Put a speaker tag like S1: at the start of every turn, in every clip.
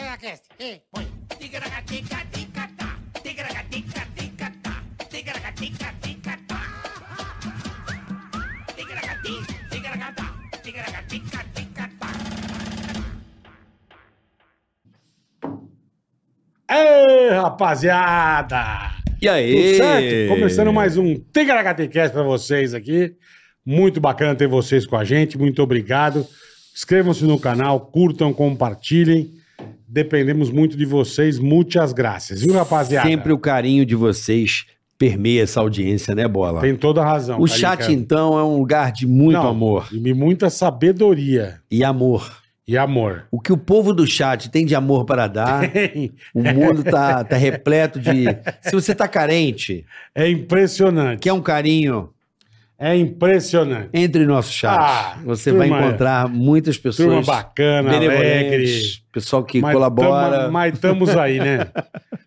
S1: Ticaracast, ei, põe.
S2: Ticaracatica-ticatá, ticaracatica-ticatá, ticaracatica-ticatá. Ticaracati, ticaracatá, ticaracatica-ticatá.
S3: Ei, rapaziada!
S4: E
S3: Tudo
S4: aí?
S3: certo? Começando mais um Tigaracatecast pra vocês aqui. Muito bacana ter vocês com a gente, muito obrigado. Inscrevam-se no canal, curtam, compartilhem. Dependemos muito de vocês, muitas graças, viu, rapaziada?
S4: Sempre o carinho de vocês permeia essa audiência, né, Bola?
S3: Tem toda a razão.
S4: o
S3: Carica.
S4: chat, então, é um lugar de muito
S3: tá Não.
S4: amor.
S3: E muita sabedoria
S4: E amor.
S3: e amor.
S4: O que o povo do chat tem de amor para dar,
S3: é
S4: o mundo tá, tá repleto de... Se você tá carente,
S3: É impressionante.
S4: quer um carinho,
S3: É impressionante.
S4: entre no nosso chat.
S3: Ah,
S4: você
S3: turma-
S4: vai encontrar muitas
S3: Turma
S4: pessoas
S3: bacana, alegre.
S4: benevolentes, pessoal que
S3: Mas
S4: colabora.
S3: tamo- mas estamos aí, né?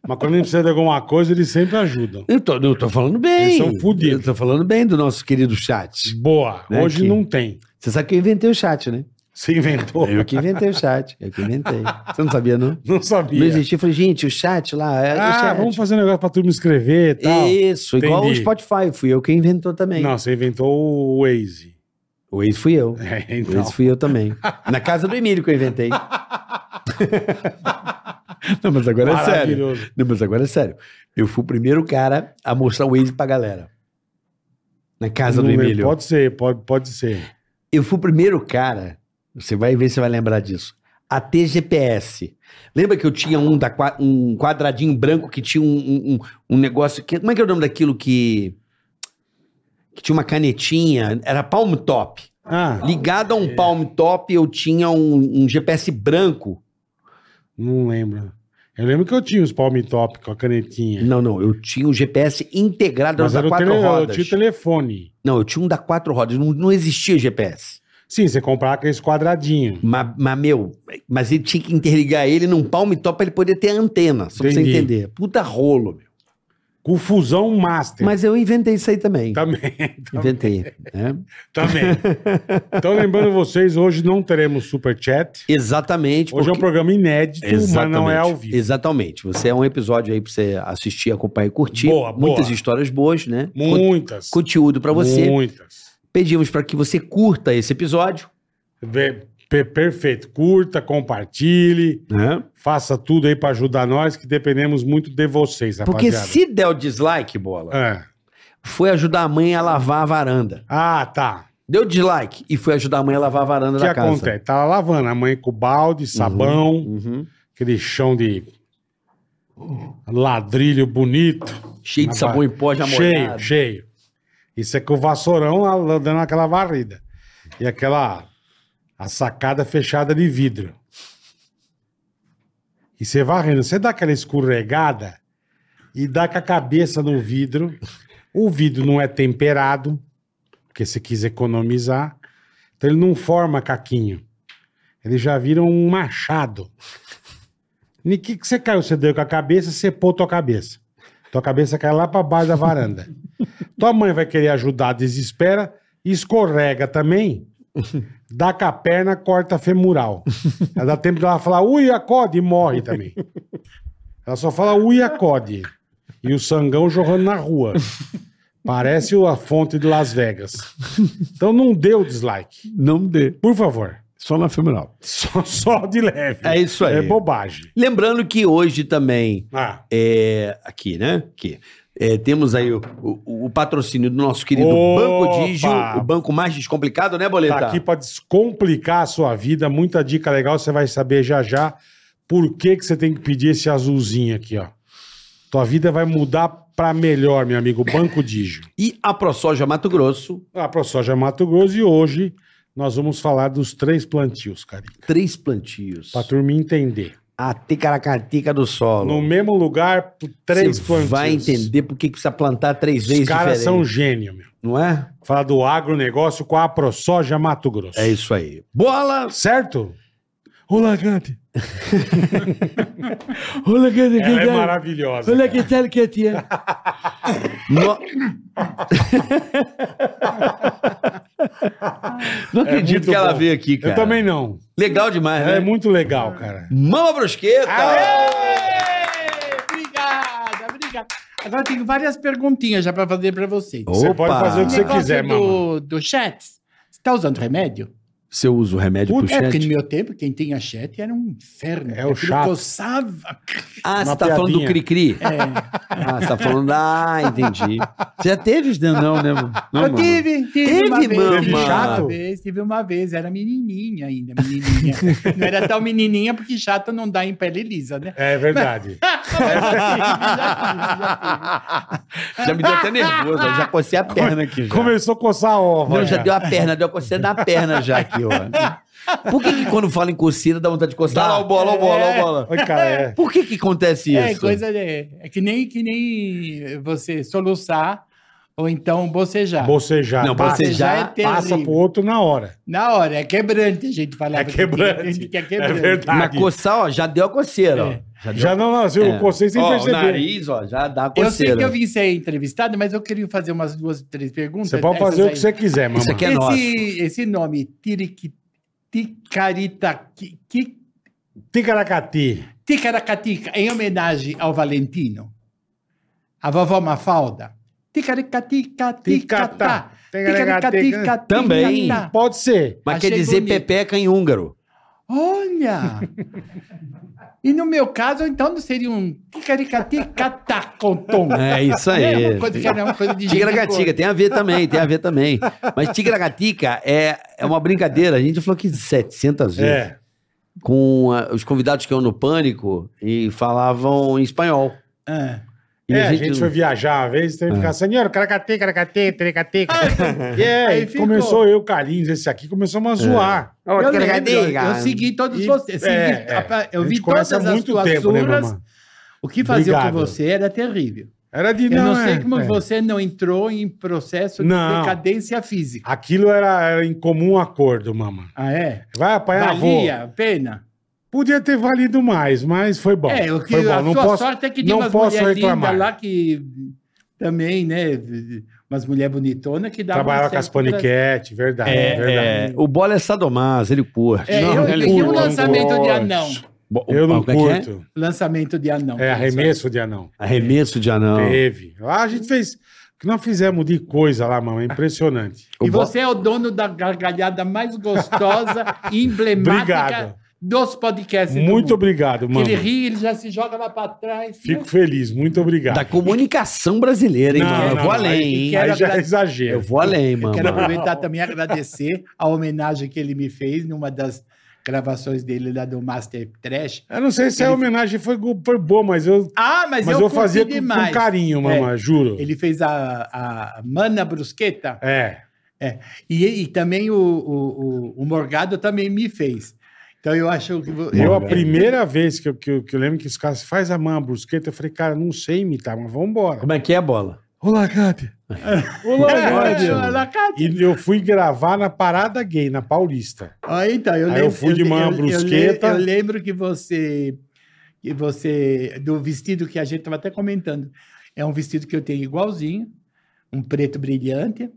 S3: mas quando a gente precisa de alguma coisa, eles sempre ajudam.
S4: Eu, tô, eu tô falando bem.
S3: Eles são fudidos.
S4: Eu tô falando bem do nosso querido chat.
S3: Boa.
S4: Né,
S3: Hoje
S4: Kim?
S3: não tem.
S4: Você sabe que eu inventei o chat, né?
S3: Você inventou?
S4: Eu que inventei o chat. Eu que inventei. Você não sabia, não?
S3: Não
S4: Não
S3: sabia.
S4: existia. Eu falei, gente, o chat lá. É, o
S3: ah,
S4: chat.
S3: vamos fazer um negócio pra turma escrever e tal.
S4: Isso, igual o
S3: Entendi.
S4: Spotify. Fui eu quem inventou também.
S3: Não, você inventou o Waze.
S4: O ex fui eu.
S3: É,
S4: O
S3: então.
S4: ex fui eu também. Na casa do Emílio que eu inventei. não, mas agora é sério.
S3: Maravilhoso.
S4: Não, mas agora é sério. Eu fui o primeiro cara a mostrar o Waze pra galera. Na
S3: Não
S4: casa
S3: é
S4: do
S3: lembro.
S4: Emílio.
S3: Pode ser, pode, pode ser.
S4: Eu fui o primeiro cara, você vai ver se vai lembrar disso, a ter GPS. Lembra que eu tinha um, da, qua- um quadradinho branco que tinha um, um, um- um negócio. Que, como é que é o nome daquilo que. Que tinha uma canetinha, era palm top.
S3: Ah,
S4: Ligado a um palm top, eu tinha um, um GPS branco.
S3: não lembro. Eu lembro que eu tinha os Palm Top com a canetinha.
S4: Não, não, eu tinha um GPS integrado
S3: Mas
S4: da
S3: era o
S4: quatro
S3: tele... eu
S4: rodas.
S3: tinha o telefone.
S4: Não, eu tinha um da quatro rodas, não, não existia GPS.
S3: Sim, você comprava aqueles quadradinhos.
S4: Mas, mas, meu, mas ele tinha que interligar ele num palme top pra ele poder ter antena, só pra
S3: Entendi.
S4: você entender. Puta rolo, meu.
S3: Confusão Master.
S4: Mas eu inventei isso aí também.
S3: Tá. Também,
S4: inventei. né?
S3: também. então, lembrando vocês, hoje não teremos super chat.
S4: Exatamente.
S3: Hoje é um
S4: porque-
S3: programa inédito, mas não é ao vivo.
S4: Exatamente. Você é um episódio aí pra você assistir, acompanhar e curtir.
S3: Boa, boa.
S4: Muitas histórias boas, né? Con-
S3: Muitas.
S4: Conteúdo pra você.
S3: Muitas.
S4: Pedimos pra que você curta esse episódio.
S3: Be- pe- perfeito. Curta, compartilhe,
S4: né?
S3: faça tudo aí pra ajudar nós, que dependemos muito de vocês,
S4: Porque
S3: rapaziada.
S4: se der o dislike, bola,
S3: É.
S4: foi ajudar a mãe a lavar a varanda.
S3: Ah, tá.
S4: Deu dislike e foi ajudar a mãe a lavar a varanda
S3: O que
S4: da casa.
S3: acontece? Tava lavando a mãe com balde, sabão,
S4: Uhum.
S3: aquele chão de ladrilho bonito.
S4: Cheio de sabão em pó já
S3: Cheio,
S4: molhado.
S3: cheio. Isso é com o vassourão lá, lá dando aquela varrida. E aquela a sacada fechada de vidro. E você varrendo, você dá aquela escorregada e dá com a cabeça no vidro. O vidro não é temperado, porque você quis economizar. Então ele não forma caquinho. Ele já vira um machado. E o que, que você caiu? Você deu com a cabeça, você pôs tua cabeça. Tua cabeça cai lá pra baixo da varanda. Tua mãe vai querer ajudar, desespera, escorrega também, dá com a perna, corta a femoral. Ela dá tempo dela falar, ui, acode, e morre também. Ela só fala, ui, acode. E o sangão jorrando na rua. Parece a fonte de Las Vegas. Então não dê o dislike,
S4: Não dê.
S3: por favor.
S4: Só na femoral.
S3: Só, só de leve.
S4: É isso aí.
S3: É bobagem.
S4: Lembrando que hoje também,
S3: Ah,
S4: é, aqui, né? Aqui. é, temos aí o, o- o patrocínio do nosso querido
S3: Opa!
S4: Banco Digio, o banco mais descomplicado, né, Boleta?
S3: Tá aqui pra descomplicar a sua vida. Muita dica legal, você vai saber já já por que, que você tem que pedir esse azulzinho aqui, ó. Tua vida vai mudar pra melhor, meu amigo. Banco Digio.
S4: E a ProSoja Mato Grosso,
S3: A ProSoja Mato Grosso e hoje nós vamos falar dos três plantios, cara.
S4: três plantios.
S3: Pra turma entender.
S4: A ticaracatica do solo.
S3: No mesmo lugar, p- três
S4: Você
S3: plantios.
S4: vai entender por que que precisa plantar três
S3: Os
S4: vezes
S3: caras
S4: diferente.
S3: são gênio, meu.
S4: Não é?
S3: Falar do agronegócio com a ProSoja Mato Grosso.
S4: É isso aí. Bola!
S3: Certo? Olá, Gante.
S4: Olha que
S3: Ela é maravilhosa. cara.
S4: tal que tinha. Não
S3: É
S4: acredito
S3: muito
S4: que ela
S3: bom.
S4: veio aqui, cara.
S3: Eu também não.
S4: Legal demais, né?
S3: É muito legal, cara.
S4: Mama Brusqueta!
S1: Aê! Obrigada, obrigada. Agora eu tenho várias perguntinhas já para fazer para vocês.
S4: Opa!
S3: Você pode fazer o que você
S1: Negócio
S4: é
S3: quiser, mano.
S1: do, do chat. Você tá usando remédio?
S4: Você usa o remédio pro
S1: É, porque no
S4: chat?
S1: meu tempo, quem tinha chat era um inferno.
S3: É o
S1: Aquilo
S3: chato.
S1: coçava.
S4: Ah, você
S3: Uma
S4: tá falando do
S3: piadinha.
S4: Cri-Cri?
S1: É.
S4: Ah, você tá falando... Ah, entendi. Você já teve isso? Não, né? mano? Não,
S1: eu
S4: mano.
S1: tive, tive,
S4: Teve,
S1: uma vez,
S4: mama.
S1: tive
S3: Chato?
S1: uma vez, tive uma vez, era menininha ainda, menininha. não era tão menininha porque chato não dá em pele lisa, né?
S3: É verdade.
S1: Mas assim, já
S4: É,
S1: tive, já tive, já tive.
S4: Já me deu até nervoso, ó. já cocei a perna aqui já.
S3: Começou a coçar a ova.
S4: Não, já
S3: é cara.
S4: deu a perna, deu a coceira na perna já aqui, ó. Por que, que quando fala em coceira dá vontade de coçar?
S3: Dá.
S4: Olha o bola, olha o bola, olha o bola.
S3: Oi, cara, é.
S4: Por que que acontece
S1: É,
S4: isso?
S1: coisa de, é que nem que nem você soluçar ou então bocejar.
S3: Bocejar.
S4: Não,
S3: passa,
S4: bocejar
S1: Bocejar é terrível.
S3: passa pro outro na hora.
S1: Na hora, é quebrante, a gente falava.
S3: É quebrante.
S1: Que, que é
S3: É
S1: quebrante.
S4: Mas
S3: verdade.
S4: coçar, ó, já deu a coceira,
S1: É.
S4: ó. Já deu
S3: Já não nasceu,
S4: É.
S3: eu cocei sem
S4: Ó, o
S3: perceber.
S4: nariz, ó, já dá a
S1: Eu sei
S4: coceira.
S1: que eu vim ser entrevistado, mas eu queria fazer umas duas, três perguntas.
S3: Você pode fazer o que você quiser, mamãe.
S4: Isso aqui é
S1: quer.
S4: nosso.
S1: Esse, esse nome, tiriqui- ticarita, qui- qui-
S3: Ticaracati.
S1: Ticaracatica, em homenagem ao Valentino. A vovó Mafalda. Ticaricatica, ticatá. Ticaricatica,
S4: Também.
S1: ticatá.
S3: Pode ser.
S4: Mas
S1: Achei
S4: quer dizer
S1: bonito.
S4: pepeca em húngaro.
S1: Olha! e no meu caso, então, seria um ticaricaticatá com tom.
S4: É isso
S1: É
S4: aí.
S1: uma coisa que né, era uma coisa de
S4: Tigragatica, tem a ver também, tem a ver também. Mas tigragatica é, é uma brincadeira, a gente já falou aqui 700 vezes.
S3: É.
S4: Com ah, os convidados que iam no Pânico e falavam em espanhol.
S1: Ah.
S4: E
S3: É, a gente foi viajar uma vez, então
S4: É.
S3: teve que ficar assim, senhor, caracate, caracate, terecate. E
S1: Ah, Aí
S3: aí,
S1: ficou.
S3: começou eu, Carlinhos, esse aqui, começamos
S4: É.
S3: a zoar.
S4: Ó,
S1: Eu, lembro,
S4: tigragatica.
S1: eu segui todos
S3: E-
S1: vocês. segui-
S3: é,
S1: apa- Eu
S3: A gente
S1: vi todas
S3: conhece há né,
S1: as suas
S3: mamãe?
S1: surras. o que faziam com
S3: Obrigado.
S1: você era terrível.
S3: Era de
S1: Eu não, sei
S3: é,
S1: como
S3: é.
S1: você não entrou em processo de
S3: Não.
S1: decadência física.
S3: Aquilo era, era em comum acordo, mamãe.
S1: Ah, é?
S3: Vai apanhar avô.
S1: Valia, a pena.
S3: Podia ter valido mais, mas foi bom.
S1: é, o que,
S3: foi bom.
S1: a
S3: Não
S1: sua
S3: posso,
S1: sorte é que tinha
S3: não
S1: umas
S3: posso
S1: mulheres
S3: reclamar.
S1: lindas lá que também, né? Umas mulheres bonitonas que davam...
S3: Trabalhava
S1: um
S3: com as
S1: certo prazer.
S3: paniquete, verdade,
S4: É,
S3: verdade.
S4: é, o bola é sadomás, ele curte.
S1: É,
S3: Não,
S1: eu
S3: ele
S1: peguei um
S3: curte,
S1: lançamento de
S3: curte.
S1: anão.
S4: Bo-
S3: Eu não
S4: como é que é?
S3: curto.
S1: Lançamento de anão.
S3: É arremesso de anão.
S4: Arremesso de anão.
S3: Teve. Lá a gente fez. O que nós fizemos de coisa lá, mamãe, é impressionante.
S4: O
S1: E
S4: bo-
S1: você é o dono da gargalhada mais gostosa e emblemática
S3: Obrigado.
S1: dos podcasts. do
S3: Muito
S1: mundo.
S3: obrigado,
S1: é Que Ele
S3: mamãe.
S1: ri, né? ele já se joga lá pra trás.
S3: Fico feliz, muito obrigado.
S4: Da comunicação brasileira, hein,
S3: Não,
S4: mano? Eu
S3: não,
S4: vou
S3: não,
S4: além,
S1: aí-
S4: hein?
S1: quero
S3: Aí já
S1: agra-
S3: é exagero.
S4: Eu vou além, mano.
S1: Né? Quero aproveitar também e agradecer a homenagem que ele me fez numa das gravações dele lá do Master Trash.
S3: Eu não sei se a homenagem foi, go- foi boa, mas eu,
S1: Ah, mas,
S3: mas eu,
S1: curti
S3: fazia com, com
S1: demais. É.
S3: carinho, mamãe, juro.
S1: Ele fez a, a Mana Brusqueta
S3: É.
S1: e, e também o, o, o- o Morgado também me fez. Então eu acho que... vo-
S3: Eu, a
S4: Morgado.
S3: primeira vez que eu, que, eu, que eu lembro que os caras faz a mão, a brusqueta, eu falei, cara, não sei imitar, mas vambora.
S4: Como é que é, bola?
S3: Olá, Cátia.
S1: Olá,
S4: Morgado.
S1: Olá, Cátia.
S3: E eu fui gravar na Parada Gay, na Paulista.
S1: Ah, então, eu
S3: Aí eu
S1: lembro.
S3: fui de manhã
S1: eu- eu le-
S3: brusqueta.
S1: Eu, lembro que você. Que você. Do vestido que a gente estava até comentando. É um vestido que eu tenho igualzinho, um preto brilhante.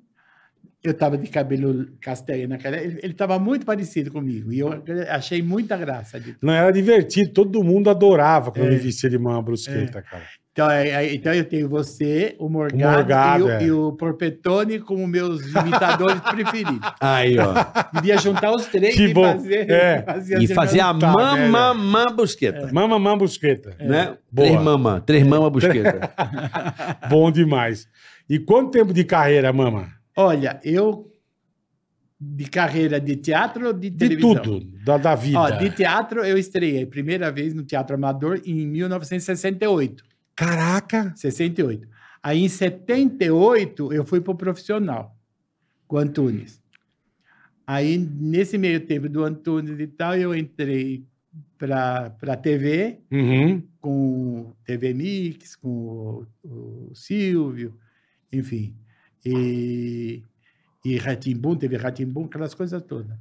S1: Eu estava de cabelo castanho naquela. Ele estava muito parecido comigo. E eu agra- achei muita graça. De...
S3: Não, era divertido, todo mundo adorava quando
S1: É.
S3: eu me vestia de mão, a brusqueta, cara.
S1: Então, é- é- então eu tenho você, o Morgado,
S3: Morgado,
S1: e, o,
S3: é.
S1: e o Porpetone como meus imitadores preferidos.
S4: Aí, ó.
S1: Devia juntar os três
S3: Que
S1: e
S3: bom.
S1: fazer.
S3: É.
S1: fazer
S4: E
S1: as
S4: fazer a
S3: Tá, né,
S4: mamamã busqueta.
S3: Mama, mama, brusqueta.
S1: É.
S4: Né?
S3: Boa.
S4: Três mama, três mama busqueta.
S3: Bom demais. E quanto tempo de carreira, mama?
S1: Olha, eu de carreira de teatro ou de
S3: De
S1: televisão?
S3: tudo, da, da vida.
S1: Ó, de teatro eu estreiei primeira vez no Teatro Amador em 1968,
S3: Caraca!
S1: 68. Aí em 78 eu fui pro profissional com o Antunes. Aí nesse meio tempo do Antunes e tal, eu entrei para para TV
S3: Uhum.
S1: com TV Mix, com o, o Silvio, enfim. E, e Ratimbum, teve Ratimbum, aquelas coisas todas.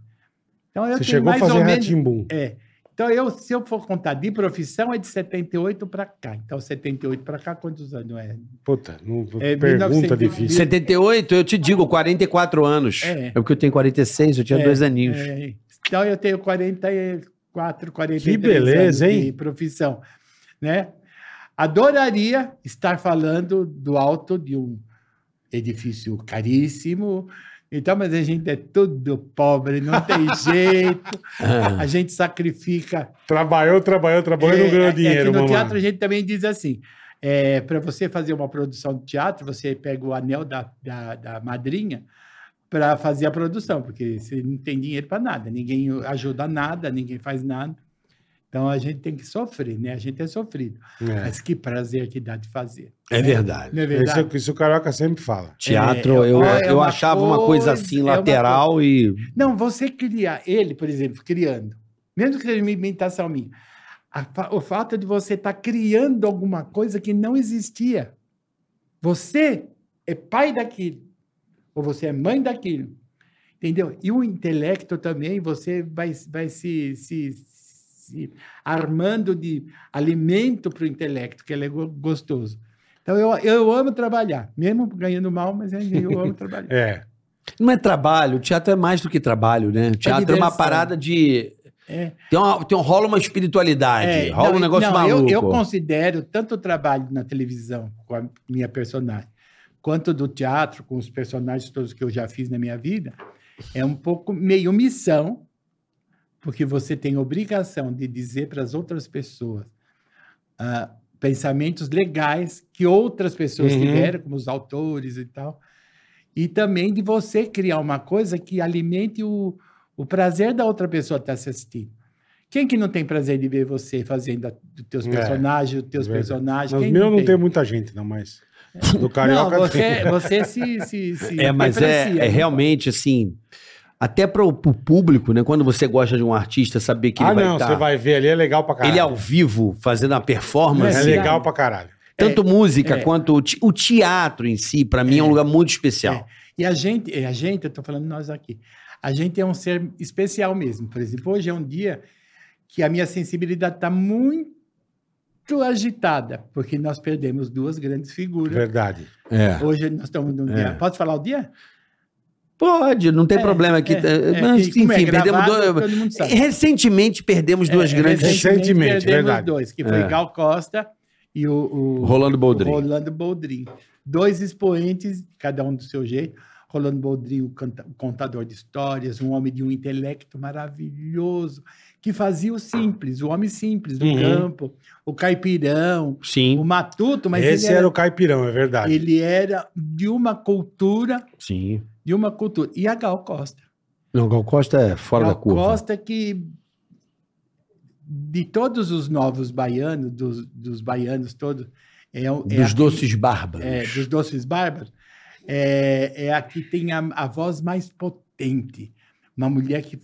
S1: Então eu
S3: Você
S1: tenho
S3: chegou a
S1: mais
S3: fazer
S1: ou menos.
S3: ratimbum.
S1: É. Então, eu, se eu for contar de profissão, é de 78 para cá. Então, 78 para cá, quantos anos é?
S3: Puta, não,
S1: É,
S3: pergunta
S1: 1900
S3: difícil.
S4: 78, eu te digo, 44 anos.
S1: É.
S4: É, porque eu tenho 46, eu tinha
S1: É,
S4: dois aninhos.
S1: É, então, eu tenho 44, 43
S3: Que beleza,
S1: anos de
S3: hein?
S1: profissão. Né? Adoraria estar falando do alto de um edifício caríssimo. Então, mas a gente é tudo pobre, não tem jeito.
S4: Ah.
S1: A gente sacrifica
S3: Trabalhou, trabalhou, trabalhou e não
S1: é,
S3: ganhou
S1: é que
S3: dinheiro,
S1: no
S3: mano.
S1: teatro a gente também diz assim: para você fazer uma produção de teatro, você pega o anel da, da, da madrinha para fazer a produção, porque você não tem dinheiro para nada, ninguém ajuda nada, ninguém faz nada. Então a gente tem que sofrer, né? A gente é sofrido.
S3: É.
S1: Mas que prazer que dá de fazer.
S4: É verdade.
S1: Não é
S3: Isso, é o
S1: verdade?
S3: que- isso o Carioca sempre fala.
S4: Teatro,
S1: É,
S4: eu,
S1: ó, é
S4: eu
S1: uma
S4: achava uma coisa
S1: coisa,
S4: assim,
S1: é uma
S4: lateral e.
S1: Não, você criar ele, por exemplo, criando, mesmo que seja uma imitação minha, a fa- o fato de você estar criando alguma coisa que não existia. Você é pai daquilo, ou você é mãe daquilo, entendeu? E o intelecto também, você vai, vai se, se, se armando de alimento para o intelecto, que ele é go- gostoso. Então, eu, eu amo trabalhar, mesmo ganhando mal, mas eu- eu amo trabalhar.
S3: É.
S4: Não é trabalho, o teatro é mais do que trabalho, né? O teatro é uma
S1: diversão.
S4: parada de.
S1: É.
S4: Tem, uma, tem um- rola uma espiritualidade,
S1: É,
S4: rola
S1: não,
S4: um negócio
S1: não, eu-
S4: maluco.
S1: Eu, considero tanto o trabalho na televisão com a minha personagem, quanto do teatro, com os personagens todos que eu já fiz na minha vida, é um pouco meio missão, porque você tem obrigação de dizer para as outras pessoas ah, pensamentos legais que outras pessoas
S3: Uhum.
S1: tiveram, como os autores e tal, e também de você criar uma coisa que alimente o, o prazer da outra pessoa estar se assistindo. Quem que não tem prazer de ver você fazendo a- os teus
S3: É,
S1: personagens, os teus
S3: verdade.
S1: personagens?
S3: Mas
S1: Quem
S3: meu não
S1: tem?
S3: tem é muita gente, não, mas. Do
S1: Não,
S3: Carioca tem.
S1: você, você se, se, se
S4: É, mas
S1: referencia,
S4: é, é
S1: né?
S4: realmente assim. Até para o público, né? Quando você gosta de um artista, saber que
S3: Ah,
S4: ele vai
S3: não,
S4: tá-
S3: você vai ver ali, é legal pra caralho.
S4: Ele ao vivo, fazendo a
S3: É
S4: performance.
S1: Mas-
S3: legal pra caralho.
S4: Tanto música
S1: é.
S4: quanto o te- o teatro em si, pra mim, é, um lugar muito especial.
S1: E a gente, é, a gente, eu estou falando nós aqui, a gente é um ser especial mesmo. Por exemplo, hoje é um dia que a minha sensibilidade está muito agitada, porque nós perdemos duas grandes figuras.
S3: Verdade. É.
S4: É.
S1: Hoje nós estamos num dia. Posso falar o dia?
S4: Pode, não tem
S1: É,
S4: problema aqui.
S1: é,
S4: tá-
S1: é,
S4: mas,
S1: e
S4: enfim,
S1: como é
S4: perdemos
S1: gravado,
S4: dois.
S1: Todo mundo sabe.
S4: Recentemente perdemos duas
S1: É,
S4: grandes.
S3: Recentemente,
S1: perdemos
S3: verdade.
S1: dois, que foi
S4: É.
S1: Gal Costa e o, o-
S4: Rolando Boldrin.
S1: o Rolando Boldrin. Dois expoentes, cada um do seu jeito. Rolando Boldrin, o canta- o contador de histórias, um homem de um intelecto maravilhoso, que fazia o simples, o homem simples do
S3: Uhum.
S1: campo, o caipirão, o
S4: Sim,
S1: matuto, mas
S3: Esse
S1: ele,
S3: era...
S1: era,
S3: o caipirão, é verdade.
S1: ele era de uma cultura,
S4: sim.
S1: de uma cultura. E a Gal Costa.
S4: Não, Gal Costa é fora
S1: Gal
S4: da curva.
S1: Costa que de todos os novos baianos, dos, dos baianos todos, é, o- é
S4: Dos
S1: a-
S4: doces bárbaros.
S1: é, dos doces bárbaros, é, é a que tem a, a voz mais potente, uma mulher que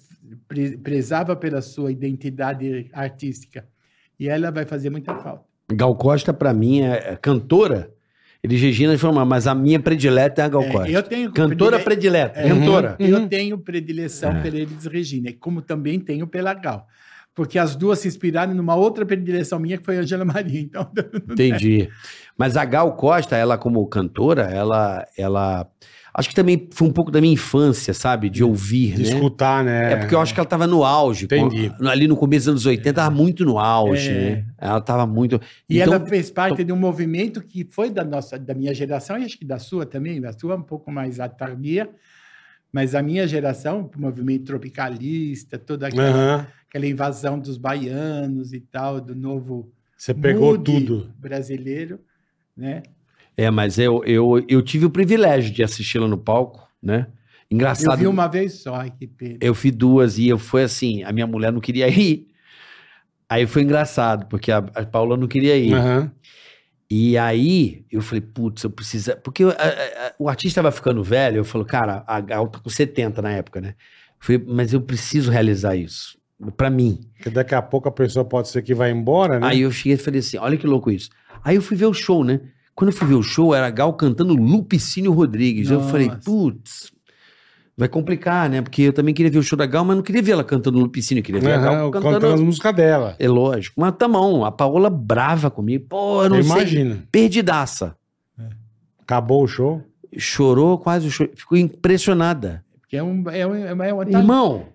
S1: pre- prezava pela sua identidade artística e ela vai fazer muita falta.
S4: Gal Costa, pra mim, é é cantora. Eles Regina foi uma, mas a minha predileta é a Gal
S1: É,
S4: Costa.
S1: eu tenho
S4: Cantora
S1: predile-
S4: predileta,
S1: É,
S4: cantora.
S1: Eu
S3: Uhum.
S1: tenho predileção
S3: É.
S1: pela Elis Regina, como também tenho pela Gal. Porque as duas se inspiraram numa outra predileção minha, que foi a Angela Maria. Então,
S4: Entendi. Mas a Gal Costa, ela como cantora, ela, ela, acho que também foi um pouco da minha infância, sabe,
S1: Uhum.
S4: de ouvir,
S3: De
S4: né?
S3: escutar, né?
S4: É porque eu acho que ela tava no auge.
S3: Entendi.
S4: com- ali no começo dos anos 80, tava muito no auge,
S1: É.
S4: né? Ela tava muito.
S1: E
S4: então,
S1: ela fez parte de um movimento que foi da nossa, da minha geração, e acho que da sua também, a sua é um pouco mais à tardia, mas a minha geração, o movimento tropicalista, toda aquela,
S3: Aham.
S1: aquela invasão dos baianos e tal, do novo
S3: Você pegou
S1: mood
S3: tudo.
S1: brasileiro, né?
S4: É, mas eu, eu, eu tive o privilégio de assisti-la no palco, né? Engraçado.
S1: Eu vi uma vez só, ai, que pena.
S4: Eu fiz duas e eu foi assim, a minha mulher não queria ir. Aí foi engraçado, porque a, a Paula não queria ir.
S3: Aham.
S4: E aí eu falei, putz, eu preciso. Porque a- a- a- o artista vai ficando velho, eu falo, cara, a Gal tá com 70 na época, né? Eu falei, mas eu preciso realizar isso. Pra mim.
S3: Porque daqui a pouco a pessoa pode ser que vai embora, né?
S4: Aí eu cheguei e falei assim: olha que louco isso. Aí eu fui ver o show, né? Quando eu fui ver o show, era a Gal cantando Lupicínio Rodrigues. Eu falei,
S1: Nossa.
S4: putz, Vai complicar, né? Porque eu também queria ver o show da Gal, mas não queria ver ela cantando no piscina, eu queria ver a
S3: Aham,
S4: Gal
S3: cantando,
S4: cantando.
S3: as músicas dela.
S4: É lógico. Mas tá bom, a Paola brava comigo. Pô, eu não sei.
S3: Imagina.
S4: Perdidaça.
S3: Acabou o show.
S4: Chorou, quase chorou. Ficou impressionada.
S1: Porque é um. É um, é uma- é
S3: Tá
S1: uma-
S4: Irmão,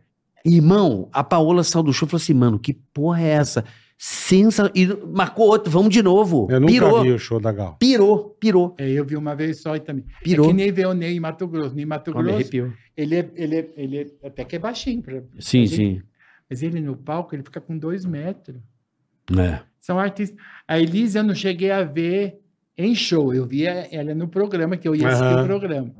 S4: irmão, a Paola saiu do show e falou assim, mano, que porra é essa? Sensa... E marcou outro, vamos de novo.
S3: Eu nunca
S4: pirou,
S3: vi o show da Gal.
S4: pirou, pirou,
S1: É, eu vi uma vez só e também. É
S4: pirou.
S1: que nem vê o Ney em Mato Grosso. Ney em Mato
S4: Ah, me
S1: Grosso,
S4: arrepiou.
S1: ele, é, ele, é, ele é- até que é baixinho. pra- pra
S4: Sim,
S1: gente,
S4: sim.
S1: Mas ele no palco, ele fica com
S4: Hum.
S1: dois metros.
S4: É.
S1: São artistas. A Elisa eu não cheguei a ver em show. Eu via ela no programa, que eu ia assistir
S3: Aham.
S1: o programa.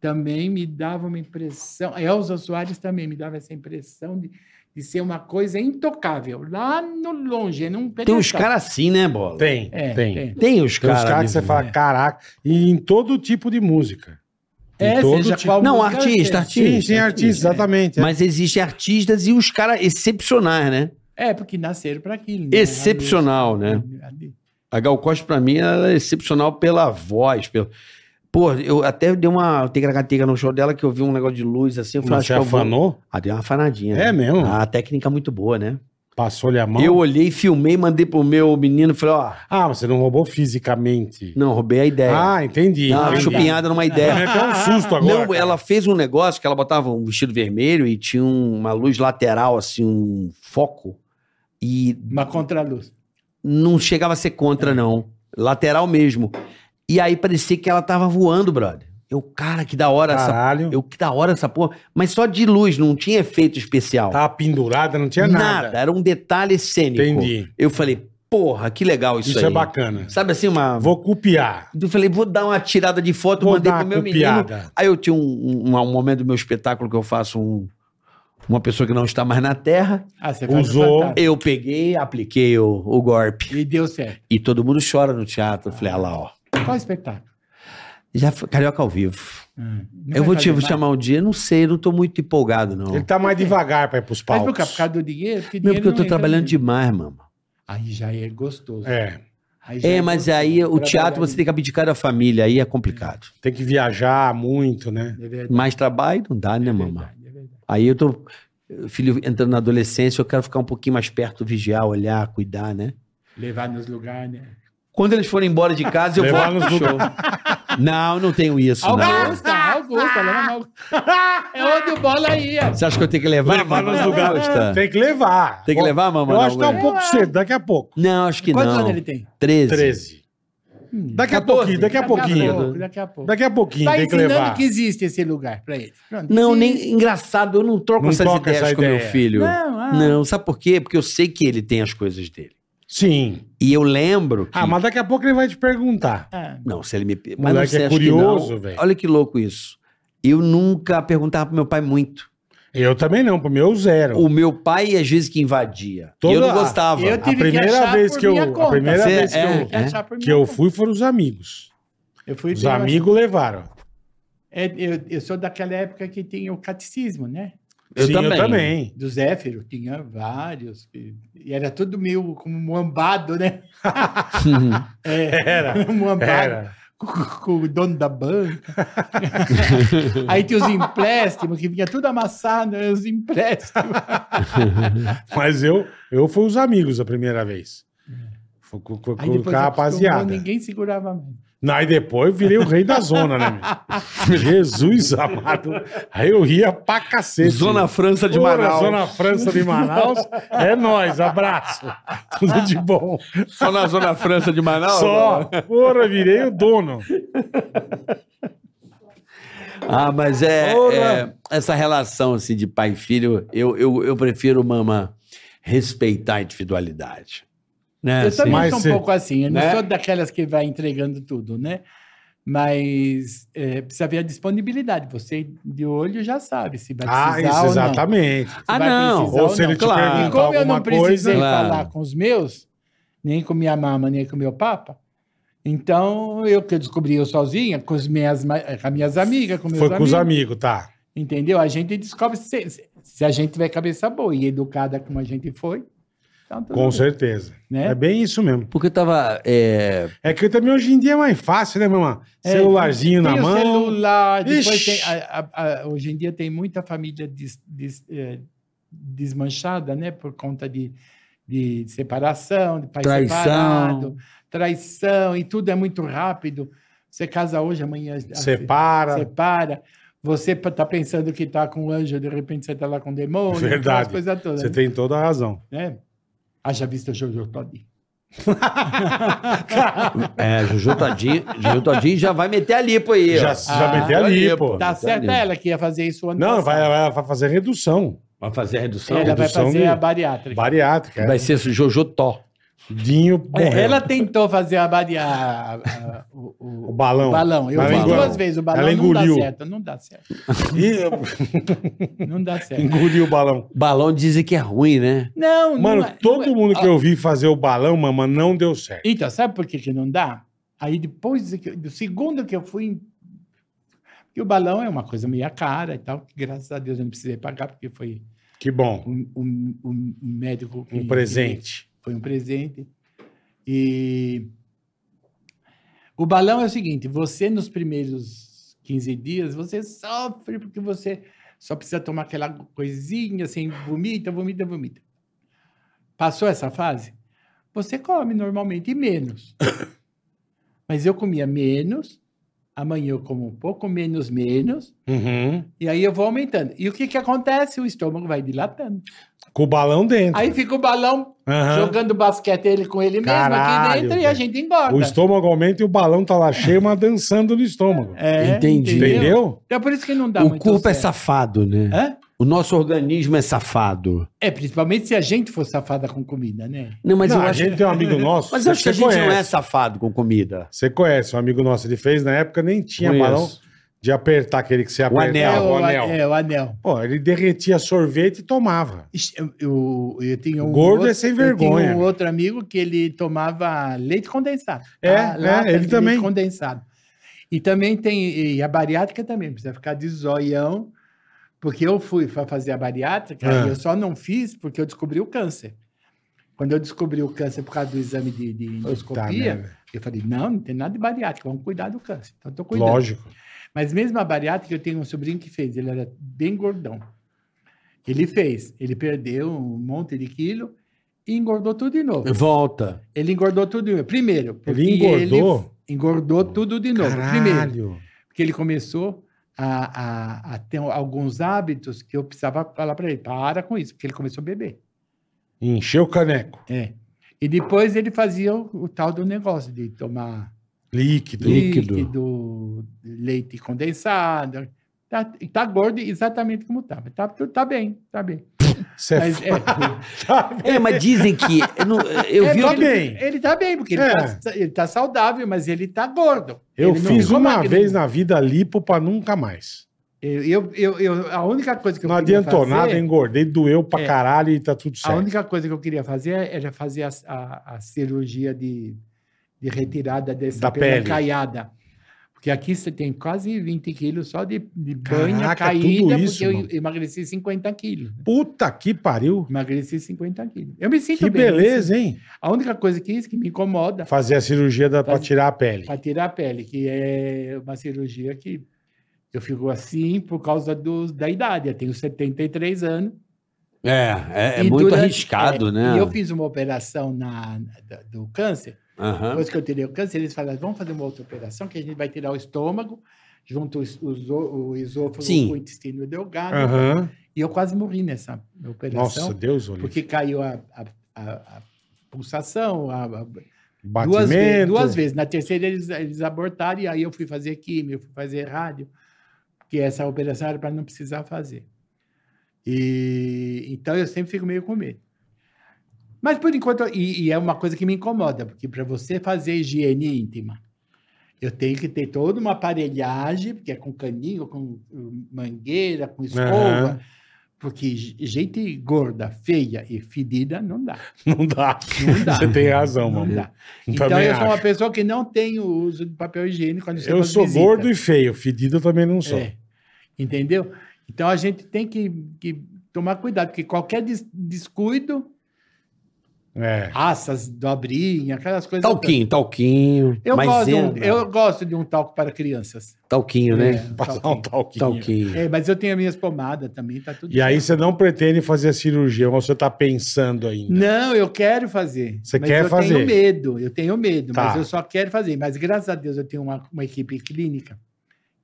S1: Também me dava uma impressão. A Elza Soares também me dava essa impressão de, de ser uma coisa intocável. Lá no longe, não
S4: Tem uns caras assim, né, Bola?
S3: Tem,
S1: É, tem.
S3: tem.
S4: Tem uns assim.
S3: Tem uns
S4: caras.
S3: caras que você
S4: mesmo.
S3: fala, caraca. E em todo tipo de música. Em
S1: É,
S3: todo
S1: seja
S3: tipo.
S1: qual
S4: Não,
S1: música
S4: artista,
S1: seja.
S4: artista.
S3: Sim, sim, artista,
S1: é.
S3: exatamente.
S4: Mas existem artistas e uns caras excepcionais, né?
S1: É, porque nasceram para aquilo. né?
S4: Excepcional, né? A Gal Costa, pra mim, ela é excepcional pela voz. Pelo... Pô, eu até dei uma tegra no show dela que eu vi um negócio de luz assim. Eu falei,
S3: Você
S4: acho que eu vou-
S3: afanou?
S4: Ah, deu uma fanadinha.
S3: É
S4: né?
S3: mesmo?
S4: Ah, a técnica é muito boa, né?
S3: Passou-lhe a mão?
S4: Eu olhei, filmei, mandei pro meu menino e falei, ó,
S3: Ah, mas você não roubou fisicamente.
S4: não, roubei a ideia. Ah,
S3: Ah, entendi.
S4: não,
S3: entendi.
S4: chupinhada numa
S3: Eu
S4: ideia.
S3: tomei até um susto agora.
S4: não,
S3: cara.
S4: ela fez um negócio que ela botava um vestido vermelho e tinha um- uma luz lateral, assim, um foco. E
S1: Uma contraluz.
S4: não chegava a ser contra, não. Lateral mesmo. E aí parecia que ela tava voando, brother. Eu, cara, que da hora essa.
S3: Caralho.
S4: Eu, que da hora essa porra. Mas só de luz, não tinha efeito especial.
S3: Tava pendurada, não tinha nada.
S4: Era um detalhe cênico.
S3: Entendi.
S4: Eu falei, porra, que legal isso,
S3: Isso,
S4: aí.
S3: é bacana.
S4: Sabe assim, uma.
S3: Vou copiar.
S4: Eu falei, vou dar uma tirada de foto,
S3: Vou
S4: mandei
S3: dar
S4: pro meu
S3: uma copiada.
S4: menino. Aí eu tinha um, um, um momento do meu espetáculo que eu faço um- uma pessoa que não está mais na Terra.
S1: Ah, você faz o
S3: Usou.
S1: fantasma.
S4: Eu peguei, apliquei o, o golpe.
S1: E deu certo.
S4: E todo mundo chora no teatro. Eu falei, ah lá, ó.
S1: Qual espetáculo?
S4: Já foi Carioca ao vivo.
S1: Hum, não vai
S4: eu vou te
S1: fazer mais.
S4: chamar um dia, não sei, não tô muito empolgado, não.
S3: Ele tá mais devagar pra ir pros
S1: Mas por
S3: palcos.
S1: quê? por causa do dinheiro? Porque
S4: Não,
S1: dinheiro
S4: porque eu tô
S1: entra
S4: trabalhando
S1: nisso.
S4: demais, mano.
S1: Aí já é gostoso.
S3: É,
S1: Aí já
S4: É, mas
S1: gostoso.
S4: aí o
S1: Trabalhar
S4: teatro você tem que abdicar da família, aí é complicado.
S3: tem que viajar muito, né?
S1: É verdade,
S4: Mais trabalho não dá, né,
S1: é
S4: mamãe?
S1: verdade, é verdade.
S4: Aí eu tô. Filho entrando na adolescência, eu quero ficar um pouquinho mais perto, vigiar, olhar, cuidar, né?
S1: Levar nos lugares, né?
S4: Quando eles forem embora de casa, eu
S3: Levar
S4: vou.
S3: nos
S4: Show. Não, não tenho isso, não.
S1: Augusta, Augusta, leva na Augusta. É onde o bola ia.
S4: Você acha que eu tenho que levar? mamãe Augusta?
S3: Tem que levar.
S4: Tem que levar, mamãe?
S3: Eu acho que tá um
S4: Augusta?
S3: pouco cedo, daqui a pouco.
S4: Não, acho que
S1: Quantos anos
S4: não.
S1: ele tem?
S4: 13.
S3: 13.
S1: Hum,
S3: Daqui a
S4: 14,
S3: pouquinho, daqui a pouquinho.
S1: pouco, Daqui a pouco.
S3: Daqui a pouquinho
S1: Vai
S3: tem que
S1: Tá ensinando
S3: levar.
S1: que existe esse lugar pra ele. Pronto,
S4: Não,
S1: sim.
S4: nem. Engraçado, eu não troco
S3: Não
S4: essas
S3: troca
S4: ideias
S3: essa
S4: com meu
S3: ideia.
S4: filho.
S1: Não, ah,
S4: Não, sabe por quê? Porque eu sei que ele tem as coisas dele.
S3: Sim.
S4: E eu lembro que.
S3: Ah, mas daqui a pouco ele vai te perguntar.
S1: ah.
S4: Não, se ele me. pe- Mas não
S3: Moleque
S4: sei,
S3: é
S4: acho que
S3: curioso,
S4: não.
S3: velho.
S4: Olha que louco isso. Eu nunca perguntava pro meu pai muito.
S3: Eu também não, pro meu zero.
S4: O meu pai, às vezes, que invadia.
S3: Toda-
S4: eu não gostava.
S1: Eu
S3: Ah, A
S1: tive que
S3: primeira
S1: achar
S3: vez
S1: por
S3: que eu,
S1: minha
S3: a
S1: conta.
S3: primeira
S4: Você-
S3: vez que,
S4: é.
S3: eu,
S1: Tem que achar por
S3: que
S1: minha
S3: eu
S1: conta.
S3: fui foram os amigos.
S1: Eu fui
S3: Os
S1: ver, eu
S3: amigos levaram.
S1: É, eu, eu sou daquela época que tinha o catecismo, né?
S4: Eu também.
S3: eu também.
S1: Do Zéfiro, tinha vários. E, e era tudo meio como muambado, né? É,
S3: Era.
S1: muambado
S3: Era.
S1: Com, com o dono da banca. Aí tinha os empréstimos, que vinha tudo amassado, né? os empréstimos.
S3: Mas eu, eu fui os amigos a primeira vez.
S1: É.
S3: Fui com, com, com a rapaziada.
S1: acostumou, ninguém segurava mais.
S3: Não, aí depois eu virei o rei da zona, né? meu? Jesus amado. Aí eu ria pra cacete.
S4: Zona França de
S3: Ora,
S4: Manaus.
S3: Zona França de Manaus. É nóis, abraço. Tudo de bom.
S4: Só na Zona França de Manaus?
S3: Só. Ora, virei o dono.
S4: Ah, mas é,
S3: Ora.
S4: é- essa relação assim, de pai e filho, eu, eu, eu prefiro, mamã, respeitar a individualidade. Né?
S1: eu
S4: assim?
S1: também
S3: É, mas
S1: sou um
S3: você-
S1: pouco assim, eu não
S4: né?
S1: sou daquelas que vai entregando tudo, né? Mas é, precisa ver a disponibilidade. Você de olho já sabe se vai
S3: Ah,
S1: precisar
S3: isso,
S1: ou não.
S3: exatamente.
S4: Ah,
S1: vai
S4: não.
S1: precisar
S3: Ou se ele te
S4: claro.
S1: E
S3: perguntar
S1: como eu
S3: alguma
S1: não precisei
S3: coisa...
S4: Claro.
S1: falar com os meus, nem com minha mama, nem com meu papa, então eu que eu descobri eu sozinha, com, as minhas, ma- com as minhas amigas, com meus
S3: Foi com
S1: amigos,
S3: os amigos, tá.
S1: Entendeu? A gente descobre se, se- se a gente tiver cabeça boa e educada como a gente foi. Então, tudo
S3: Com
S1: bem,
S3: certeza.
S1: Né?
S3: É bem isso mesmo.
S4: Porque eu tava. é,
S3: É que também hoje em dia é mais fácil, né, mamãe?
S1: É,
S3: Celularzinho
S1: tem
S3: na
S1: o
S3: mão.
S1: celular, depois
S3: Ixi.
S1: tem, a- a- a- hoje em dia tem muita família des- des- eh, desmanchada, né? Por conta de, de separação, de pai
S4: Traição.
S1: separado, traição, e tudo é muito rápido. Você casa hoje, amanhã a-
S3: Separa.
S1: separa. Você está pensando que está com um anjo, de repente você está lá com um demônio, aquelas
S3: Verdade.
S1: coisas todas,
S3: Você tem toda a razão.
S1: né? Haja visto o Jojo Toddy.
S4: É, Juju Todinho, Juju Todinho já vai meter a lipo aí. ó.
S3: Já, já
S1: Ah,
S3: meteu ali,
S4: olha,
S3: pô. então
S1: Tá
S4: tá
S1: certa
S4: lindo.
S1: ela que ia fazer isso ano
S3: Não, vai,
S1: passado.
S3: vai- vai fazer redução
S4: Vai fazer a redução.
S1: Ela vai
S3: redução
S1: fazer
S3: de-
S1: a bariátrica.
S3: bariátrica. é.
S4: Vai ser Jojo Tó.
S3: Dinho
S1: É,
S3: morreu.
S1: ela tentou fazer a baria, a- a- o,
S3: O
S1: o-
S3: balão.
S1: o balão. Eu
S3: Mas
S1: fiz
S3: ela engoliu.
S1: duas vezes o balão.
S3: Ela
S1: não dá
S3: engoliu.
S1: certo, não dá certo.
S3: Ih,
S1: Não dá certo.
S3: Engoliu o balão.
S4: Balão dizem que é ruim, né?
S1: É. Não,
S3: Mano,
S1: não é- não
S3: todo
S1: é-
S3: mundo que eu vi fazer o balão, mamãe, não deu certo.
S1: Então, sabe por que, que não dá? Aí depois de que- do segundo que eu fui. Porque o balão é uma coisa meio cara e tal, que graças a Deus eu não precisei pagar, porque foi
S3: Que bom.
S1: um, um- um médico. que-
S3: Um presente.
S1: foi um presente. E o balão é o seguinte: você nos primeiros 15 dias, você sofre porque você só precisa tomar aquela coisinha, assim, vomita, vomita, vomita. Passou essa fase? Você come normalmente e menos. Mas eu comia menos, amanhã eu como um pouco menos, menos,
S3: Uhum.
S1: e aí eu vou aumentando. E o que que acontece? O estômago vai dilatando.
S3: Com o balão dentro.
S1: Aí fica o balão
S3: Aham.
S1: jogando basquete ele com ele mesmo
S3: Caralho,
S1: aqui dentro e
S3: velho.
S1: a gente engorda.
S3: O estômago aumenta e o balão tá lá cheio, mas dançando no estômago.
S1: É,
S4: Entendi.
S1: Entendeu?
S3: Entendeu?
S1: Então por isso que não dá
S4: o
S1: muito
S4: corpo é
S1: certo.
S4: safado, né?
S1: Hã?
S4: O nosso organismo é safado.
S1: É, principalmente se a gente for safada com comida, né?
S4: Não, mas
S3: Não,
S4: eu
S3: a
S4: acho.
S3: gente tem um amigo nosso.
S4: Mas eu acho que a
S3: você
S4: gente não é
S3: conhece.
S4: safado com comida.
S3: Você conhece, um amigo nosso, ele fez na época, nem tinha
S4: Conheço.
S3: balão de apertar aquele que você apertava
S4: anel.
S3: o
S1: a-
S3: anel.
S1: É, o anel.
S3: Pô, ele derretia sorvete e tomava.
S1: Ixi, Eu, eu, eu tinha um
S3: Gordo é sem
S1: Eu
S3: vergonha.
S1: tinha um outro amigo que ele tomava leite condensado.
S3: É,
S1: tá?
S3: é,
S1: Lata
S3: ele
S1: de
S3: também.
S1: Leite condensado. E também tem e a bariátrica também, precisa ficar de zoião, porque eu fui para fazer a bariátrica
S3: Ah.
S1: e eu só não fiz porque eu descobri o câncer. Quando eu descobri o câncer por causa do exame de, de
S3: Tá,
S1: endoscopia,
S3: merda.
S1: eu falei, não, não tem nada de bariátrica, vamos cuidar do câncer. Então, estou cuidando.
S3: Lógico.
S1: Mas mesmo a bariátrica, eu tenho um sobrinho que fez, ele era bem gordão. Ele fez, ele perdeu um monte de quilo e engordou tudo de novo.
S4: Volta.
S1: Ele engordou tudo de novo. Primeiro, porque
S3: Ele engordou?
S1: ele engordou tudo de novo. Primeiro,
S3: Caralho.
S1: porque ele começou a, a- a ter alguns hábitos que eu precisava falar para ele, para com isso, porque ele começou a beber.
S3: Encheu o caneco.
S1: É. E depois ele fazia o, o tal do negócio de tomar
S3: Líquido.
S4: Líquido.
S1: líquido, leite condensado. Tá, e tá gordo exatamente como tava. Tá, tu- tá bem, tá bem.
S3: Você é
S1: Mas
S3: f-
S1: é,
S4: É, mas dizem que. Eu, não- eu
S1: é
S4: vi.
S1: porque
S3: tá
S1: ele,
S3: bem.
S1: Ele tá bem, porque
S3: É.
S1: ele, tá, sa- ele tá saudável, mas ele tá gordo.
S3: Eu
S1: Ele não
S3: fiz
S1: ficou
S3: uma
S1: magrinho.
S3: vez na vida lipo pra nunca mais.
S1: Eu, eu, eu, eu- a única coisa que eu
S3: Não
S1: queria
S3: adiantou
S1: fazer-
S3: nada, engordei, doeu pra
S1: É.
S3: caralho e tá tudo
S1: A
S3: certo.
S1: única coisa que eu queria fazer é, era fazer a, a- a cirurgia de, de retirada dessa
S3: Da pele.
S1: caiada. Porque aqui você tem quase 20 quilos só de, de banha
S3: Caraca, tudo
S1: caída, porque
S3: isso,
S1: eu
S3: mano.
S1: emagreci 50 quilos.
S3: Puta que pariu.
S1: Emagreci 50 quilos. Eu me sinto
S3: Que
S1: bem. eu me sinto-
S3: beleza, hein?
S1: A única coisa que isso que me incomoda
S3: Fazer a cirurgia da, pra
S1: Faz-
S3: tirar a pele.
S1: para tirar a pele, que é uma cirurgia que eu fico assim por causa do, da idade. Eu tenho 73 anos.
S4: É, é, é
S1: E
S4: muito
S1: durante-
S4: arriscado,
S1: é,
S4: né?
S1: E eu fiz uma operação na, na- da- do câncer.
S4: Aham.
S1: Depois que eu tirei o câncer, eles falaram: vamos fazer uma outra operação que a gente vai tirar o estômago, junto os, os, o o esôfago
S4: Sim.
S1: com o intestino delgado.
S3: Aham.
S1: E eu quase morri nessa operação,
S3: Ah. Nossa, Deus, olha.
S1: porque caiu a, a, a- a pulsação, a- a-
S3: Batimento.
S1: duas, vezes, duas vezes. Na terceira eles, eles abortaram e aí eu fui fazer químio, eu fui fazer rádio, porque essa operação era para não precisar fazer. E então eu sempre fico meio com medo. Mas por enquanto e, e é uma coisa que me incomoda, porque para você fazer higiene íntima, eu tenho que ter toda uma aparelhagem, porque é com caninho, com uh, mangueira, com escova.
S3: Aham.
S1: Porque ge- gente gorda, feia e fedida não dá.
S3: Não dá.
S1: Não dá.
S3: Você tem razão,
S1: Não
S3: mamãe.
S1: dá. Então
S3: Também
S1: eu sou uma
S3: acho.
S1: pessoa que não tem o uso de papel higiênico. quando
S3: Eu sou gordo e feio, fedido eu também não sou.
S1: é. Entendeu? Então a gente tem que, que tomar cuidado, porque qualquer des- descuido
S3: É.
S1: raças, dobrinha, aquelas coisas.
S4: Talquinho, talquinho.
S1: Eu
S4: mas
S1: gosto, de
S4: é,
S1: um- eu gosto de um talco para crianças.
S4: Talquinho, né?
S1: É, um
S3: Passar um
S1: talquinho.
S3: talquinho.
S4: Talquinho.
S1: É, mas eu tenho as minhas pomadas também, tá tudo
S3: E aí
S1: certo.
S3: você não pretende fazer a cirurgia, ou você tá pensando ainda?
S1: Não, eu quero fazer.
S3: Você
S1: mas
S3: quer
S1: eu
S3: fazer.
S1: tenho medo, eu tenho medo, mas
S3: Tá.
S1: eu só quero fazer. Mas graças a Deus eu tenho uma, uma equipe clínica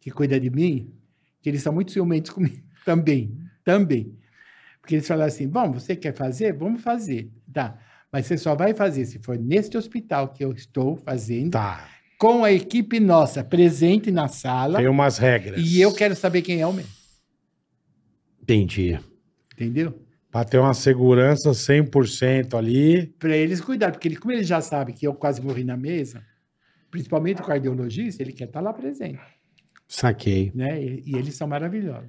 S1: que cuida de mim, que eles são muito ciumentos comigo também, também. Porque eles falaram assim, bom, você quer fazer? Vamos fazer, tá. Mas você só vai fazer se for neste hospital que eu estou fazendo,
S3: Tá.
S1: com a equipe nossa presente na sala,
S3: Tem umas regras.
S1: e eu quero saber quem é o mesmo,
S4: Entendi.
S1: entendeu?
S3: Pra ter uma segurança 100% ali.
S1: para eles cuidar, porque ele, como ele já sabe que eu quase morri na mesa, principalmente o cardiologista, ele quer estar lá presente,
S4: Saquei.
S1: né? E, e eles são maravilhosos.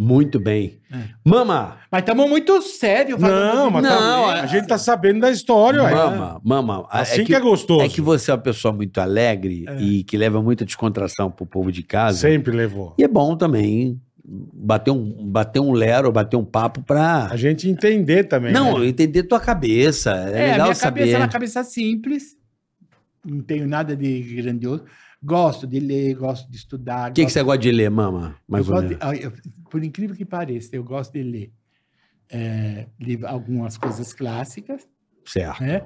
S4: Muito bem.
S1: É.
S4: Mama!
S1: Mas estamos muito sério falando
S3: Não,
S1: de-
S3: mas tá-
S4: Não,
S1: é.
S3: a gente tá sabendo da história, ué.
S4: Mama, mama. É
S3: Assim
S4: que-
S3: que é gostoso.
S4: É que você é uma pessoa muito alegre
S1: É.
S4: e que leva muita descontração pro povo de casa.
S3: Sempre levou.
S4: E é bom também bater um, bater um lero, bater um papo pra.
S3: A gente entender também.
S4: Não,
S3: né?
S4: entender tua cabeça. É,
S1: É, a
S4: legal
S1: minha cabeça é
S4: saber.
S1: uma cabeça simples, não tenho nada de grandioso. Gosto de ler, gosto de estudar.
S4: O que, que
S1: gosto-
S4: você gosta de ler, mama? Mais
S1: eu
S4: ou
S1: gosto
S4: menos.
S1: de- ah, eu- Por incrível que pareça, eu gosto de ler é, li- algumas coisas clássicas,
S4: Certo.
S1: né?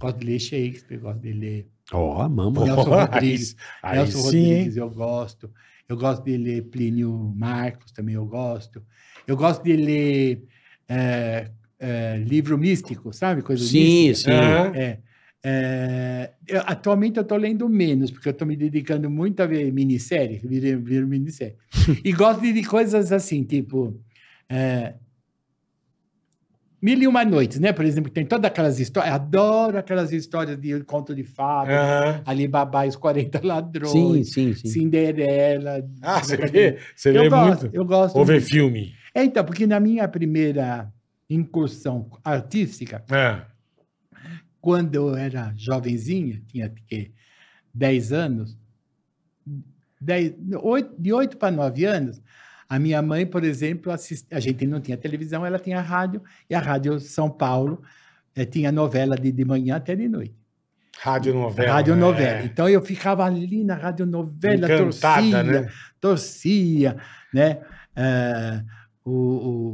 S1: Gosto de ler Shakespeare, gosto de ler
S4: Ó, mama. é
S1: Nelson
S3: Pô, aí-
S1: Rodrigues.
S3: Aí
S1: Nelson
S3: sim, hein?
S1: Rodrigues eu gosto. Eu gosto de ler Plínio Marcos, também eu gosto. Eu gosto de ler é, é, livro místico, sabe? Coisa
S4: Sim,
S1: mística.
S4: sim.
S3: Aham.
S1: É, é, eu- atualmente eu estou lendo menos, porque eu estou me dedicando muito a ver minissérie, vir, vir minissérie. e gosto de, de coisas assim, tipo. é, Mil e uma noites, né? Por exemplo, tem todas aquelas histórias. Adoro aquelas histórias de conto de fadas,
S3: Aham.
S1: Alibaba e os 40 ladrões,
S4: Sim, sim, sim.
S1: Cinderela.
S3: Ah, você vê, você
S1: eu
S3: lê
S1: gosto,
S3: muito.
S1: eu gosto.
S3: Ou vê
S1: muito.
S3: filme.
S1: É, então, porque na minha primeira incursão artística,
S3: Ah,
S1: quando eu era jovenzinha, tinha que 10 anos, 10, oito- de 8 para 9 anos, a minha mãe, por exemplo, assist- a gente não tinha televisão, ela tinha rádio, e a Rádio São Paulo eh, tinha novela de, de manhã até de noite.
S3: rádio novela.
S1: Rádio
S3: né?
S1: novela.
S3: É.
S1: Então eu ficava ali na rádio novela,
S3: Encantada,
S1: torcia,
S3: né?
S1: torcia, né? Eh, o,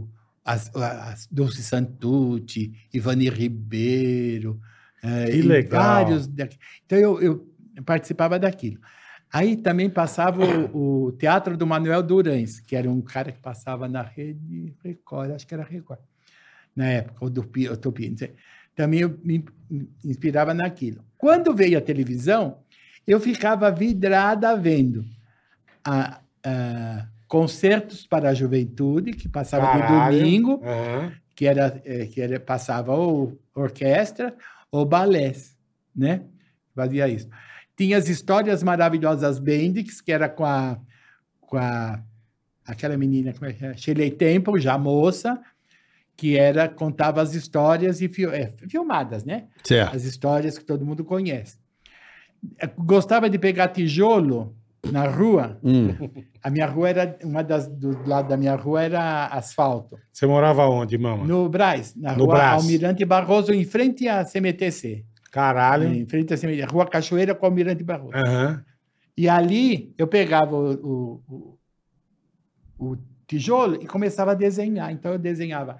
S1: o, as, as Dulce Santucci, Ivani Ribeiro, eh,
S3: Que
S1: e
S3: legal.
S1: vários. daqui- Então eu, eu participava daquilo. Aí também passava o, o Teatro do Manuel Durães, que era um cara que passava na Rede Record, acho que era Record, na época, ou do Pi- ou Tupi, não sei. Também eu me in- inspirava naquilo. Quando veio a televisão, eu ficava vidrada vendo a- a concertos para a juventude, que passava
S3: Caralho.
S1: de domingo,
S3: Aham.
S1: que era eh, que era passava ou orquestra ou balés, né? Fazia isso. Tinha as histórias maravilhosas Bendix, que era com a com a aquela menina como é que é? Shirley Temple, já moça, que era contava as histórias e fil- eh, filmadas, né?
S4: Certo.
S1: as histórias que todo mundo conhece. Eh, Gostava de pegar tijolo na rua.
S4: Hum.
S1: A minha rua era uma das do lado da minha rua era asfalto.
S3: Você morava onde, mama?
S1: No Brás, na
S3: No
S1: rua
S3: Brás.
S1: Almirante Barroso, em frente à CMTC.
S3: Caralho.
S1: Em frente à CMTC, Rua Cachoeira com Almirante Barroso.
S3: Aham.
S1: E ali eu pegava o, o- o- o tijolo e começava a desenhar. Então eu desenhava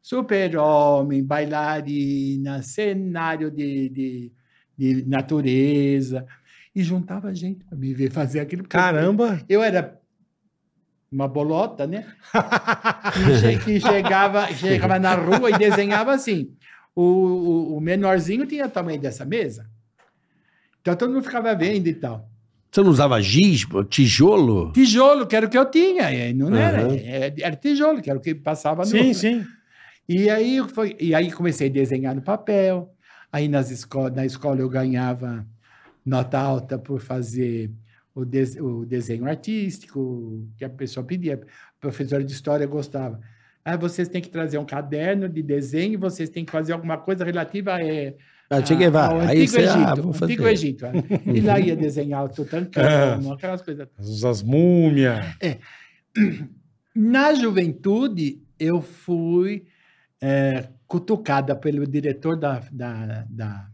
S1: super-homem, bailarina, cenário de, de, de natureza. E juntava gente para me ver fazer aquilo. porque
S3: Caramba.
S1: Eu era uma bolota, né? Que, che- que chegava, chegava na rua e desenhava assim. O, o, o menorzinho tinha o tamanho dessa mesa. Então todo mundo ficava vendo e tal.
S4: Você não usava giz, tijolo?
S1: Tijolo, que era o que eu tinha. eh, Não era,
S4: Aham.
S1: eh, era tijolo, que era o que passava no.
S3: Sim, sim.
S1: E aí, eu foi, e aí comecei a desenhar no papel. Aí nas esco na escola eu ganhava nota alta por fazer o, des- o desenho artístico, que a pessoa pedia. A professora de história gostava. Ah, vocês têm que trazer um caderno de desenho, vocês têm que fazer alguma coisa relativa a, eh,
S4: Ah, cheguei,
S1: a- ao
S4: vai. Aí
S1: Antigo
S4: você, ah,
S1: Egito.
S4: vou fazer. É.
S1: Antigo Egito. ah. E lá ia desenhar o Tutankhamon, aquelas coisas
S3: As, as múmias.
S1: Na juventude, eu fui é, cutucada pelo diretor da, da, da,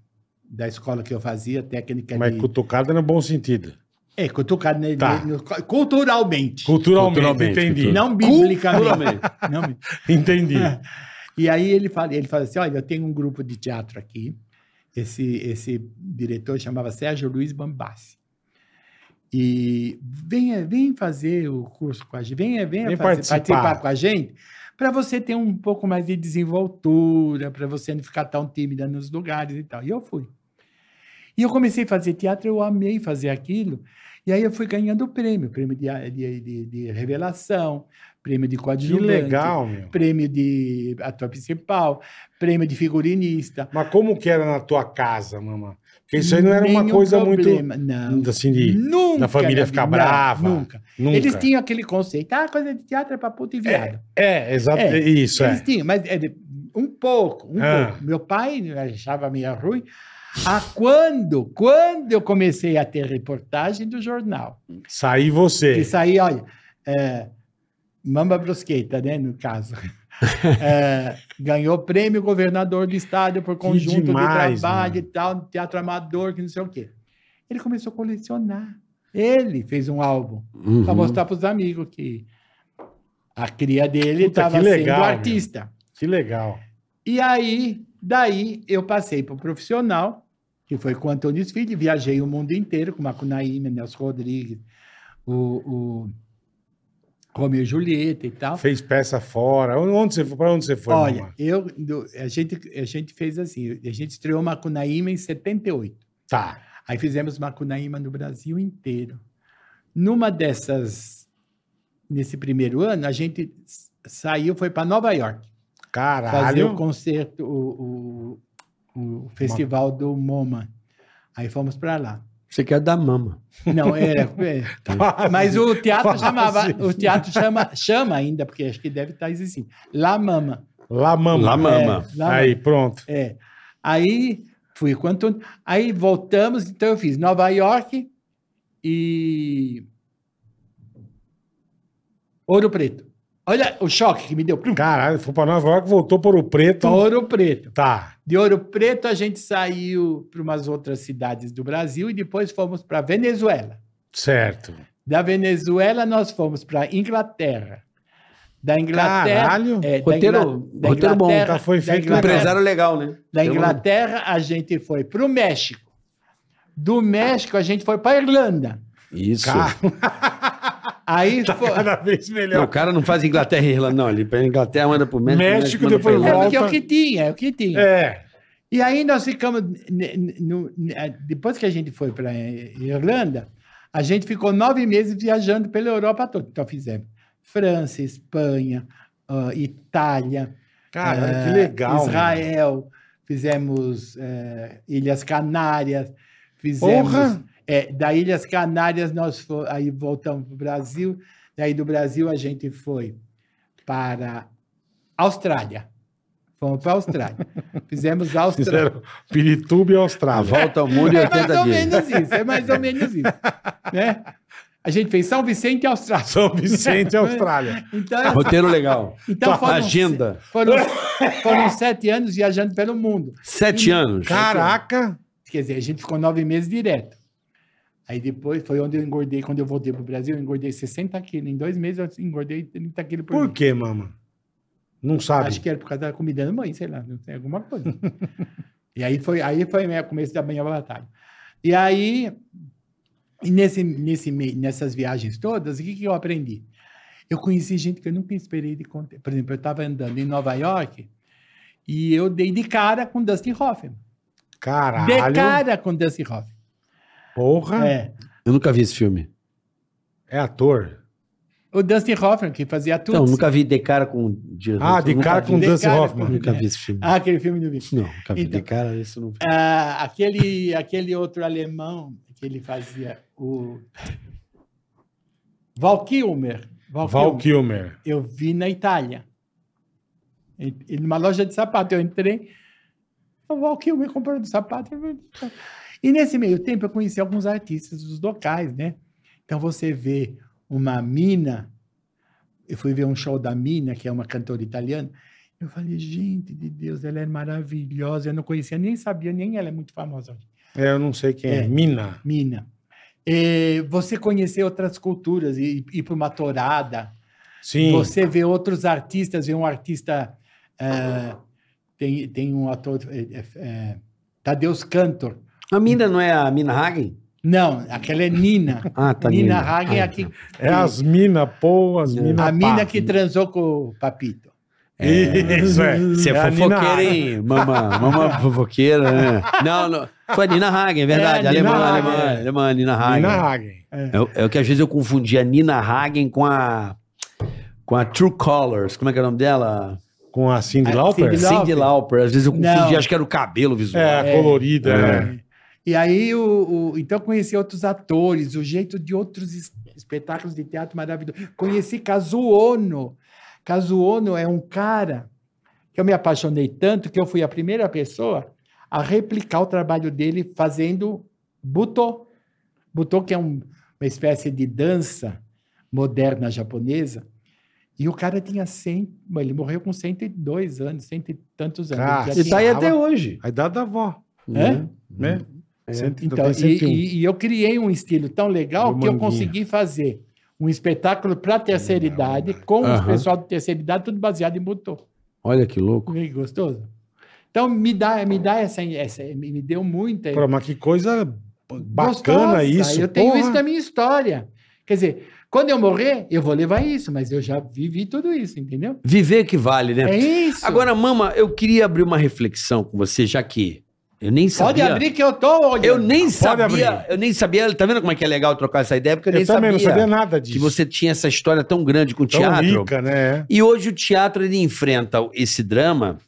S1: da escola que eu fazia, técnica
S3: Mas
S1: de...
S3: cutucada no bom sentido.
S1: É, cutucada nele,
S3: Tá.
S1: no- culturalmente.
S3: Culturalmente,
S5: Culturalmente,
S3: entendi.
S5: cultura.
S1: Não biblicamente. Não bi-
S3: Entendi.
S1: e aí ele fala, ele fala assim, olha, eu tenho um grupo de teatro aqui. Esse, esse diretor chamava Sérgio Luiz Bambassi. E venha, vem fazer o curso com a gente, venha, venha
S3: Vem
S1: fazer-
S3: participar.
S1: com a gente, para você ter um pouco mais de desenvoltura, para você não ficar tão tímida nos lugares e tal. E eu fui. E eu comecei a fazer teatro, eu amei fazer aquilo. E aí eu fui ganhando prêmio, prêmio de, de, de- de revelação, prêmio de
S3: Que
S1: coadjuvante,
S3: legal, meu.
S1: prêmio de ator principal, prêmio de figurinista.
S3: Mas como que era na tua casa, mamãe? Porque isso aí não era uma
S1: Nenhum
S3: coisa
S1: problema. Não.
S3: muito. Assim, de.
S1: Nunca.
S3: da família
S1: na
S3: ficar
S1: vida,
S3: brava.
S1: Nunca.
S3: Nunca.
S1: Eles tinham aquele conceito, ah, coisa de teatro é pra puta e viado.
S3: É, exato.
S1: É,
S3: isso,
S1: Eles
S3: é.
S1: tinham, mas é de- um pouco, um
S3: Ah.
S1: pouco. Meu pai achava meio ruim. A quando, quando eu comecei a ter reportagem do jornal,
S3: Saí você.
S1: Isso aí, olha, é, Mamba Brusqueta, né, no caso. É, ganhou prêmio governador do estado por conjunto
S3: demais,
S1: de trabalho
S3: mano.
S1: e tal, no teatro amador, que não sei o quê. Ele começou a colecionar. Ele fez um álbum
S4: Uhum.
S1: para mostrar para os amigos que a cria dele
S3: Puta,
S1: estava
S3: que
S1: sendo
S3: legal, meu.
S1: artista.
S3: Que legal.
S1: E aí, daí, eu passei para o profissional, que foi com o Antônio Sfide, viajei o mundo inteiro, com o Macunaíma, Nelson Rodrigues, o, o Romeu e Julieta e tal.
S3: Fez peça fora. Onde você foi? Pra onde você foi,
S1: Olha,
S3: mamãe?
S1: eu, do- a, gente, a gente fez assim, a gente estreou Macunaíma em 78.
S3: Tá.
S1: Aí fizemos Macunaíma no Brasil inteiro. Numa dessas, nesse primeiro ano, a gente s- saiu, foi para Nova York fazer o
S3: Caralho.
S1: concerto, o, o, o festival do MoMA. Aí fomos para lá.
S4: Você quer dar mama.
S1: Não, era. é. assim. Mas o teatro
S3: Quase.
S1: chamava, o teatro chama, chama ainda, porque acho que deve estar existindo. La Mama.
S3: Lá mama.
S4: Lá mama.
S1: É, La
S3: Aí, pronto.
S1: É. Aí fui com o Antônio. Aí voltamos, então eu fiz Nova York e Ouro Preto. Olha o choque que me deu. Plum.
S3: Caralho, foi pra Nova York, voltou por o preto.
S1: Ouro Preto.
S3: Tá.
S1: De Ouro Preto, a gente saiu para umas outras cidades do Brasil e depois fomos para Venezuela.
S3: Certo.
S1: Da Venezuela, nós fomos para Inglaterra. Da Inglaterra.
S3: Caralho.
S1: é,
S4: Roteiro-
S1: Ingla-
S4: roteiro bom,
S1: Inglaterra-
S3: tá? Foi
S1: da
S3: feito-
S1: Inglaterra-
S4: Empresário legal, né?
S1: é Da Inglaterra, a gente foi para o México. Do México, a gente foi para Irlanda.
S4: Isso.
S3: Cara,
S1: Aí
S3: tá
S1: foi. é
S3: cada vez
S4: Não,
S3: melhor.
S4: o cara não faz Inglaterra e Irlanda, não. Ele pega Inglaterra, manda pro México.
S3: México,
S4: manda
S3: depois
S4: pra
S1: É
S4: Irlanda.
S1: porque é o
S3: volta.
S1: que tinha, é o que tinha.
S3: É.
S1: E aí nós ficamos. ne- ne- no- ne- eh, Depois que a gente foi para Irlanda, a gente ficou nove meses viajando pela Europa toda. Então fizemos França, Espanha, ah, Itália,
S3: Caralho,
S1: eh,
S4: É,
S3: que legal. mano.
S1: Israel, fizemos eh, Ilhas Canárias, fizemos.
S3: Porra!
S1: eh, da Ilhas Canárias nós fo- aí voltamos para o Brasil. Daí do Brasil a gente foi para Austrália. Fomos para a Austrália. Fizemos Austrália.
S3: Fizeram Pirituba e
S4: A
S3: Austrália.
S4: Ah, volta ao mundo em
S1: É mais
S4: 80
S1: ou
S4: dias.
S1: menos isso, é mais ou menos isso. Né? A gente fez São Vicente e Austrália.
S3: São Vicente e Austrália.
S1: Então,
S4: Roteiro legal.
S1: então foram,
S4: Agenda.
S1: Foram, foram sete anos viajando pelo mundo.
S4: Sete anos.
S3: Caraca.
S1: Quer dizer, a gente ficou nove meses direto. Aí depois foi onde eu engordei, quando eu voltei para o Brasil, eu engordei 60 quilos. Em dois meses eu engordei 30 quilos por,
S3: Por
S1: mês.
S3: que, mama? Não sabe.
S1: Acho que era por causa da comida da mãe, sei lá, não tem alguma coisa. e aí foi, aí foi né, começo da manhã batalha. E aí, e nesse, nesse, mei- nessas viagens todas, o que, que eu aprendi? Eu conheci gente que eu nunca esperei de contar. Por exemplo, eu estava andando em Nova York e eu dei de cara com Dustin Hoffman.
S3: Caralho.
S1: De cara com Dustin Hoffman.
S3: Porra. É.
S1: É.
S4: Eu nunca vi esse filme.
S3: ator.
S1: O Dustin Hoffman, que fazia tudo.
S4: Então, nunca vi de cara com... De,
S3: Ah, de
S4: nunca
S3: cara
S4: vi.
S3: com
S1: De
S3: Dustin
S1: cara
S3: Hoffman.
S4: Nunca vi esse filme.
S1: Ah, aquele filme do
S4: Não, nunca vi.
S1: Então.
S4: De cara, isso não vi.
S1: Ah, aquele, aquele outro alemão que ele fazia, o. Val Kilmer. Val
S3: Val
S1: Kilmer.
S3: Kilmer.
S1: Eu vi na Itália. Em em uma loja de sapato. Eu entrei. O Val Kilmer comprando sapato. E nesse meio tempo eu conheci alguns artistas dos locais, né? Então você vê uma mina. Eu fui ver um show da Mina, que é uma cantora italiana, Eu falei, gente de Deus, ela é maravilhosa. Eu não conhecia, nem sabia, nem ela é muito famosa hoje.
S3: É, eu não sei quem é.
S1: É.
S3: Mina.
S1: Mina. eh, você conhecer outras culturas, ir, ir para uma torada,
S3: Sim.
S1: você vê outros artistas, vê um artista. eh, tem, tem um ator. eh, eh, Tadeus Cantor.
S4: A Mina não é a Mina Hagen?
S1: Não, aquela é Nina.
S4: Ah, tá.
S1: Nina Hagen é
S4: Ah,
S1: a que-
S3: É as mina, pô, as mina.
S1: É. a mina
S3: pá.
S1: que transou com o Papito.
S3: Isso, é.
S4: Você é,
S3: a Nina
S4: fofoqueira,
S3: Hagen.
S4: hein? Mamã, mamã fofoqueira, né? Não, não. Foi a Nina Hagen, é verdade.
S1: É, a Nina
S4: alemã,
S1: Hagen.
S4: alemã, alemã, Nina Hagen.
S3: Nina Hagen.
S4: É, é o que às vezes eu confundi a Nina Hagen com a. Com a True Colors. Como é que é o nome dela?
S3: Com a Cindy
S1: A
S3: Lauper?
S1: Cyndi Lauper.
S4: Cindy Lauper. Às vezes eu confundi,
S1: Não.
S4: acho que era o cabelo visual.
S3: É, a colorida.
S4: É.
S3: né?
S1: E aí, o, o- então, eu conheci outros atores, o jeito de outros es- espetáculos de teatro maravilhoso. Conheci Kazuono. Kazuono é um cara que eu me apaixonei tanto que eu fui a primeira pessoa a replicar o trabalho dele fazendo butô. Butô, que é um- uma espécie de dança moderna japonesa. E o cara tinha 100, ele morreu com 102 anos, cento e tantos anos.
S3: Cara,
S1: Ele já
S4: E tá aí
S1: tinha-
S4: até hoje.
S3: A idade da avó,
S1: É?
S3: né? Cento-
S1: Então,
S3: tem
S1: e,
S3: 101.
S1: e- e eu criei um estilo tão legal
S3: Do
S1: que eu
S3: Manguinha.
S1: consegui fazer um espetáculo para terceira
S3: Legal,
S1: idade,
S3: né?
S1: com os
S4: Aham.
S1: pessoal de terceira idade, tudo baseado em Butô.
S4: Olha que louco.
S1: Meio gostoso. Então, me dá, me dá essa, essa. Me me deu muita.
S3: Pô, mas que coisa
S1: é gostosa.
S3: bacana isso.
S1: Eu tenho
S3: porra.
S1: isso na minha história. Quer dizer, quando eu morrer, eu vou levar isso, mas eu já vivi tudo isso, entendeu?
S4: Viver que vale, né?
S1: É isso.
S4: Agora, mama, eu queria abrir uma reflexão com você, já que eu nem sabia.
S1: Pode abrir que eu tô olhando.
S4: Eu nem sabia,
S3: abrir.
S4: eu nem sabia. Tá vendo como é que é legal trocar essa ideia? Porque eu,
S3: Eu
S4: nem
S3: também
S4: sabia,
S3: não sabia nada disso.
S4: que você tinha essa história tão grande com o
S3: Tão
S4: teatro.
S3: rica, né?
S4: E hoje o teatro ele enfrenta esse drama.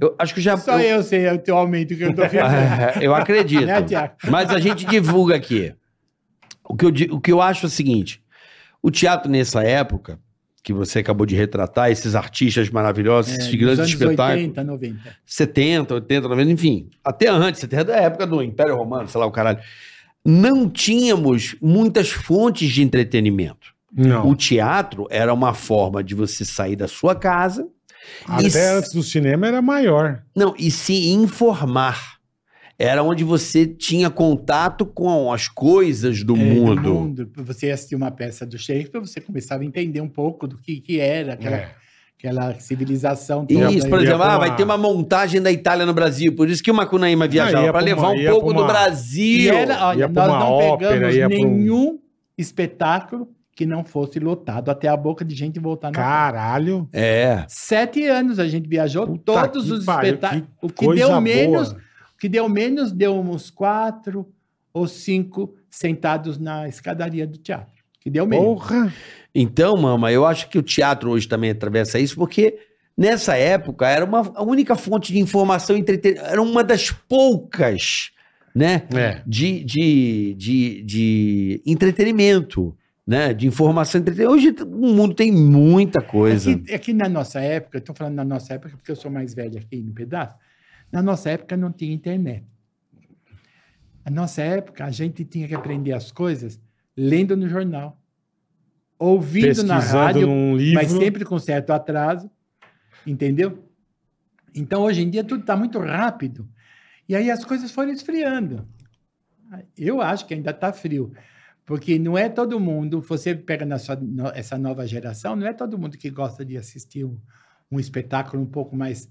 S4: Eu acho que já
S1: Só eu, sei o teu aumento que eu tô fazendo.
S4: É, eu acredito.
S1: Né, Tiago?
S4: Mas a gente divulga aqui. O que, eu, di- o que eu acho é o seguinte: o teatro nessa época, que você acabou de retratar, esses artistas
S3: É,
S4: maravilhosos, esses grandes espetáculos,
S1: 80, 90.
S4: 70, 80, 90, enfim, até antes, até da época do Império Romano, sei lá o caralho, não tínhamos muitas fontes de entretenimento.
S3: Não.
S4: O teatro era uma forma de você sair da sua casa
S3: Até
S4: Isso.
S3: antes do cinema era maior.
S4: Não, e se informar. Era onde você tinha contato com as coisas do
S1: É,
S4: mundo.
S1: Você assistia uma peça do Shakespeare, você começava a entender um pouco do que, que era aquela,
S3: É.
S1: aquela civilização
S4: E
S1: toda.
S4: Isso, por
S3: Ia
S4: exemplo,
S3: pra
S4: ah,
S3: uma-
S4: vai ter uma montagem da Itália no Brasil. Por isso que o Macunaíma viajava,
S3: ia
S4: para
S3: pra uma-
S4: levar um
S3: ia
S4: pouco
S3: pra
S4: do
S3: uma-
S1: E
S4: Brasil.
S1: era, olha,
S3: ia pra
S1: nós
S3: uma
S1: não
S3: ópera, ia
S1: pegamos
S3: pra um-
S1: nenhum espetáculo que não fosse lotado até a boca de gente voltar na praia.
S3: Caralho.
S4: É.
S1: Sete anos a gente viajou
S3: Puta
S1: todos
S3: que
S1: os
S3: pariu,
S1: espetáculos. O que
S3: Coisa
S1: deu menos,
S3: boa.
S1: o que deu menos deu uns quatro ou cinco sentados na escadaria do teatro. O Que deu menos.
S3: Porra.
S4: Então, mama, eu acho que o teatro hoje também atravessa isso, porque nessa época era uma a única fonte de informação e entretenimento. Era uma das poucas, né?
S3: É.
S4: de, de, de, de entretenimento, né? De informação e entretenimento. Hoje t- o mundo tem muita coisa.
S1: É que, é que na nossa época, eu estou falando na nossa época porque eu sou mais velho aqui no pedaço, na nossa época não tinha internet. Na nossa época, a gente tinha que aprender as coisas lendo no jornal, ouvindo na
S3: Pesquisando
S1: rádio,
S3: num livro.
S1: mas sempre com certo atraso, entendeu? Então, hoje em dia, tudo está muito rápido. E aí as coisas foram esfriando. Eu acho que ainda está frio. Porque não é todo mundo, você pega na sua, no- essa nova geração, não é todo mundo que gosta de assistir um, um espetáculo um pouco mais.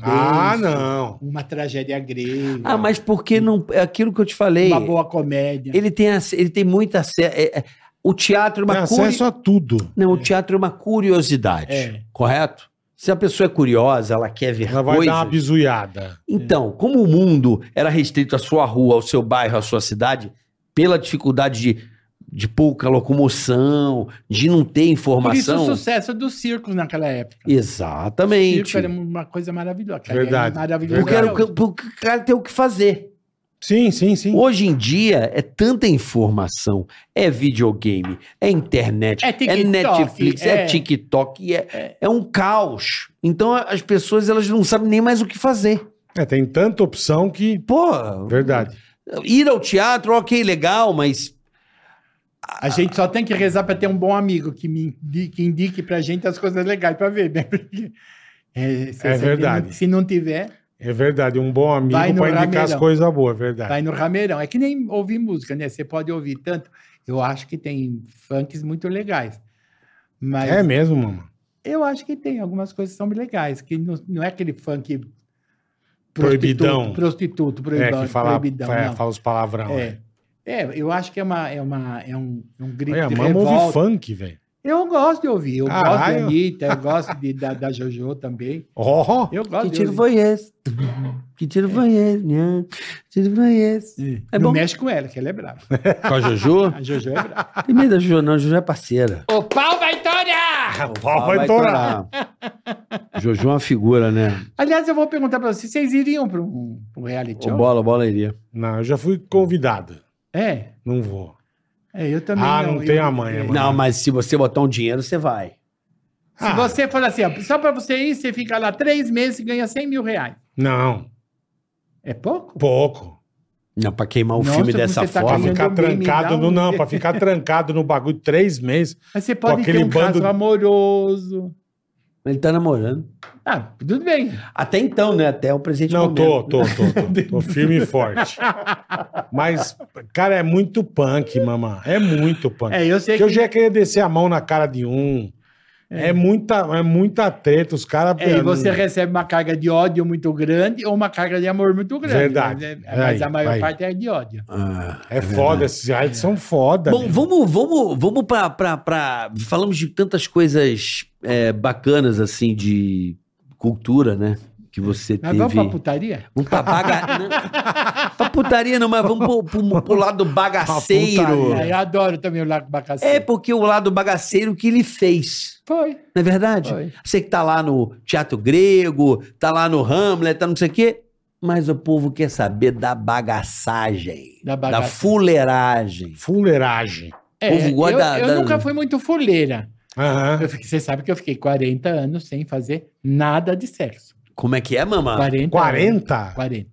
S3: Ah,
S1: denso,
S3: não.
S1: Uma tragédia grega,
S4: Ah, mas porque não. É aquilo que eu te falei.
S1: uma boa comédia.
S4: Ele é tem, ac- ele tem muita. ace- é- é- o teatro é
S3: Tem
S4: uma curi...
S3: acesso a tudo.
S4: Não, o teatro é uma curiosidade.
S1: É.
S4: Correto? Se a pessoa é curiosa, ela quer ver
S3: Ela vai
S4: coisas.
S3: dar uma bizuiada.
S4: Então, como o mundo era restrito à sua rua, ao seu bairro, à sua cidade, pela dificuldade de, de pouca locomoção, de não
S1: Por
S4: ter
S1: isso o
S4: informação.
S1: sucesso dos circos naquela época. O
S4: Exatamente.
S1: circo era uma coisa maravilhosa. cara,
S3: Verdade,
S1: é maravilhoso
S4: Porque, era o,
S1: até hoje.
S4: que- porque o cara tem o que fazer.
S3: Sim, sim, sim.
S4: Hoje em dia é tanta informação. É videogame, é internet,
S1: É
S4: é,
S1: TikTok,
S4: Netflix, é,
S1: é-
S4: TikTok, e é, é um caos. Então a- as pessoas elas não sabem nem mais o que fazer.
S3: É, tem tanta opção que.
S4: Pô,
S3: Verdade.
S4: ir ao teatro, ok, legal, mas
S1: A gente só tem que rezar para ter um bom amigo que me indi- que indique, pra gente as coisas legais para ver, né? Porque É, se-
S3: É
S1: se-
S3: verdade.
S1: Se não tiver,
S3: É verdade, um bom amigo pra
S1: Vai no
S3: indicar as
S1: Ramelão.
S3: coisas boas, é verdade.
S1: vai no Rameirão. É que nem ouvir música, né? Você pode ouvir tanto. Eu acho que tem funks muito legais. Mas
S3: É mesmo, mano.
S1: eu acho que tem algumas coisas que são legais, que não, não é aquele funk
S3: Proibidão.
S1: Prostituto, prostituto,
S3: É,
S1: proibidão,
S3: que fala,
S1: proibidão,
S3: fa-
S1: não.
S3: fala os palavrão. né?
S1: É. É, eu acho que é, uma, é, uma, é um, um grito
S3: Olha,
S1: de
S3: mama ouve
S1: revolta.
S3: funk, velho.
S1: Eu gosto de ouvir. Eu gosto
S3: Caralho.
S1: de Anitta, eu gosto de, da, da Jojo também.
S3: Ó,
S1: Eu gosto
S4: Que
S1: de
S4: tiro
S1: ouvir.
S4: foi esse? Que tiro foi esse? Nhã? Que tiro foi esse? É
S1: não
S4: bom.
S1: mexe com ela, que ela é brava.
S4: Com a Jojo?
S1: A Jojo é brava.
S4: Tem medo da Jojo, não. A Jojo é parceira.
S1: o pau vai torar!
S3: a pau vai torar.
S4: Jojo é uma figura, né?
S1: Aliás, eu vou perguntar pra vocês, vocês iriam pra um, pra um reality
S4: O
S1: show?
S4: bola, o bola iria.
S3: Não, eu já fui convidado.
S1: É,
S3: Não vou.
S1: é, eu também
S3: Ah, não
S1: eu-
S3: tem amanhã,
S1: é.
S3: mano.
S4: Não, mas se você botar um dinheiro, você vai.
S1: Se
S3: Ah,
S1: você for assim, ó, só pra você ir, você fica lá três meses e ganha 100 mil reais.
S3: Não,
S1: É pouco?
S3: pouco.
S4: Não, pra queimar o
S1: Nossa,
S4: filme
S1: como
S4: dessa
S1: você tá
S3: Pra
S4: forma.
S1: ganhando-
S3: ficar
S1: Mandou bem, me
S3: trancado
S1: dá
S3: no.
S1: um-
S3: Não, pra ficar trancado no bagulho três meses.
S1: Mas você pode ter
S3: aquele
S1: um
S3: bando-
S1: caso amoroso.
S4: Ele tá namorando.
S1: Ah, tudo bem.
S4: Até então, né? Até o presente
S3: Não, tô,
S4: momento.
S3: tô, tô, tô. Tô firme e forte. Mas, cara, é muito punk, mamã. É muito punk.
S1: É, eu sei
S3: Porque
S1: que...
S3: eu já queria descer a mão na cara de um. É, muita, é muita treta, os caras.
S1: É, e você recebe uma carga de ódio muito grande ou uma carga de amor muito grande.
S3: Verdade.
S1: Mas, é-
S3: É
S1: mas
S3: aí,
S1: a maior
S3: aí.
S1: parte é de ódio.
S4: Ah.
S3: É foda, esses reais são foda. né?
S4: Bom,
S3: meu.
S4: vamos, vamos, vamos pra, pra, pra- Falamos de tantas coisas é, bacanas, assim, de cultura, né? Que você
S1: Mas
S4: teve.
S1: vamos pra putaria?
S4: Vamos pra baga... não, pra putaria não, mas vamos pro, pro- pro lado bagaceiro.
S1: Ah, eu adoro também o Lago Bacaceiro.
S4: É porque o lado bagaceiro que ele fez,
S1: Foi.
S4: não é verdade?
S1: Foi.
S4: Você que tá lá no Teatro Grego, tá lá no Hamlet, tá não sei o quê, mas o povo quer saber da bagaçagem,
S1: Da
S4: da,
S1: bagaça-
S4: fuleiragem.
S3: Fuleiragem.
S1: É,
S4: povo gosta
S1: eu,
S4: da-
S1: eu
S4: da-
S1: nunca fui muito fuleira.
S3: Aham.
S1: Eu fiquei- você sabe que eu fiquei 40 anos sem fazer nada de sexo.
S4: Como é que é, mamãe?
S1: 40?
S3: 40?
S1: 40.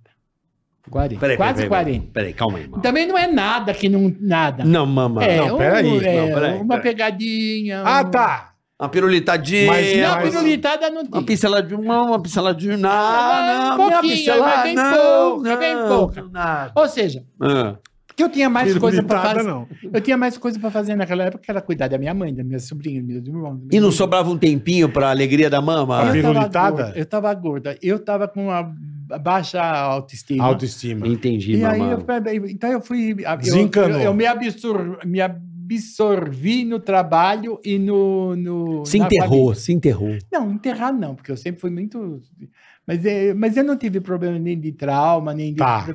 S1: 40. Quase 40.
S4: Peraí, calma aí, mamãe.
S1: Também não é nada que não... Nada.
S4: Não, mamãe.
S1: é,
S3: não,
S1: um-
S3: peraí,
S1: é,
S4: não, peraí,
S1: uma
S4: peraí.
S1: pegadinha.
S3: Ah,
S1: um-
S3: tá.
S4: Uma pirulitadinha.
S3: Mas
S1: Não,
S3: mas-
S1: pirulitada não
S4: Uma
S1: tem.
S4: pinceladinha, uma, uma pinceladinha. Não,
S1: Ah,
S4: não,
S1: um
S4: não,
S1: pouquinho, mas bem pouca, bem pouca.
S4: nada.
S1: Ou seja,
S4: Ah.
S1: que eu tinha mais coisa pra fazer.
S3: Pirulitada, não.
S1: Eu tinha mais coisa pra fazer naquela época que era cuidar da minha mãe, da minha sobrinha, do meu irmão.
S4: E não sobrava um tempinho pra alegria da
S3: Ah,
S4: mama?
S1: Eu tava
S3: pirulitada?
S1: gorda, Eu tava gorda. Eu tava com uma baixa autoestima.
S3: Autoestima.
S4: Entendi,
S1: E aí
S4: mamãe.
S1: eu, falei, então eu fui. eu-
S3: Desencanou.
S1: Eu, eu me, absor- me absorvi no trabalho e no. no
S4: Se
S1: na
S4: enterrou,
S1: família.
S4: se enterrou.
S1: Não, enterrar não, porque eu sempre fui muito. Mas, é, mas eu não tive problema nem de trauma, nem de.
S3: Tá.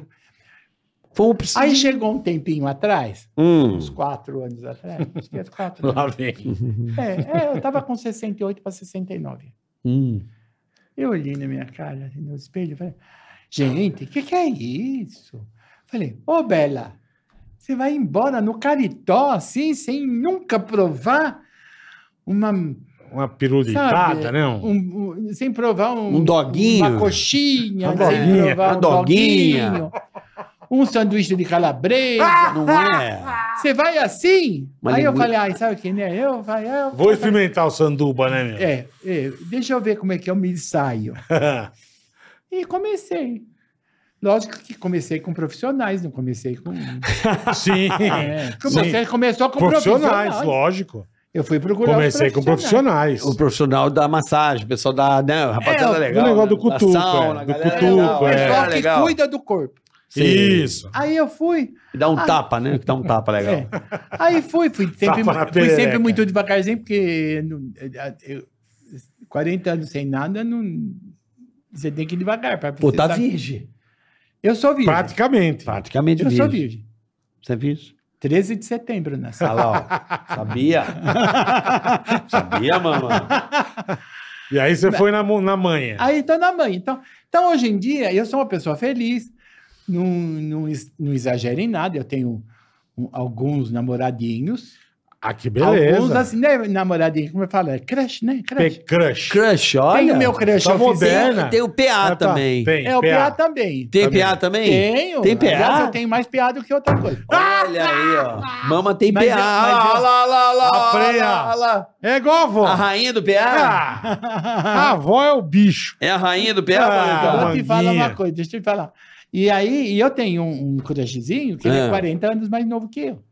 S4: Foi um preciso.
S1: Aí chegou um tempinho atrás,
S4: Hum. Uhum.
S1: uns quatro anos atrás, acho que é quatro
S3: Lá vem.
S1: É, é, eu tava com 68 para 69.
S4: Hum.
S1: Eu olhei na minha cara, assim, no espelho, e falei, gente, o que, que é isso? Falei, ô Bela, você vai embora no caritó assim, sem nunca provar uma.
S3: Uma pirulitada,
S1: Sabe,
S3: né? Um-
S1: um- um- sem provar um.
S4: Um doguinho.
S1: Uma coxinha,
S3: Uma doguinha,
S1: sem provar
S4: uma
S1: um
S4: doguinha.
S1: doguinho. Um sanduíche de calabresa.
S4: Não é?
S1: Você vai assim?
S4: Uma
S1: Aí eu
S4: linguiça.
S1: falei, ai, sabe quem é? Eu, vai, eu.
S3: Vou experimentar o sanduba, né, meu?
S1: É, é, deixa eu ver como é que eu me saio. E comecei. Lógico que comecei com profissionais, não comecei com.
S3: Sim.
S1: É, porque
S3: Sim.
S1: você começou com profissionais.
S3: Profissionais, lógico.
S1: Eu fui procurar. os
S3: Comecei com profissionais.
S4: O profissional da massagem, o pessoal da. Né, rapaziada
S1: É,
S4: legal.
S3: do negócio
S4: né?
S3: do cutuco,
S4: Da sauna,
S3: é, do
S4: galera
S3: cutuco,
S4: legal,
S3: é.
S1: Pessoal
S4: galera
S1: que
S4: legal.
S1: cuida do corpo.
S3: Isso.
S1: Aí eu fui.
S4: Dá um
S1: Ah.
S4: tapa, né? Dá um tapa legal.
S1: é. Aí fui, fui sempre,
S3: Tapa na
S1: fui sempre
S3: perereca.
S1: muito devagarzinho, porque não- é, eu- 40 anos sem nada, não, você tem que ir devagar. Pra,
S4: Pô,
S1: você
S4: tá
S1: sabe-
S4: virgem.
S1: Eu sou virgem.
S3: Praticamente.
S4: Praticamente
S1: Eu
S4: virgem.
S1: sou virgem.
S4: Você é virgem?
S1: 13 de setembro, né?
S3: Tá
S4: Olha lá, ó. Sabia? Sabia, mamãe?
S3: E aí você foi na, mo- na manha.
S1: Aí tá na mãe. Então, então, hoje em dia, eu sou uma pessoa feliz, não, não, ex- não exagero em nada. Eu tenho um- alguns namoradinhos.
S3: Ah, que beleza.
S1: Alguns assim, né, namoradinho, como eu falo, é crush, né? Crush.
S3: Pe- Crush.
S4: Crush, olha.
S1: Tem o meu crush É,
S3: tá
S1: oficial.
S3: moderna.
S4: Tem o PA
S3: Ah, tá.
S4: também. Tem,
S3: Tem,
S1: É o
S3: PA.
S1: PA também.
S4: PA
S3: Tá
S4: também?
S1: Tenho.
S4: Tem PA?
S1: Aliás, eu tenho mais PA do que outra coisa.
S4: Olha aí, ó. Mama tem
S1: Mas
S4: PA.
S1: eu- mas eu-
S4: Olha lá, olha lá, olha lá,
S3: A
S4: olha
S3: freia.
S4: lá, olha lá.
S3: É igual a avó.
S4: A rainha do PA?
S3: Ah, a avó é o bicho.
S4: É a então, né? rainha do PA?
S3: Ah,
S1: Eu
S4: Valentão?
S1: vou te falar uma
S3: Manguinha.
S1: coisa, deixa eu te falar. E aí, e eu tenho um, um crushzinho que ele
S4: Ah.
S1: é 40 anos mais novo que eu.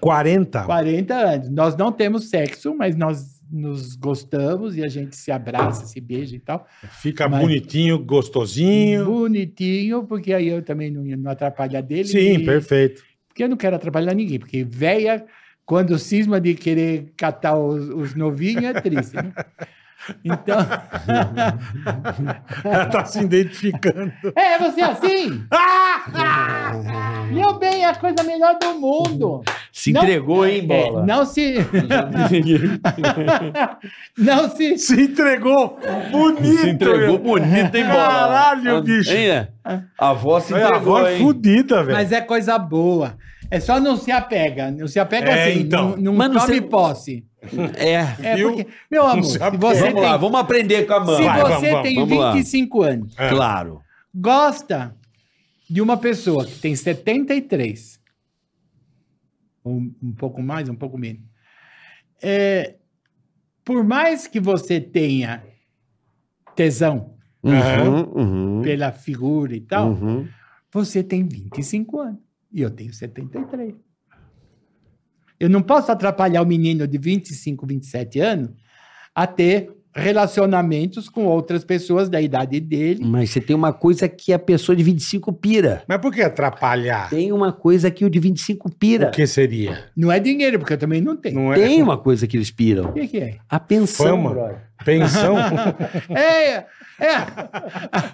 S3: 40.
S1: 40 anos. Nós não temos sexo, mas nós nos gostamos e a gente se abraça, se beija e tal.
S3: Fica
S1: Mas-
S3: bonitinho, gostosinho.
S1: Bonitinho, porque aí eu também não, não atrapalho a dele.
S3: Sim,
S1: e-
S3: perfeito.
S1: Porque eu não quero atrapalhar ninguém, porque véia, quando cisma de querer catar os, os novinhos, é triste, né? Então.
S3: Ela tá se identificando. Ah!
S1: É, você é assim? Meu bem, é a coisa melhor do mundo.
S4: Se
S1: Não-
S4: entregou, hein,
S1: É,
S4: bola?
S1: não se. não se.
S3: Se entregou bonito.
S4: Se entregou
S3: meu.
S4: bonito, hein, bola?
S3: Caralho,
S4: Ah,
S3: bicho.
S4: hein, né? A avó se
S3: Olha, a
S4: entregou,
S3: avó é
S4: hein?
S3: fudida, velho.
S1: Mas é coisa boa. É só não se apega. Não se apega
S3: É,
S1: assim.
S3: então.
S1: Não, não
S4: Mano,
S1: tome
S4: você-
S1: posse.
S4: É.
S1: É
S3: Viu?
S1: porque, meu amor, se
S3: se apega.
S1: você
S4: Vamos
S1: tem,
S4: lá, vamos aprender com a mãe.
S1: se
S3: Vai, vamos,
S1: você
S3: vamos,
S1: tem
S4: vamos lá.
S1: 25 anos,
S3: É.
S4: Claro.
S1: gosta de uma pessoa que tem 73, um, um pouco mais, um pouco menos, é, por mais que você tenha tesão
S3: Aham.
S4: uhum,
S1: pela figura e tal,
S4: uhum.
S1: você tem 25 anos e eu tenho 73. Eu não posso atrapalhar o menino de 25, 27 anos a ter relacionamentos com outras pessoas da idade dele.
S4: Mas você tem uma coisa que a pessoa de 25 pira.
S3: Mas por que atrapalhar?
S4: Tem uma coisa que o de 25 pira.
S3: O que seria?
S1: Não é dinheiro, porque eu também não tenho.
S3: Não é?
S4: Tem uma coisa que eles piram.
S1: O que, que é?
S4: A pensão,
S3: Fama.
S4: brother.
S3: Pensão?
S1: É, é.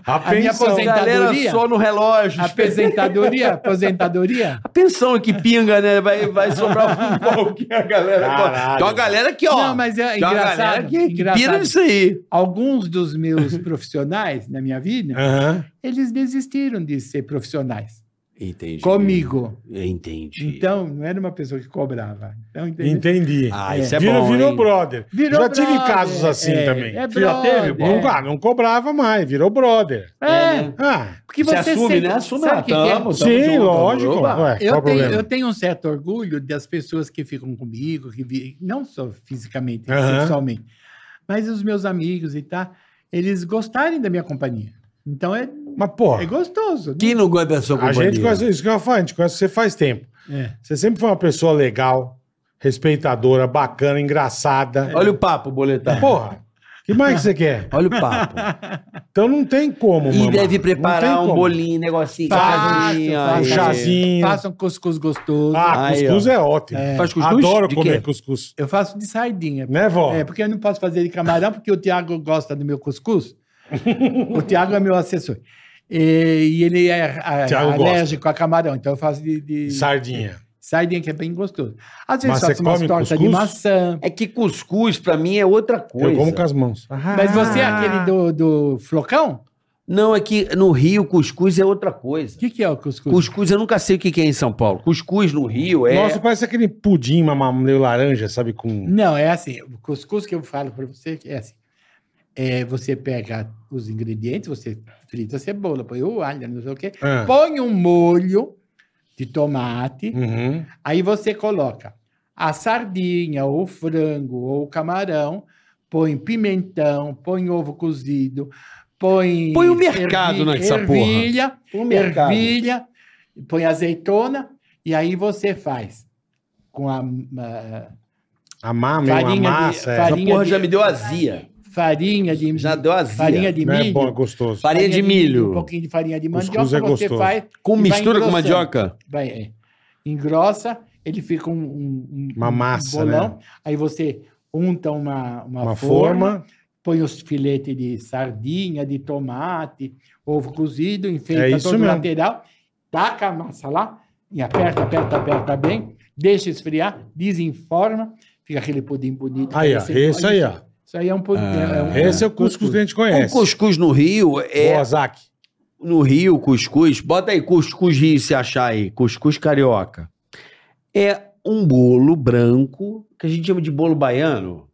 S3: A
S1: A minha
S3: pensão.
S1: aposentadoria-
S4: Galera só no relógio.
S1: Aposentadoria, aposentadoria.
S4: A pensão é que pinga, né? Vai, vai sobrar um pouquinho a galera.
S3: Caralho.
S4: Tem uma galera que, ó.
S1: Não, mas é
S4: tem uma galera
S1: engraçado.
S4: que pira
S1: engraçado.
S4: nisso aí.
S1: Alguns dos meus profissionais na minha vida,
S3: Aham.
S1: eles desistiram de ser profissionais
S4: É. Entendi.
S1: comigo.
S4: Entendi.
S1: Então, não era uma pessoa que cobrava. Então, entendeu?
S3: Entendi.
S4: ah,
S1: é.
S4: isso é,
S3: Vira-
S4: bom,
S3: virou
S4: hein?
S3: brother.
S1: Virou
S3: Já tive
S1: brother,
S3: casos assim
S1: é,
S3: também.
S1: é
S3: Você já
S1: brother,
S3: teve?
S1: é.
S3: Não, ah, não cobrava mais, virou brother.
S1: É,
S4: né?
S3: Ah,
S1: porque
S4: Você
S1: você
S4: assume,
S1: sempre-
S4: né? Assume,
S1: sabe
S4: ah,
S1: o que que é?
S4: tamo, tamo
S3: sim,
S4: junto,
S3: lógico. Ué,
S4: oba.
S3: qual
S1: Eu
S3: o
S1: tenho,
S3: problema?
S1: eu tenho um certo orgulho das pessoas que ficam comigo, que vi- não só fisicamente,
S3: Aham.
S1: sexualmente, mas os meus amigos e tal, eles gostarem da minha companhia. Então é,
S3: Mas, pô,
S1: é gostoso. né?
S4: Quem não gosta da sua
S3: a
S4: companhia?
S3: gente conhece isso que eu falo, a gente conhece você faz tempo.
S1: É.
S3: Você sempre foi uma pessoa legal, respeitadora, bacana, engraçada.
S4: Olha o papo, boletar.
S3: Porra, que mais que você quer?
S4: Olha o papo.
S3: Então não tem como,
S4: E
S3: mamar.
S4: deve
S3: Não tem
S4: preparar um
S3: como.
S4: bolinho, negocinho. é.
S1: Fácil,
S4: casinha,
S1: fácil.
S4: aí.
S3: Um chazinho.
S1: Façam um cuscuz gostoso.
S3: Ah,
S4: Aí,
S3: cuscuz é ótimo.
S4: Faz cuscuz?
S3: Adoro
S4: De
S3: comer
S4: quê?
S3: cuscuz.
S1: Eu faço de sardinha.
S3: Né, vó?
S1: É, porque eu não posso fazer de camarão, porque o Tiago gosta do meu cuscuz. o Tiago é meu assessor. E, e ele é a-
S3: Tiago gosta.
S1: alérgico a camarão, então eu faço de, de
S3: Sardinha.
S1: sardinha, que é bem gostoso. Às
S3: Mas
S1: vezes
S3: você
S1: faço umas
S3: come
S1: tortas de
S3: cuscuz?
S1: maçã.
S4: É que cuscuz, pra mim, é outra coisa.
S3: Eu como com as mãos.
S1: Mas você
S3: Ah.
S1: é aquele do, do flocão?
S4: Não, é que no Rio, cuscuz é outra coisa.
S1: O que, que é o cuscuz?
S4: Cuscuz, eu nunca sei o que que é em São Paulo. Cuscuz no Rio é.
S3: Nossa, parece aquele pudim mamá, meio laranja, sabe? Com.
S1: Não, é assim. O cuscuz que eu falo para você é assim. É, você pega os ingredientes, você frita a cebola, põe o alho, não sei o quê.
S3: Ah.
S1: Põe um molho de tomate.
S3: Uhum.
S1: Aí você coloca a sardinha, ou o frango, ou o camarão. Põe pimentão, põe ovo cozido, põe...
S4: Põe o mercado
S1: ervi-
S4: nessa porra.
S1: ervilha,
S4: o
S1: ervilha, põe azeitona e aí você faz com a ah,
S3: Amar meio
S1: Farinha de-
S3: a massa. é.
S4: Essa
S1: farinha
S4: porra
S1: de-
S4: já me deu azia.
S1: farinha de
S4: Já deu azia.
S1: farinha de
S3: Não
S1: milho,
S3: é bom, é gostoso.
S4: Farinha de
S1: um
S4: milho.
S1: pouquinho de farinha de
S3: Cuscuz
S1: mandioca,
S3: é
S1: você
S3: gostoso.
S1: faz,
S4: Com
S1: e vai
S4: mistura com
S1: engrossando.
S4: mandioca?
S1: vai, é, engrossa, ele fica um, um- um-
S3: Uma
S1: um
S3: massa, né?
S1: bolão, aí você unta uma, uma,
S3: Uma
S1: forma,
S3: forma.
S1: põe os filetes de sardinha, de tomate, ovo cozido, enfeita
S3: É isso
S1: todo o
S3: mesmo.
S1: lateral, taca a massa lá e aperta, aperta, aperta bem, deixa esfriar, desenforma, fica aquele pudim bonito.
S3: Aí, ó.
S1: Parece- olha
S3: Esse aí,
S1: isso.
S3: ó.
S1: Isso aí é um pudim.
S4: Ah,
S1: é um-
S3: Esse é o cuscuz que a gente
S4: O
S3: conhece.
S4: Um cuscuz no Rio
S3: Boa,
S4: é.
S3: Zac.
S4: No Rio, cuscuz. Bota aí, cuscuz Rio se achar aí. Cuscuz carioca. É um bolo branco, que a gente chama de bolo baiano.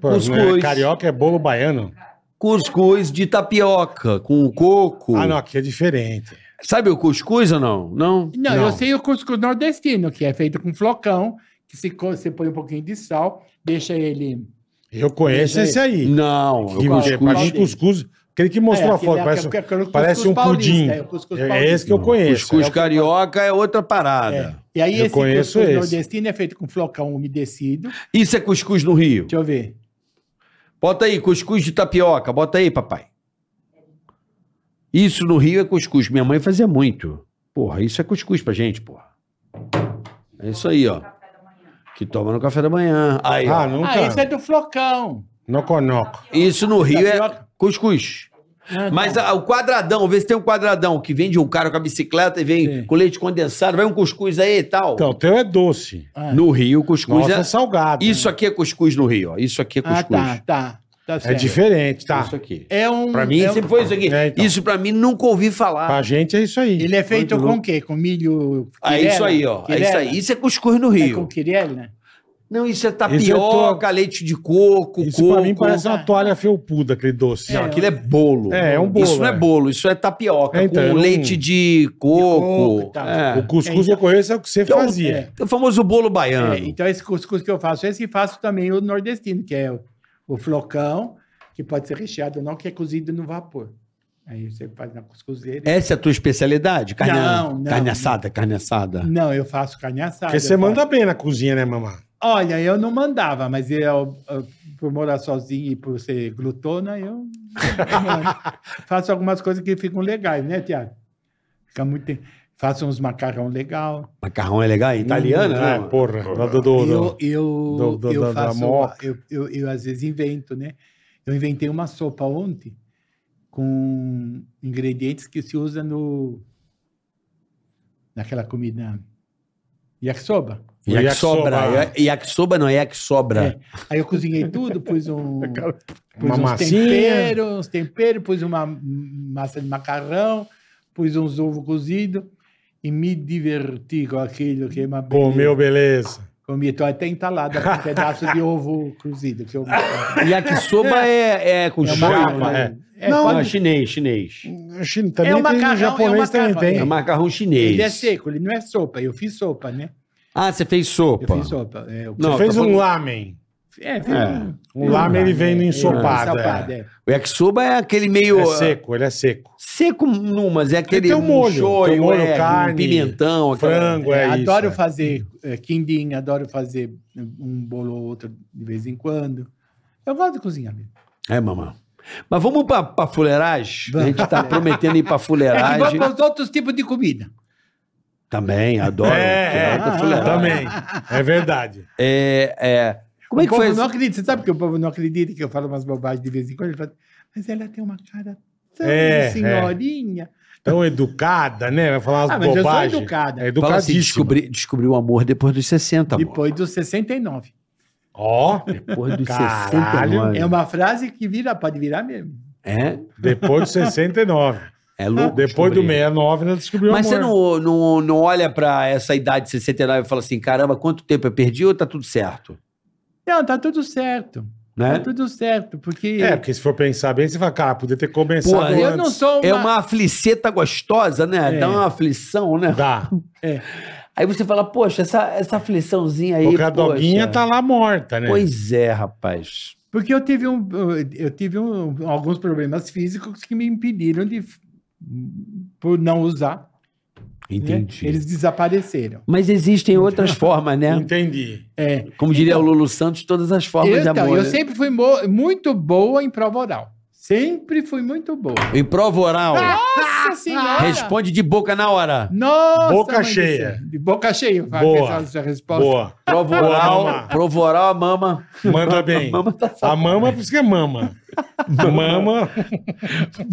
S3: Pô, não é
S4: Cuscuz.
S3: carioca é bolo baiano.
S4: Cuscuz de tapioca com coco.
S3: Ah, não, aqui é diferente.
S4: Sabe o cuscuz ou não? Não?
S1: Não,
S3: Não.
S1: eu sei o cuscuz nordestino, que é feito com flocão, que se co- você põe um pouquinho de sal, deixa ele.
S3: Eu conheço
S1: Esse
S3: esse aí.
S4: Não.
S3: Que
S4: o
S3: é pra mim,
S4: cuscuz,
S3: cuscuz. Aquele que mostrou
S1: É,
S3: a foto.
S1: aquele-
S3: Parece,
S1: aquele- aquele
S3: parece
S1: cuscuz
S3: um
S1: paulista,
S3: pudim.
S1: é, o cuscuz
S3: É
S1: paulista.
S3: esse que eu conheço.
S4: cuscuz
S3: é o que-
S4: carioca é outra
S1: É.
S4: parada.
S1: E aí,
S3: Eu
S1: esse
S3: conheço
S1: cuscuz
S3: esse.
S1: nordestino é feito com flocão umedecido.
S4: Isso é cuscuz no Rio.
S1: Deixa eu ver.
S4: Bota aí, cuscuz de tapioca. Bota aí, papai. Isso no Rio é cuscuz. Minha mãe fazia muito. Porra, isso é cuscuz pra gente, porra. É isso aí, ó. Que toma no café da manhã. Aí, ó.
S3: Ah, nunca.
S1: Ah, esse é do flocão.
S3: Noconoco.
S4: Isso no Rio é
S1: Tapioca.
S4: cuscuz.
S1: Ah,
S4: Mas
S1: não.
S4: ah, o quadradão, vê se tem um quadradão que vende um cara com a bicicleta e vem
S1: Sim.
S4: com leite condensado, vai um cuscuz aí e tal.
S3: Então, o teu é doce.
S1: Ah.
S4: no Rio, cuscuz
S3: Nossa, é
S4: é...
S3: salgado.
S4: Isso aqui é cuscuz no Rio, ó. Isso aqui é
S1: Ah,
S4: cuscuz.
S1: tá, tá. Tá
S3: É
S1: certo.
S3: diferente, tá?
S4: Isso aqui.
S1: É um.
S4: Pra mim,
S1: é um-
S4: sempre foi isso aqui.
S3: É, então.
S4: Isso pra mim nunca ouvi falar.
S3: Pra gente é isso aí.
S1: Ele é feito
S3: Muito
S1: com
S3: louco.
S1: o quê? Com milho.
S4: Ah, é isso aí, ó. É isso aí. Isso é cuscuz no
S1: É com
S4: Rio.
S1: quirela?
S4: Não, isso é
S3: Isso eu tô-
S4: tapioca, leite de coco,
S3: Isso
S4: coco.
S3: pra mim parece uma
S1: tá.
S3: toalha felpuda, aquele doce.
S4: Não, aquilo é bolo.
S3: É, é um bolo,
S4: Isso não é
S3: é.
S4: bolo, isso é tapioca
S3: É, então, eu
S4: com
S3: não- tá.
S4: leite de
S1: coco
S4: coco.
S1: e tal.
S4: é.
S3: O cuscuz
S1: É,
S3: eu conheço é o que você
S4: Então,
S3: fazia.
S4: é O famoso bolo baiano.
S1: É, então, esse cuscuz que eu faço, esse faço também o nordestino, que é o, o flocão, que pode ser recheado ou não, que é cozido no vapor. Aí você faz na cuscuzeira.
S4: Essa é a tua especialidade? Carne,
S1: Não, não.
S4: carne assada, carne assada.
S1: Não, eu faço carne assada.
S3: Porque
S1: eu
S3: você
S1: faço-
S3: manda bem na cozinha, né, mamãe?
S1: Olha, eu não mandava, mas eu, eu, por morar sozinho e por ser glutona, eu faço algumas coisas que ficam legais, né, Tiago? Fica muito tempo. Faço uns macarrão legal.
S4: Macarrão é legal, é italiano,
S3: Hum,
S4: né?
S3: É, porra. Do, do, do,
S1: eu,
S3: do.
S1: eu,
S3: do- do-
S1: eu
S3: da- da
S1: faço.
S3: moca.
S1: eu, eu, eu às vezes invento, né? Eu inventei uma sopa ontem com ingredientes que se usa no naquela comida yakisoba.
S4: Yakisoba.
S3: Yakisoba.
S4: Yakisoba não, é yakisobra.
S1: É. Aí eu cozinhei tudo, pus um pus
S3: Uma
S1: uns
S3: massinha.
S1: temperos, uns temperos, pus uma massa de macarrão, pus uns ovos cozidos e me diverti com aquilo que é uma beleza.
S3: Comeu, beleza.
S1: Comi, tô até entalada com um pedaço de ovo cozido. Que eu...
S4: Yakisoba é, é com
S1: É
S4: shoyu,
S3: japa,
S4: né?
S3: é.
S1: É,
S3: Não,
S1: pode-
S4: Não, é chinês, chinês.
S3: China, também
S1: um macarrão, é
S3: tem
S1: um
S3: japonês também
S1: macarrão.
S3: tem.
S4: É macarrão chinês.
S1: Ele é seco, ele não é sopa. Eu fiz sopa, né?
S4: Ah, você fez
S1: Eu
S4: sopa.
S1: fiz sopa. É, eu...
S4: Não,
S3: Você fez
S4: tô
S3: um
S4: falando-
S3: lamen.
S1: é, fiz
S4: É.
S1: um-
S3: Um lamen ele vem no ensopado.
S1: ensopado,
S3: é.
S1: é.
S4: O yakisoba é aquele meio... ah,
S3: É seco, ele é seco.
S4: Seco não, mas é aquele
S3: tem um molho,
S4: shoyu,
S3: tem um molho,
S4: é, um
S3: carne,
S4: pimentão, aquela-
S3: Frango, é,
S1: É,
S3: isso.
S1: adoro
S3: é.
S1: fazer é, quindim, adoro fazer um bolo ou outro de vez em quando. Eu gosto de cozinhar mesmo.
S4: É, mamãe. Mas vamos pra, pra fuleiragem? A
S1: Vamos.
S4: gente tá prometendo
S1: É
S4: ir pra
S1: que vamos
S4: fuleiragem.
S1: para os outros tipos de comida.
S4: Também, adoro.
S3: É, é,
S4: Final da fuleiragem.
S3: também. É verdade.
S4: É, é. Como é
S1: o
S4: que
S1: povo
S4: foi?
S1: não
S4: esse-
S1: acredita. Você sabe que o povo não acredita que eu falo umas bobagens de vez em quando? Ele fala, mas ela tem uma cara tão
S3: É, é.
S1: senhorinha.
S3: Tão educada, né? Vai falar umas
S1: Ah, mas eu sou
S3: bobagens.
S1: educada.
S3: É tá
S4: Fala assim,
S3: educadíssima.
S4: descobri, descobriu o amor depois dos 60, amor.
S1: Depois dos 69.
S3: Ó,
S4: Depois dos
S3: Caralho.
S4: 69.
S1: É uma frase que vira, pode virar mesmo.
S4: É,
S3: depois do 69.
S4: é louco.
S3: Depois do
S4: descobrir.
S3: 69, nós descobriu o
S4: Mas você
S3: amor.
S4: não, não, não olha pra essa idade de 69 e fala assim, caramba, quanto tempo eu perdi ou tá tudo certo?
S1: Não, tá tudo certo. Tá
S4: Né?
S1: tudo certo, porque...
S3: É, porque se for pensar bem, você fala, cara, podia ter começado
S4: Porra,
S3: antes.
S1: eu não sou uma...
S4: É uma afliceta gostosa, né?
S1: É.
S4: Dá uma aflição, né?
S3: Dá.
S4: Aí você fala, poxa, essa, essa afliçãozinha aí,
S3: Porque a
S4: poxa.
S3: doguinha tá lá morta, né?
S4: Pois é, rapaz.
S1: Porque eu tive, um, eu tive um- alguns problemas físicos que me impediram de... Por não usar. né?
S4: Entendi.
S1: Eles desapareceram.
S4: Mas existem outras formas, né?
S3: Entendi.
S1: É,
S4: Como diria o Lulu Santos, todas as formas de
S1: Então,
S4: amor.
S1: eu
S4: né?
S1: sempre fui mo- muito boa em prova oral. Sempre fui muito boa.
S4: Em prova oral,
S1: Nossa senhora!
S4: responde de boca na hora.
S1: Nossa,
S3: Boca
S1: mãe do
S3: cheia.
S1: céu. De boca cheia. vai,
S3: Boa.
S1: pessoal, essa resposta.
S3: Boa.
S4: Prova
S3: Boa,
S4: oral,
S3: mama.
S4: prova oral, a mama.
S3: Manda bem.
S4: A mama tá
S3: A mama, por isso que é mama. mama.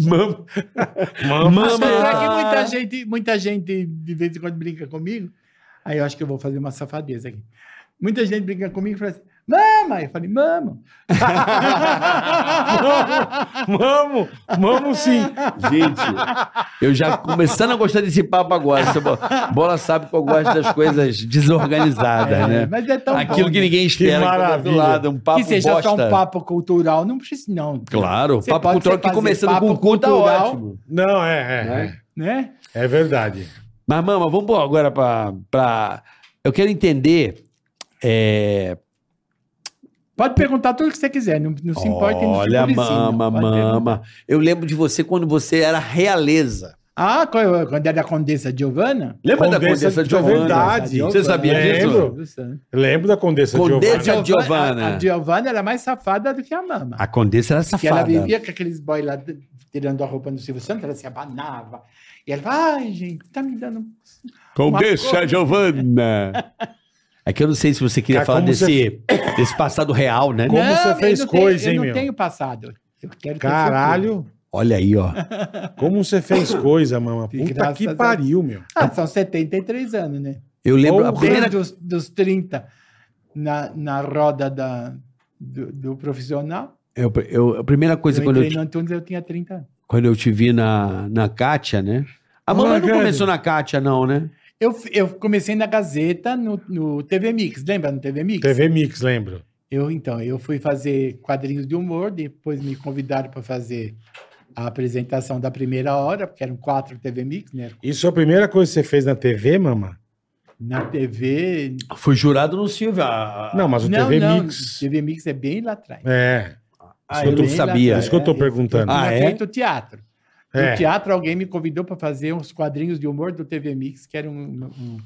S3: mama.
S1: Mas
S4: Mama.
S1: será que muita gente, muita gente de vez em quando brinca comigo? Aí eu acho que eu vou fazer uma safadeza aqui. Muita gente brinca comigo e fala assim, Mama! Eu falei, mama.
S3: Vamos, vamos sim.
S4: Gente, eu já começando a gostar desse papo agora. Essa bo- Bola sabe que eu gosto das coisas desorganizadas,
S1: É,
S4: né?
S1: Mas é tão
S4: Aquilo
S1: bom,
S4: que
S1: né?
S4: ninguém espera. que tá do
S3: maravilha.
S4: lado, um papo
S1: que seja
S4: bosta.
S1: só um papo cultural, não precisa, não.
S4: Claro,
S1: Você
S4: papo
S1: pode
S4: cultural que
S1: fazer
S4: começando
S1: papo
S4: com o culto tá
S1: cultural,
S4: ótimo.
S3: Não, é, é, é.
S1: Né?
S3: É verdade.
S4: Mas, mama, vamos pôr agora pra, pra... Eu quero entender... é,
S1: Pode perguntar tudo o que você quiser, não, não se importa. não se
S4: Olha,
S1: policia, não. né?
S4: mama,
S1: Pode perguntar.
S4: mama. Eu lembro de você quando você era realeza.
S1: Ah, quando quando era a Condessa Giovanna?
S4: Lembra da
S3: Condessa-
S4: Condessa
S3: é
S4: Giovanna?
S3: verdade.
S4: Você sabia
S3: Lembro.
S4: disso?
S1: disso?
S3: Eu Lembro da Condessa
S4: Condessa
S3: Giovanna.
S4: Giovanna. Giovanna.
S1: A Giovanna era mais safada do que a mama.
S4: A Condessa era
S1: Porque ela
S4: safada.
S1: vivia com aqueles boy lá t- tirando a roupa do Silvio Santos, ela se abanava. E ela falava, ai, gente, tá me dando. Condessa
S4: Giovanna. É que eu não sei se você queria
S3: Cara,
S4: falar
S3: como
S4: desse, desse passado real, né?
S3: Como você
S1: eu
S3: fez
S1: não
S3: coisa,
S1: tenho,
S3: hein,
S1: Eu não
S3: meu?
S1: tenho passado. Eu quero ter futuro.
S3: Caralho,
S4: Olha aí, ó.
S3: como você fez coisa, mama.
S1: Que
S3: Puta
S1: graças
S3: que
S1: a-
S3: pariu, meu.
S1: Ah, são 73 anos, né?
S4: Eu lembro a
S1: Desde
S4: primeira...
S1: os dos 30 na, na roda da, do, do profissional.
S4: Eu, eu- a primeira coisa
S1: eu
S4: quando, eu
S1: entrei
S4: te,
S1: no Antunes, eu tinha 30 anos.
S4: quando eu te vi na, na Kátia, né? A mamãe não
S3: Maravilha.
S4: começou na Kátia, não, né?
S1: Eu, f- eu comecei na Gazeta, no, no TV Mix. Lembra no TV Mix?
S3: TV Mix, lembro.
S1: Eu, então, eu fui fazer quadrinhos de humor, depois me convidaram para fazer a apresentação da primeira hora, porque eram quatro TV Mix, né?
S3: Isso é a primeira coisa que você fez na TV, mama?
S1: Na TV.
S4: Foi jurado no Silvio. a- a-
S3: Não, mas o
S1: não,
S3: TV
S1: não,
S3: Mix.
S1: TV Mix é bem lá atrás.
S3: É,
S4: Ah, eu
S3: Isso que
S4: não
S3: eu
S1: Bem lá
S4: sabia.
S3: é
S1: atrás,
S3: isso que eu tô
S1: é. Eu
S3: perguntando.
S4: Ah,
S1: tinha
S4: é?
S1: feito teatro.
S3: É.
S1: No teatro, alguém me convidou para fazer uns quadrinhos de humor do TV Mix, que era um, um-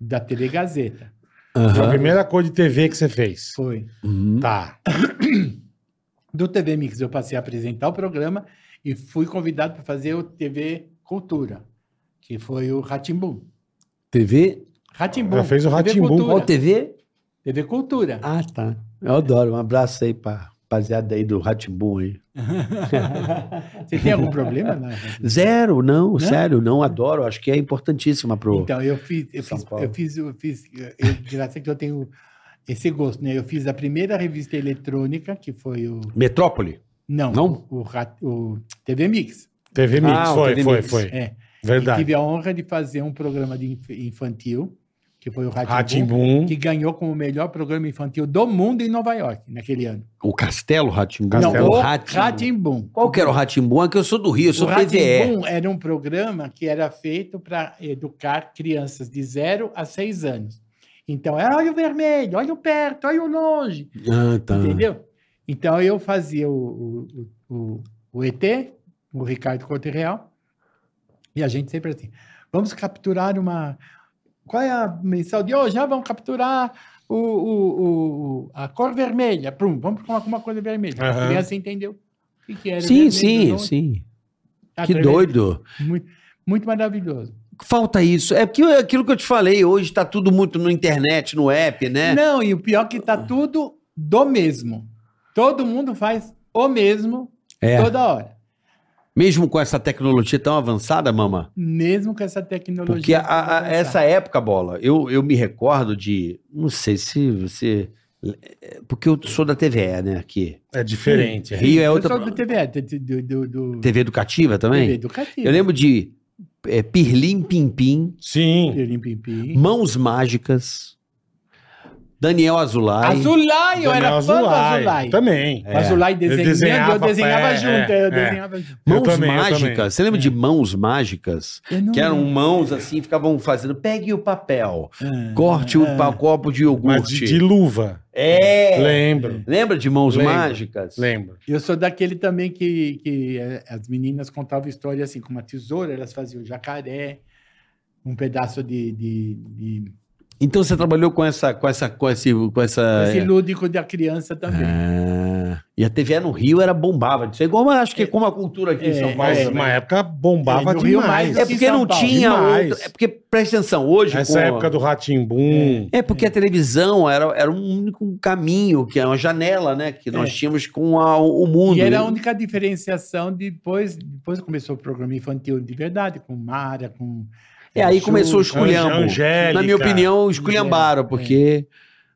S1: da TV Gazeta.
S3: Foi a
S4: Aham.
S3: primeira coisa de TV que você fez.
S1: Foi.
S4: Uhum.
S3: Tá.
S1: Do TV Mix, eu passei a apresentar o programa e fui convidado para fazer o TV Cultura, que foi o Ratimbum.
S4: TV?
S1: Ratimbum.
S3: Ela fez o Rá-Tim-Bum.
S4: Ó,
S1: Cultura.
S4: TV?
S1: TV Cultura.
S4: Ah, tá. Eu adoro. Um abraço aí pra rapaziada aí do Ratimbu aí.
S1: Você tem algum problema? né? Não,
S4: Zero, não, sério, não adoro. Acho que é importantíssima pro.
S1: Então, eu fiz, eu
S4: São
S1: fiz,
S4: Paulo.
S1: eu fiz, eu fiz, eu, graças a que eu tenho esse gosto, né? Eu fiz a primeira revista eletrônica, que foi o.
S4: Metrópole?
S1: Não,
S4: Não?
S1: O, Ra- o TV Mix.
S3: TV Mix,
S4: Ah, o
S3: foi,
S4: TV
S3: foi,
S4: Mix.
S3: foi.
S1: É. E
S3: Verdade.
S1: tive a honra de fazer um programa de inf- infantil, que foi o Ratimbum,
S3: Ratimbum.
S1: que ganhou como o melhor programa infantil do mundo em Nova York, naquele ano.
S4: O Castelo Ratimbu?
S3: Castelo
S1: o
S4: Ratimbu.
S1: Ratimbum.
S4: Qual que era o Ratimbu? É que eu sou do Rio, eu
S1: O
S4: sou PVE.
S1: Ratimbum era um programa que era feito para educar crianças de 0 a 6 anos. Então, era olha o vermelho, olha o perto, olha o longe,
S4: Ah, tá.
S1: entendeu? Então, eu fazia o, o, o, o ET, o Ricardo Corte Real, e a gente sempre assim, vamos capturar uma... Qual é a mensal de hoje? Ah, vamos capturar o, o, o- o- a cor vermelha. Prum, vamos colocar uma cor vermelha.
S3: Aham.
S1: A criança entendeu o que, que era
S4: Sim,
S1: vermelho,
S4: sim,
S1: longe.
S4: sim. Que
S1: Através-
S4: doido.
S1: muito, muito maravilhoso.
S4: Falta isso. É porque aquilo que eu te falei, hoje tá tudo muito na internet, no app, né?
S1: Não, e o pior é que tá tudo do mesmo. Todo mundo faz o mesmo
S4: É.
S1: toda hora.
S4: Mesmo com essa tecnologia tão avançada, mama.
S1: Mesmo com essa tecnologia.
S4: Porque a-
S1: que vai
S4: a-
S1: avançar.
S4: essa época, bola, eu, eu me recordo de. Não sei se você. é, Porque eu sou da TVE, né? Aqui.
S3: É diferente. é.
S4: Rio é
S1: Eu
S4: outra.
S1: sou do TV, do, do, do, do
S4: TV educativa também?
S1: TV educativo.
S4: Eu lembro de é, Pirlim Pim Pim,
S3: Sim.
S1: Pirim, pim, pim.
S4: Mãos Mágicas, Daniel Azulay.
S1: Azulay, eu era
S3: Daniel
S1: fã do
S3: Azulay.
S1: Azulay.
S3: Também.
S4: É.
S1: Azulay desenhando,
S3: Ele desenhava,
S1: eu desenhava
S3: é,
S1: junto.
S3: é,
S1: eu
S3: é.
S1: desenhava junto.
S4: Mãos
S3: Eu também, É. eu também.
S4: Mágicas. Você lembra de Mãos Mágicas?
S1: Eu não
S4: Que eram
S1: lembro.
S4: mãos assim, ficavam fazendo. Pegue o papel,
S1: Ah,
S4: corte um o pa- copo de
S3: Mas de,
S4: iogurte.
S3: de luva.
S4: É.
S3: Lembro.
S4: Lembra de Mãos
S3: Lembro,
S1: É.
S4: Mágicas?
S3: Lembro.
S1: Eu sou daquele também que, que eh, as meninas contavam história assim, com uma tesoura, elas faziam jacaré, um pedaço de. de, de-
S4: Então você trabalhou com essa, com essa, com esse, com essa.
S1: esse lúdico da criança também.
S4: Ah, e a TV no Rio era bombava. Isso é igual, mas acho que é como a cultura aqui em
S1: É,
S4: São Paulo.
S3: Mas
S1: é,
S4: também.
S3: uma época bombava
S1: É, no Rio mais-
S3: demais.
S4: é porque
S1: São
S4: não
S1: Paulo,
S4: tinha
S3: demais.
S4: outro. É porque presta atenção hoje.
S3: Essa
S4: com-
S3: época do Ratimbum.
S4: É porque a televisão era era um único caminho, que era uma janela, né, que nós
S1: É.
S4: tínhamos com a- o mundo.
S1: E era um a única diferenciação depois. Depois começou o programa infantil de verdade, com Mara, com.
S4: É, aí
S1: Ju,
S4: começou o esculhambo.
S3: Angélica.
S4: Na minha opinião, esculhambaram, porque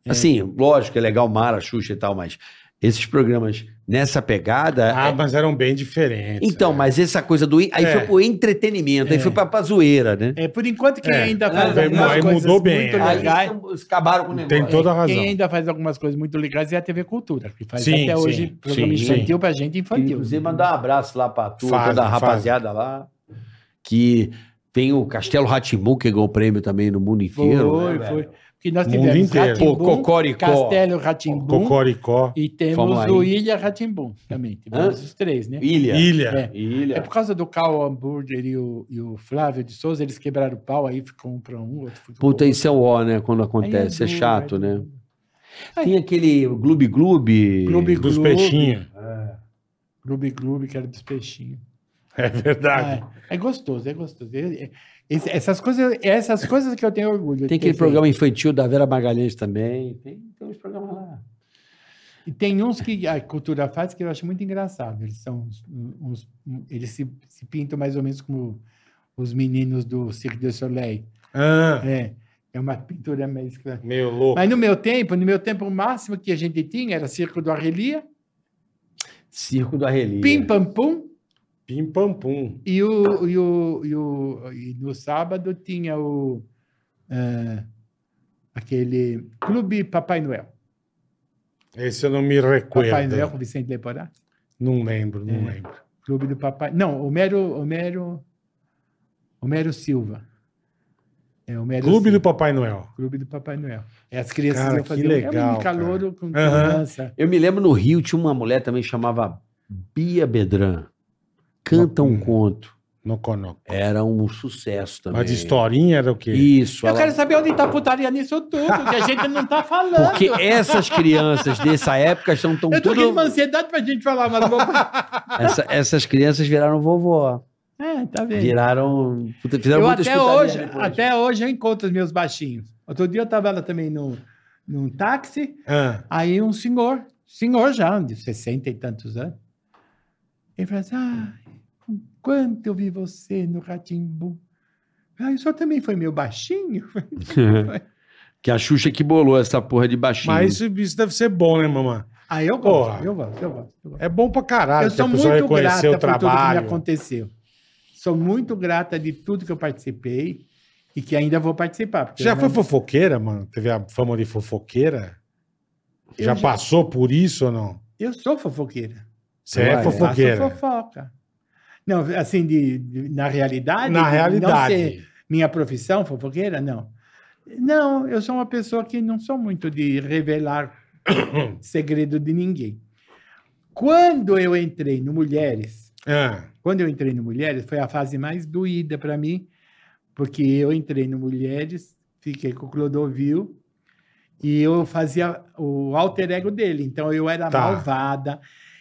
S4: Assim, lógico, é legal Mara, Xuxa e tal, mas esses programas nessa pegada.
S3: Ah,
S4: é-
S3: mas eram bem diferentes.
S4: Então,
S3: é.
S4: mas essa coisa do. in- Aí
S3: É.
S4: foi pro entretenimento,
S1: É.
S4: aí foi pra, pra zoeira, né?
S1: É, por enquanto, quem
S3: É,
S1: ainda
S4: aí
S1: faz
S4: vai-
S1: algumas
S4: Ah, aí
S1: coisas
S3: mudou
S1: muito
S3: bem, é.
S1: legais.
S4: Aí eles acabaram com o negócio.
S3: Tem toda a razão.
S1: Quem ainda faz algumas coisas muito legais é a TV Cultura, que faz
S3: Sim,
S1: até
S3: sim,
S1: hoje programa
S3: sim,
S1: infantil pra gente infantil.
S4: Inclusive, mandar um abraço lá pra tu,
S3: Fazem,
S4: toda a
S3: fazem.
S4: rapaziada lá. Que tem o Castelo Ratimu, que ganhou o prêmio também no mundo inteiro.
S1: Foi,
S4: né,
S1: foi.
S4: velho?
S1: Porque nós
S3: Mundo
S1: tivemos
S3: inteiro.
S4: Pô,
S1: Ratimbum,
S4: Cocoricó.
S1: Castelo Ratimbum
S3: Cocoricó,
S1: e
S4: Vamos
S1: temos
S4: aí.
S1: o Ilha Ratimbum também. Tivemos
S4: Hã?
S1: os três, né?
S4: Ilha.
S3: Ilha.
S1: É. É
S4: Ilha.
S1: por causa do Carl Hamburger e o, e o Flávio de Souza, eles quebraram o pau, aí ficou um pra um, outro ficou
S4: Puta,
S1: pro
S4: isso é o ó, né? Quando
S1: outro. Aí
S4: acontece. É
S1: duro,
S4: chato,
S1: aí
S4: né?
S1: duro.
S4: Tem aquele Gloob Gloob. É.
S1: Gloob
S3: Dos
S1: Globo.
S3: peixinhos.
S1: Gloob Gloob, que era dos peixinhos.
S3: É verdade.
S1: Ah, é. É gostoso, é gostoso. É- é- esse- essas, coisas, essas coisas que eu tenho orgulho. de
S4: Tem
S1: ter
S4: aquele
S1: feito.
S4: programa infantil da Vera Magalhães também. Tem, tem uns programas lá.
S1: E tem uns que a cultura faz que eu acho muito engraçado. Eles são uns, uns- um- eles se, se pintam mais ou menos como os meninos do Cirque du Soleil.
S3: Ah,
S1: É, é uma pintura mais clara.
S3: meio louco.
S1: Mas no meu tempo, no meu tempo o máximo que a gente tinha era Circo do Arrelia,
S4: Circo do Arrelia.
S1: Pim Pam Pum
S3: Pim pam pum.
S1: e o e o, e o e no sábado tinha o eh, aquele Clube Papai Noel.
S3: Esse eu não me
S1: Papai Noel
S3: recuerdo.
S1: com Vicente Leporá.
S3: Não lembro,
S1: É.
S3: não lembro.
S1: Clube do Papai. Não, Homero. Homero, Homero Silva. É, Homero
S3: Clube do
S1: Silva.
S3: Papai Noel.
S1: Clube do Papai Noel. É, as crianças
S3: Cara,
S1: iam
S3: que
S1: fazer.
S3: legal,
S1: é um calouro com
S3: Aham.
S1: criança.
S4: Eu me lembro no Rio, tinha uma mulher também que chamava Bia Bedran. Canta um
S3: Hum.
S4: conto.
S3: No Conoco.
S4: Era um sucesso também.
S3: Mas de historinha era o quê?
S4: Isso.
S1: Eu
S4: ela-
S1: quero saber onde está putaria nisso tudo, que a gente não tá falando.
S4: Porque essas crianças dessa época estão tão
S1: Eu tô com
S4: tudo.
S1: uma ansiedade pra gente falar, mas vou...
S4: Essa- essas crianças viraram vovó.
S1: É, tá vendo?
S4: Viraram. puta, Fizeram
S1: Eu
S4: muitas
S1: até
S4: putarias
S1: hoje,
S4: depois.
S1: até hoje eu encontro os meus baixinhos. Outro dia eu tava lá também no, num táxi,
S3: Ah,
S1: Aí um senhor, senhor já, de 60 e tantos anos, ele falou assim: ah, enquanto eu vi você no Ratimbu. Ah, o senhor também foi meu baixinho?
S4: que a Xuxa que bolou essa porra de baixinho.
S3: mas isso, isso deve ser bom, né, mamãe?
S1: Ah, eu gosto,
S3: Porra.
S1: eu gosto, eu gosto. Eu, gosto.
S3: É bom pra caralho
S1: eu
S3: que a
S1: sou
S3: pessoa
S1: muito
S3: reconhecer
S1: grata
S3: o
S1: por tudo que me
S3: trabalho.
S1: aconteceu. Sou muito grata de tudo que eu participei e que ainda vou participar. porque
S3: Você já
S1: eu
S3: foi
S1: não-
S3: fofoqueira, mano? Teve a fama de fofoqueira?
S1: Eu
S3: Já
S1: já-
S3: passou por isso ou não?
S1: Eu sou fofoqueira.
S3: Você é
S4: Vai,
S1: Faço
S3: fofoqueira.
S1: fofoca. Não, assim, de, de- na realidade. de
S3: Na
S1: não ser-
S3: realidade.
S1: Minha profissão fofoqueira? Não. Não, eu sou uma pessoa que não sou muito de revelar segredo de ninguém. Quando eu entrei no Mulheres,
S3: Ah,
S1: quando eu entrei no Mulheres, foi a fase mais doída para mim, porque eu entrei no Mulheres, fiquei com o Clodovil e eu fazia o alter ego dele. Então eu era
S3: Tá.
S1: malvada,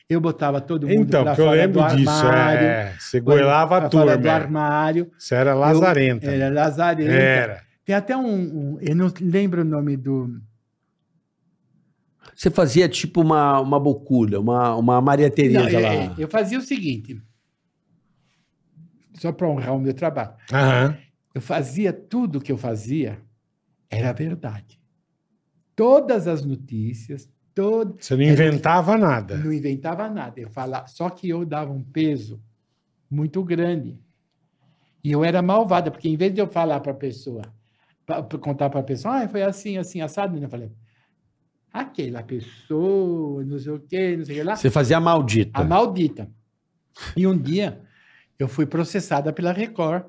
S1: eu botava todo mundo
S3: Então,
S1: pra
S3: porque eu
S1: fora
S3: lembro
S1: do
S3: disso.
S1: armário,
S3: É, você goelava a
S1: pra fora do
S3: turma. é. Então.
S1: armário.
S3: Você era lazarenta.
S1: Era lazarenta.
S3: Era.
S1: Tem até um, um- Eu não lembro o nome do.
S4: Você fazia tipo uma, uma boculha, uma, uma Maria
S1: Não,
S4: Tereza
S1: é-
S4: lá.
S1: é, eu fazia o seguinte. Só para honrar o meu trabalho.
S3: Aham.
S1: Eu fazia tudo que eu fazia era verdade. Todas as notícias, todo,
S3: Você não inventava nada.
S1: não inventava nada. Eu falava, só que eu dava um peso muito grande. E eu era malvada, porque em vez de eu falar para a pessoa, pra, pra contar para a pessoa, ah, foi assim, assim, assado, eu falei, aquela pessoa, não sei o quê, não sei o que lá.
S4: Você fazia a maldita.
S1: A maldita. E um dia eu fui processada pela Record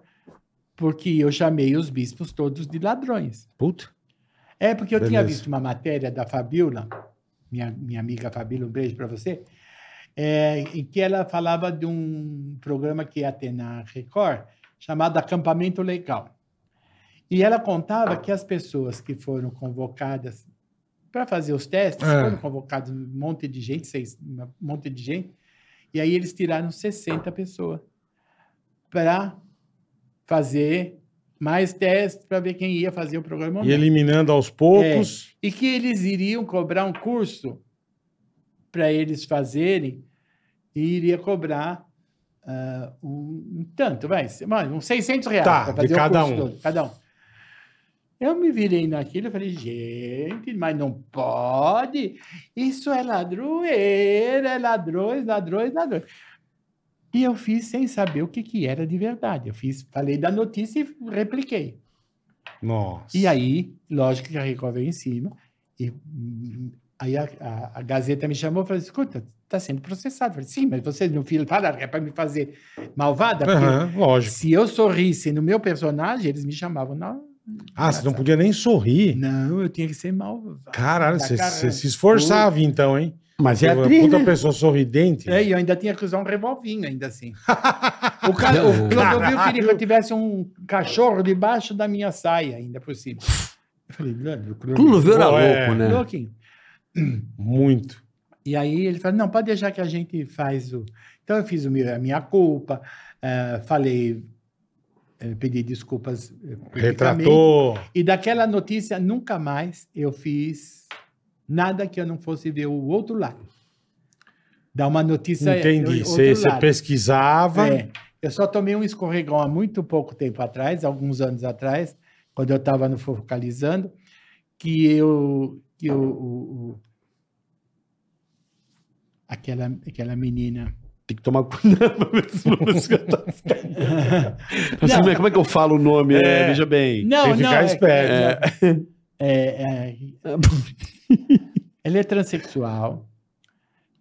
S1: porque eu chamei os bispos todos de ladrões.
S4: Puta.
S1: É porque eu tinha
S3: Beleza.
S1: visto uma matéria da Fabiola, minha, minha amiga Fabiola, um beijo para você, é, em que ela falava de um programa que ia ter na Record chamado Acampamento Legal. E ela contava que as pessoas que foram convocadas para fazer os testes,
S3: Ah.
S1: foram convocados um monte de gente, seis, um monte de gente, e aí eles tiraram 60 pessoas para fazer mais testes para ver quem ia fazer o programa. ou
S3: E
S1: não.
S3: eliminando aos poucos.
S1: e que eles iriam cobrar um curso para eles fazerem e iria cobrar ah, um, um tanto, vai, mas uns 600 reais
S3: Tá,
S1: pra
S3: de cada um.
S1: todo, cada um. Eu me virei naquilo e falei, gente, mas não pode. Isso é ladroeira, é ladrões, ladrões, ladrões. E eu fiz sem saber o que, que era de verdade. Eu fiz, falei da notícia e repliquei.
S3: Nossa.
S1: É. E aí, lógico que a Record veio em cima. E hum, aí a, a- a Gazeta me chamou e falou: escuta, está sendo processado. Eu falei, sim, mas vocês não falaram que é para me fazer malvada? Porque
S3: Aham, lógico.
S1: Se eu sorrisse no meu personagem, eles me chamavam na.
S3: Ah, você não podia nem sorrir.
S1: Não, eu tinha que ser malvado.
S3: Caralho,
S1: Tá
S3: você
S1: caralho.
S3: você se esforçava então, hein?
S4: Mas
S3: Você
S4: é
S3: é uma
S4: atriz,
S3: puta
S4: né?
S3: pessoa sorridente.
S1: É, e eu ainda tinha que usar um revolvinho, ainda assim. O, ca...
S4: Não,
S1: o Clodovil
S3: caralho.
S1: queria que eu tivesse um cachorro debaixo da minha saia, ainda por cima. Eu falei, Leandro, o
S4: Clodovil era
S3: Pô, é.
S4: louco, né?
S1: louquinho.
S3: Muito.
S1: E aí ele falou, não, pode deixar que a gente faz o... Então eu fiz o meu, a minha culpa, eh, falei, eh, pedi desculpas. eh, publicamente.
S3: Retratou.
S1: E daquela notícia, nunca mais eu fiz nada que eu não fosse ver o outro lado. Dá uma notícia.
S3: Entendi.
S1: o-
S3: Você
S1: outro
S3: você
S1: lado.
S3: pesquisava.
S1: É. Eu só tomei um escorregão há muito pouco tempo atrás, alguns anos atrás, quando eu estava no Focalizando, que eu. Que eu o- o- aquela, aquela menina.
S4: Tem que tomar cuidado pra ver se não música tá
S1: Não.
S4: Mas Como é que eu falo o nome? É,
S3: É.
S4: veja bem.
S1: Não,
S3: tem que ficar
S1: é-
S3: esperto.
S1: É, é, ela é transexual.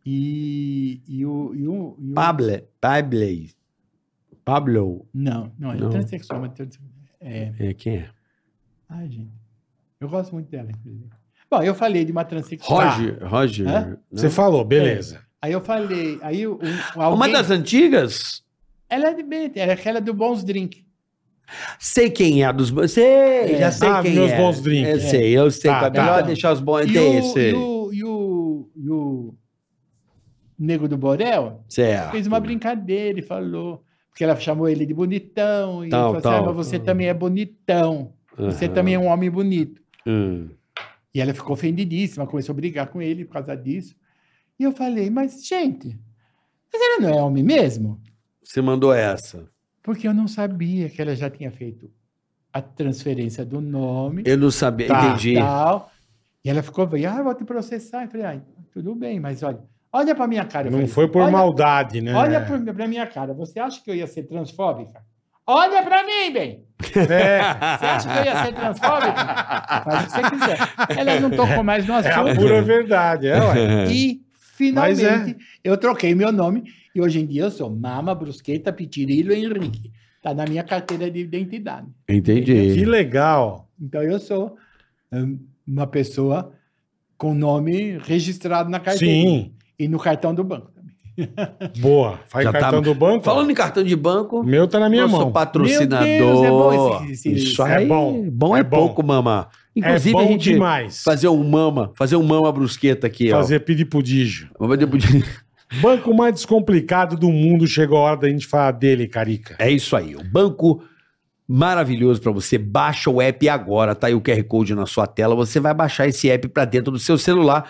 S1: E, e o. E o, e o-
S4: Pablo. Pablo. Pablo.
S1: Não, não, ela
S4: Não.
S1: é transexual, mas trans- é.
S4: É, quem é?
S1: Ai, gente. Eu gosto muito dela, inclusive. Bom, eu falei de uma transexual.
S4: Roger. Roger. né?
S1: Hã?
S4: não?
S3: Você falou, beleza.
S1: Aí eu falei, aí o, o-
S4: Uma
S1: alguém-
S4: das antigas?
S1: Ela é de bem, era aquela do Bons Drink.
S4: Sei quem é a dos bons. Sei,
S1: É.
S4: já sei
S3: Ah,
S4: quem
S3: meus
S4: é.
S3: bons drinks.
S4: Eu sei, eu sei.
S3: Tá,
S4: qual é
S3: tá.
S4: melhor deixar os bons.
S1: E
S4: Tem
S1: o,
S4: esse.
S1: e, o, e, o, e o Nego do Borel
S4: Certo.
S1: fez uma brincadeira e falou. Porque ela chamou ele de bonitão. E
S4: Tal,
S1: falou assim: "Ah,
S4: tal.
S1: mas você também é bonitão. Você
S4: Aham.
S1: também é um homem bonito.
S4: Hum.
S1: E ela ficou ofendidíssima, começou a brigar com ele por causa disso. E eu falei, mas, gente, mas ela não é homem mesmo?
S4: Você mandou essa.
S1: Porque eu não sabia que ela já tinha feito a transferência do nome.
S4: Eu não sabia.
S3: Tá,
S4: Entendi.
S1: tal. E ela ficou, veio, ah, eu vou te processar. Eu falei, ah, tudo bem, mas olha, olha pra minha cara. Eu
S3: Não
S1: falei,
S3: foi por
S1: olha,
S3: maldade, né?
S1: Olha pra, pra minha cara, você acha que eu ia ser transfóbica? Olha pra mim, bem!
S3: É,
S1: Você acha que eu ia ser transfóbica? Faz o que você quiser. Ela não tocou mais no
S3: é a
S1: assunto.
S3: pura verdade. É, ué.
S1: E
S3: Mas é.
S1: finalmente eu troquei meu nome e hoje em dia eu sou Mama Brusqueta Pitirilo Henrique. Tá na minha carteira de identidade.
S3: Que
S4: Entendi.
S3: legal.
S1: Então eu sou hum, uma pessoa com nome registrado na carteira
S3: Sim.
S1: e no cartão do banco também.
S3: Boa. Faz
S4: Já tá-
S3: cartão do banco.
S4: Falando em cartão de banco,
S3: O meu tá na minha
S4: nosso
S3: mão.
S4: patrocinador.
S1: Meu Deus, é bom esse- esse-
S4: Isso
S1: isso
S3: é
S4: aí é bom.
S3: bom.
S4: é,
S3: É bom.
S4: pouco, mama. Inclusive,
S3: é bom
S4: a gente
S3: demais.
S4: fazer um mama, fazer um mama brusqueta aqui, ó.
S3: Fazer pedir pudígio.
S4: Vamos ver depois-
S3: Banco mais descomplicado do mundo. Chegou a hora da gente falar dele, Carica.
S4: É isso aí. O banco maravilhoso pra você. Baixa o app agora, tá aí o QR Code na sua tela. Você vai baixar esse app pra dentro do seu celular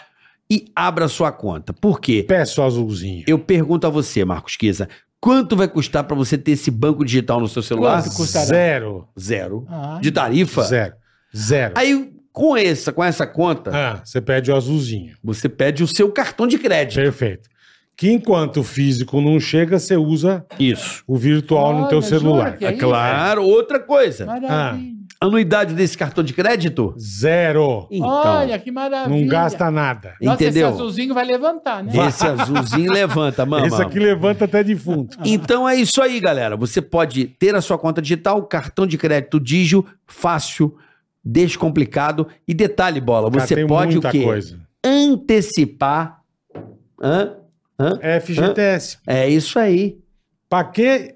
S4: e abra sua conta. Por quê?
S3: Peço azulzinho.
S4: Eu pergunto a você, Marcos Quiza, quanto vai custar pra você ter esse banco digital no seu celular?
S1: Quanto custará?
S3: Zero.
S4: Zero.
S1: Ah,
S4: De tarifa?
S3: Zero. Zero.
S4: Aí, com essa, com essa conta,
S3: Ah, você pede o azulzinho.
S4: você pede o seu cartão de crédito.
S3: Perfeito. Que enquanto o físico não chega, você usa
S4: Isso.
S3: o virtual no
S1: Olha,
S3: teu
S1: jura
S3: celular.
S1: que é
S3: Ah,
S1: isso?
S4: Claro, outra coisa.
S1: maravilha.
S4: Ah, Anuidade desse cartão de crédito?
S3: Zero.
S4: Então,
S1: Olha, que maravilha.
S3: Não gasta nada.
S1: Nossa,
S4: entendeu?
S1: esse azulzinho vai levantar, né?
S4: Esse azulzinho levanta, mama.
S3: Esse aqui levanta até defunto.
S4: Então é isso aí, galera. Você pode ter a sua conta digital, cartão de crédito Digio, fácil, descomplicado. E detalhe, bola,
S3: Cara,
S4: você
S3: tem
S4: pode o quê?
S3: coisa.
S4: Antecipar. Hã?
S3: FGTS.
S4: É isso aí.
S3: Pra que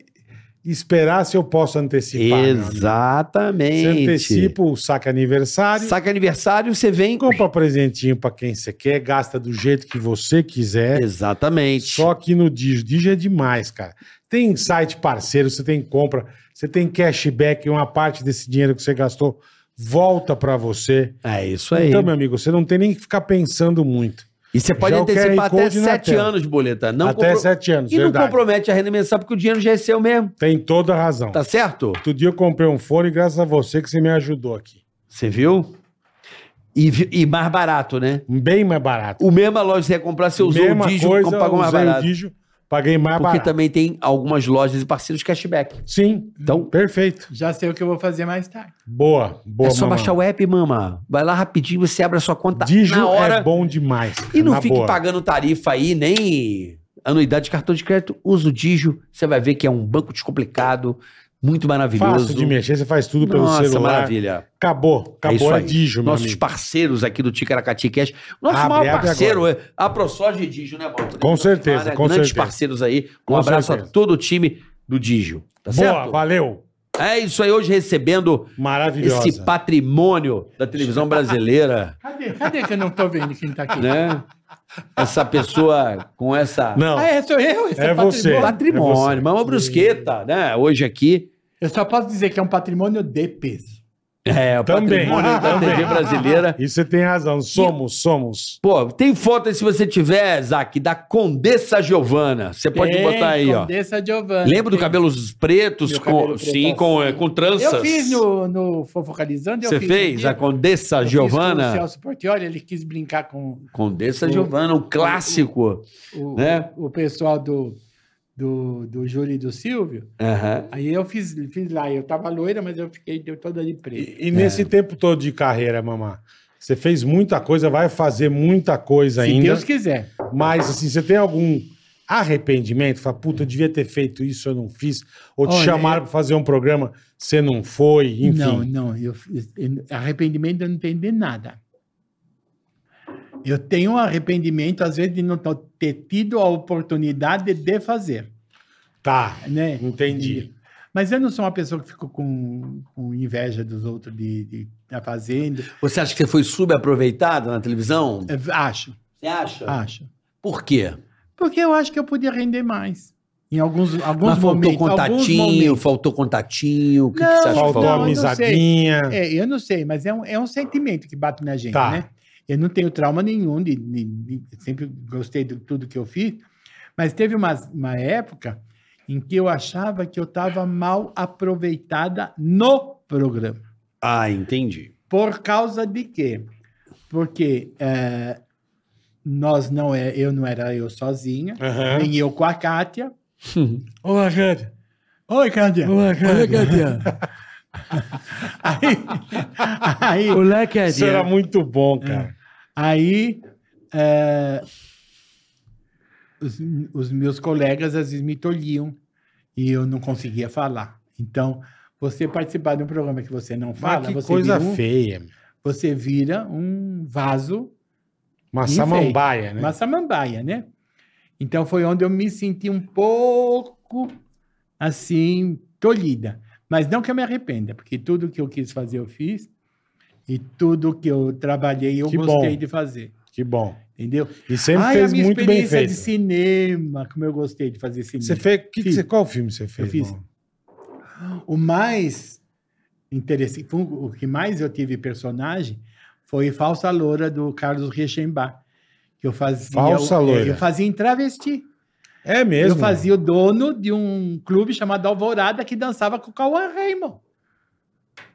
S3: esperar se eu posso antecipar? meu amigo? Você
S4: Exatamente.
S3: antecipa o saque aniversário,
S4: Saca aniversário, você vem.
S3: compra um presentinho pra quem você quer, gasta do jeito que você quiser.
S4: Exatamente.
S3: É. Só que no Digio. Digio é demais, cara. Tem site parceiro, você tem compra, você tem cashback, uma parte desse dinheiro que você gastou volta pra você.
S4: É isso aí.
S3: Então, meu amigo, você não tem nem que ficar pensando muito.
S4: E você pode
S3: Já o QR
S4: antecipar até
S3: Code na
S4: sete
S3: tela.
S4: anos, boleta. Não
S3: Até
S4: compro-
S3: sete anos,
S4: E não
S3: verdade.
S4: compromete a renda mensal, porque o dinheiro já é seu mesmo.
S3: Tem toda a razão.
S4: Tá certo?
S3: Outro dia eu comprei um fone, graças a você que você me ajudou aqui.
S4: Você viu? E, vi- e mais barato, né?
S3: Bem mais barato.
S4: O mesmo a loja você ia comprar, você usou o Digio,
S3: coisa,
S4: pagou mais
S3: usei o
S4: barato.
S3: Digio, paguei mais
S4: Porque
S3: barato.
S4: também tem algumas lojas e parceiros de
S3: Hum.
S4: cashback.
S3: Sim,
S4: Então,
S3: perfeito.
S1: Já sei o que eu vou fazer mais tarde.
S3: Boa, boa,
S4: é só
S3: mamãe.
S4: baixar o app, mama. Vai lá rapidinho, você abre a sua conta
S3: Digio
S4: na hora.
S3: é bom demais.
S4: E não
S3: na
S4: fique
S3: boa.
S4: pagando tarifa aí, nem anuidade de cartão de crédito. Usa o Digio, você vai ver que é um banco descomplicado, muito maravilhoso.
S3: Fácil de mexer, você faz tudo pelo
S4: Nossa,
S3: celular.
S4: maravilha.
S3: Acabou, acabou
S4: isso
S3: é,
S4: aí.
S3: Digio, meu
S4: Nossos
S3: amigo.
S4: parceiros aqui do Ticaracati Cash. Nosso
S3: Abre,
S4: maior
S3: abre
S4: parceiro é a ProSoja e Digio, né, Bob?
S3: Com certeza, com
S4: Grandes
S3: certeza.
S4: parceiros aí. Um
S3: Com
S4: abraço
S3: certeza.
S4: a todo o time do Digio. Tá
S3: Boa,
S4: certo?
S3: valeu.
S4: É isso aí, hoje recebendo
S3: Maravilhosa.
S4: esse patrimônio da televisão brasileira,
S1: Cadê? Cadê que eu não tô vendo quem tá aqui?
S4: né? Essa pessoa com essa.
S3: Não,
S1: Ah, é, sou eu? Esse
S3: É você.
S1: patrimônio?
S4: Patrimônio, Mama Brusqueta, né? Hoje aqui.
S1: Eu só posso dizer que é um patrimônio de peso.
S4: É, o
S3: Também.
S4: patrimônio da TV
S3: Também.
S4: brasileira.
S3: e você tem razão. Somos, somos.
S4: Pô, tem foto aí se você tiver, Zac, da Condessa Giovana. Você pode
S1: Tem,
S4: botar aí, ó.
S1: Condessa Giovanna.
S4: Lembra do
S1: Tem.
S4: cabelos pretos?
S1: Meu
S4: com,
S1: cabelo preto
S4: sim, com,
S1: assim.
S4: é, com tranças.
S1: Eu fiz no, no Fofocalizando. eu
S4: Você
S1: fiz
S4: fez
S1: um dia.
S4: a Condessa
S1: Eu fiz com O
S4: Giovana?
S1: Celso Portioli, ele quis brincar com
S4: Condessa
S1: O-
S4: Giovana, um clássico.
S1: o,
S4: Né?
S1: o pessoal do, do, do Júlio e do Silvio.
S4: Aham.
S1: Aí eu fiz, fiz lá. Eu tava loira, mas eu fiquei deu toda de preto.
S3: E, e
S4: É.
S3: nesse tempo todo de carreira, mamá, você fez muita coisa, vai fazer muita coisa
S1: Se
S3: ainda.
S1: Deus quiser.
S3: Mas, assim, você tem algum arrependimento? Fala, puta, eu devia ter feito isso, eu não fiz. Ou te
S1: Olha,
S3: chamaram pra fazer um programa, você não foi, enfim.
S1: Não, não. Eu, eu- arrependimento eu não tenho de nada. Eu tenho um arrependimento, às vezes, de não ter tido a oportunidade de fazer.
S3: Tá,
S1: Né?
S3: entendi.
S1: Mas eu não sou uma pessoa que ficou com, com inveja dos outros de estar fazendo.
S4: Você acha que você foi subaproveitado na televisão?
S1: É, Acho,
S4: Você acha?
S1: acho.
S4: Por quê?
S1: Porque eu acho que eu podia render mais. Em alguns, alguns
S4: Mas faltou
S1: momentos. alguns
S4: contatinho,
S1: momentos.
S4: faltou contatinho. O que, que você acha que
S3: Faltou
S1: não, eu
S3: a
S1: não
S3: amizadinha.
S1: É, eu não sei, mas é um, é um sentimento que bate na gente,
S3: Tá.
S1: né? Eu não tenho trauma nenhum, de, de- de- sempre gostei de tudo que eu fiz, mas teve uma, uma época em que eu achava que eu estava mal aproveitada no programa.
S4: Ah, entendi.
S1: Por causa de quê? Porque eh, nós não é, eu não era eu sozinha,
S3: Aham.
S1: nem eu com a Kátia.
S3: Olá, Jade.
S1: Oi, Kátia.
S3: Olá,
S1: Aí, aí,
S4: Olá,
S3: Isso era muito bom, cara.
S1: aí eh, os, os meus colegas às vezes me tolhiam e eu não conseguia falar. Então, você participar de um programa que você não
S3: Mas
S1: fala,
S3: que
S1: você,
S3: coisa
S1: vira um,
S3: feia. meu.
S1: você vira um vaso
S3: Uma
S1: Enfeite.
S3: samambaia, né?
S1: Uma samambaia, né? Então foi onde eu me senti um pouco assim, tolhida. Mas não que eu me arrependa, porque tudo que eu quis fazer eu fiz e tudo que eu trabalhei eu
S3: Que
S1: gostei
S3: bom.
S1: de fazer,
S3: Que bom.
S1: entendeu?
S3: E sempre
S1: Ai,
S3: fez muito bem feito.
S1: de cinema, como eu gostei de fazer cinema.
S3: Você fez... que que
S1: Fiz.
S3: você- Qual filme você fez?
S1: fiz.
S3: mano?
S1: O mais interessante, foi o o que mais eu tive personagem foi Falsa Loura do Carlos Reichenbach, que eu fazia
S3: Falsa
S1: é,
S3: Loura.
S1: eu fazia em travesti.
S3: É mesmo?
S1: Eu fazia o dono de um clube chamado Alvorada que dançava com o Cauã Raymond.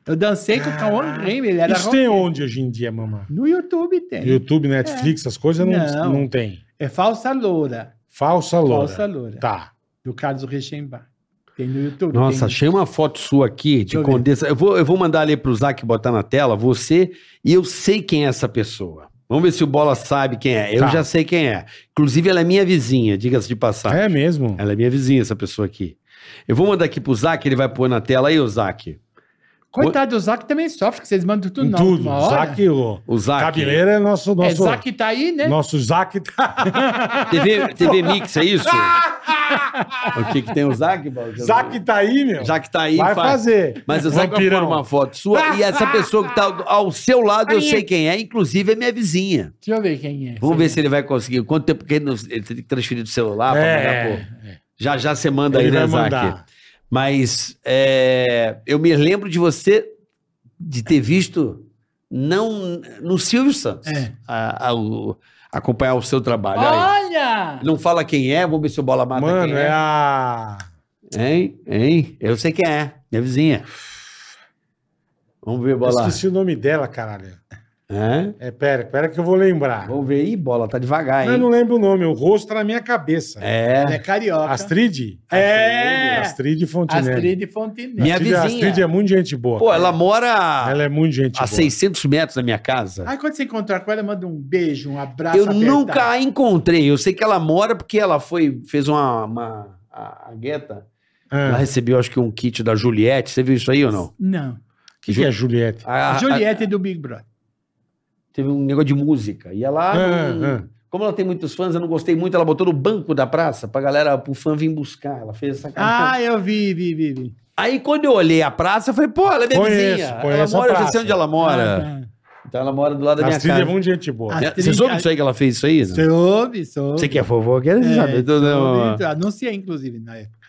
S1: Eu dancei com o Cauã
S3: Caraca.
S1: Raymond, ele era
S3: Isso tem
S1: roqueiro.
S3: onde hoje em dia, mamá?
S1: No YouTube tem.
S3: YouTube, Netflix, essas coisas não, É. não.
S1: Não.
S3: tem.
S1: É Falsa Loura.
S3: Falsa loura.
S1: Falsa Loura.
S3: Tá.
S1: Do Carlos Reichenbach. Tem no YouTube.
S4: Nossa,
S1: tem...
S4: achei uma foto sua aqui de
S1: eu ver.
S4: Condessa. Eu vou, eu vou mandar ali pro Zac botar na tela, você, e eu sei quem é essa pessoa. Vamos ver se o Bola sabe quem é. Eu
S3: Tá.
S4: já sei quem é. Inclusive, ela é minha vizinha, diga-se de passagem.
S3: É mesmo?
S4: Ela é minha vizinha, essa pessoa aqui. Eu vou mandar aqui pro Zac, ele vai pôr na tela aí, o Zac.
S1: Coitado do Zac também sofre, que vocês mandam tudo
S3: Em
S1: na
S3: tudo.
S1: última hora.
S3: Zaque, o...
S4: O Zac.
S3: Cabeleira é nosso...
S1: É,
S3: nosso...
S1: Zac tá aí, né?
S3: Nosso Zaque tá...
S4: TV, TV Mix, é isso? o que, que tem o Zac, Bola?
S3: Zaque tá aí, meu.
S4: Já que tá aí,
S3: Vai
S4: faz.
S3: fazer.
S4: Mas eu só que
S3: Vampirão.
S4: uma foto sua e essa pessoa que tá ao- ao seu lado, eu sei quem é, inclusive é minha vizinha.
S1: Deixa eu ver quem é.
S4: Vamos ver se ele vai conseguir. Quanto tempo que ele, não- ele tem que transferir do celular pra
S3: É,
S4: mandar, pô. Já já você manda
S3: ele
S4: aí, né,
S3: vai
S4: Zac?
S3: mandar.
S4: Mas é, eu me lembro de você de ter visto não no Silvio Santos
S1: É.
S4: a- a- o- acompanhar o seu trabalho.
S1: Oh!
S4: Aí.
S1: Olha!
S4: Não fala quem é, vamos ver se o Bola mata
S3: Mano,
S4: quem
S3: é
S4: é.
S3: a...
S4: Hein? Hein? Eu sei quem é, minha vizinha. é, Vamos ver,
S3: Eu
S4: bola.
S3: esqueci o nome dela, caralho.
S4: Hã?
S3: É, pera, pera que eu vou lembrar.
S4: Vamos ver. Ih, bola, tá devagar,
S3: Mas eu
S4: hein?
S3: não lembro o nome, o rosto tá na minha cabeça.
S4: É.
S1: Ela é carioca.
S3: Astrid?
S1: É.
S3: Astrid Fontenelle. Astrid,
S1: Astrid Fontenelle.
S4: Minha
S3: Astrid,
S4: vizinha.
S3: é muito gente boa.
S4: Pô,
S3: cara.
S4: ela mora
S3: Ela é muito gente
S4: a
S3: boa. Ah,
S4: 600 metros da minha casa.
S1: Aí quando você encontrar com ela, manda um beijo, um abraço.
S4: Eu
S1: apertado.
S4: nunca a encontrei. Eu sei que ela mora porque ela foi, fez uma, uma a, a gueta. Ela
S3: Ah,
S4: recebeu, acho que um kit da Juliette. Você viu isso aí ou não?
S1: Não.
S3: o que, que é Juliette?
S4: Ah, A, a-
S1: Juliette do Big Brother.
S4: teve um negócio de música. E ela.
S3: Ah,
S4: não-
S3: ah.
S4: Como ela tem muitos fãs, eu não gostei muito. Ela botou no banco da praça pra galera, pro fã vir buscar. Ela fez essa
S1: Ah, eu vi, vi, vi. vi.
S4: Aí quando eu olhei a praça, eu falei, pô, ela é minha
S3: Conheço,
S4: vizinha. Ela
S3: conheço a
S4: mora, eu já
S3: praça.
S4: sei onde ela mora.
S1: Ah,
S4: Então ela mora do lado da minha Tá
S3: Astrid é
S4: casa.
S3: muito gente boa.
S1: Ah,
S4: Você
S1: Astrid-
S4: soube disso aí que ela fez isso
S1: tá.
S4: aí? não?
S1: Você ouve, você ouve.
S4: Você quer fofoca? Você
S1: É,
S4: sabe. Então,
S1: soube,
S4: não-
S1: Anunciei, inclusive, na época.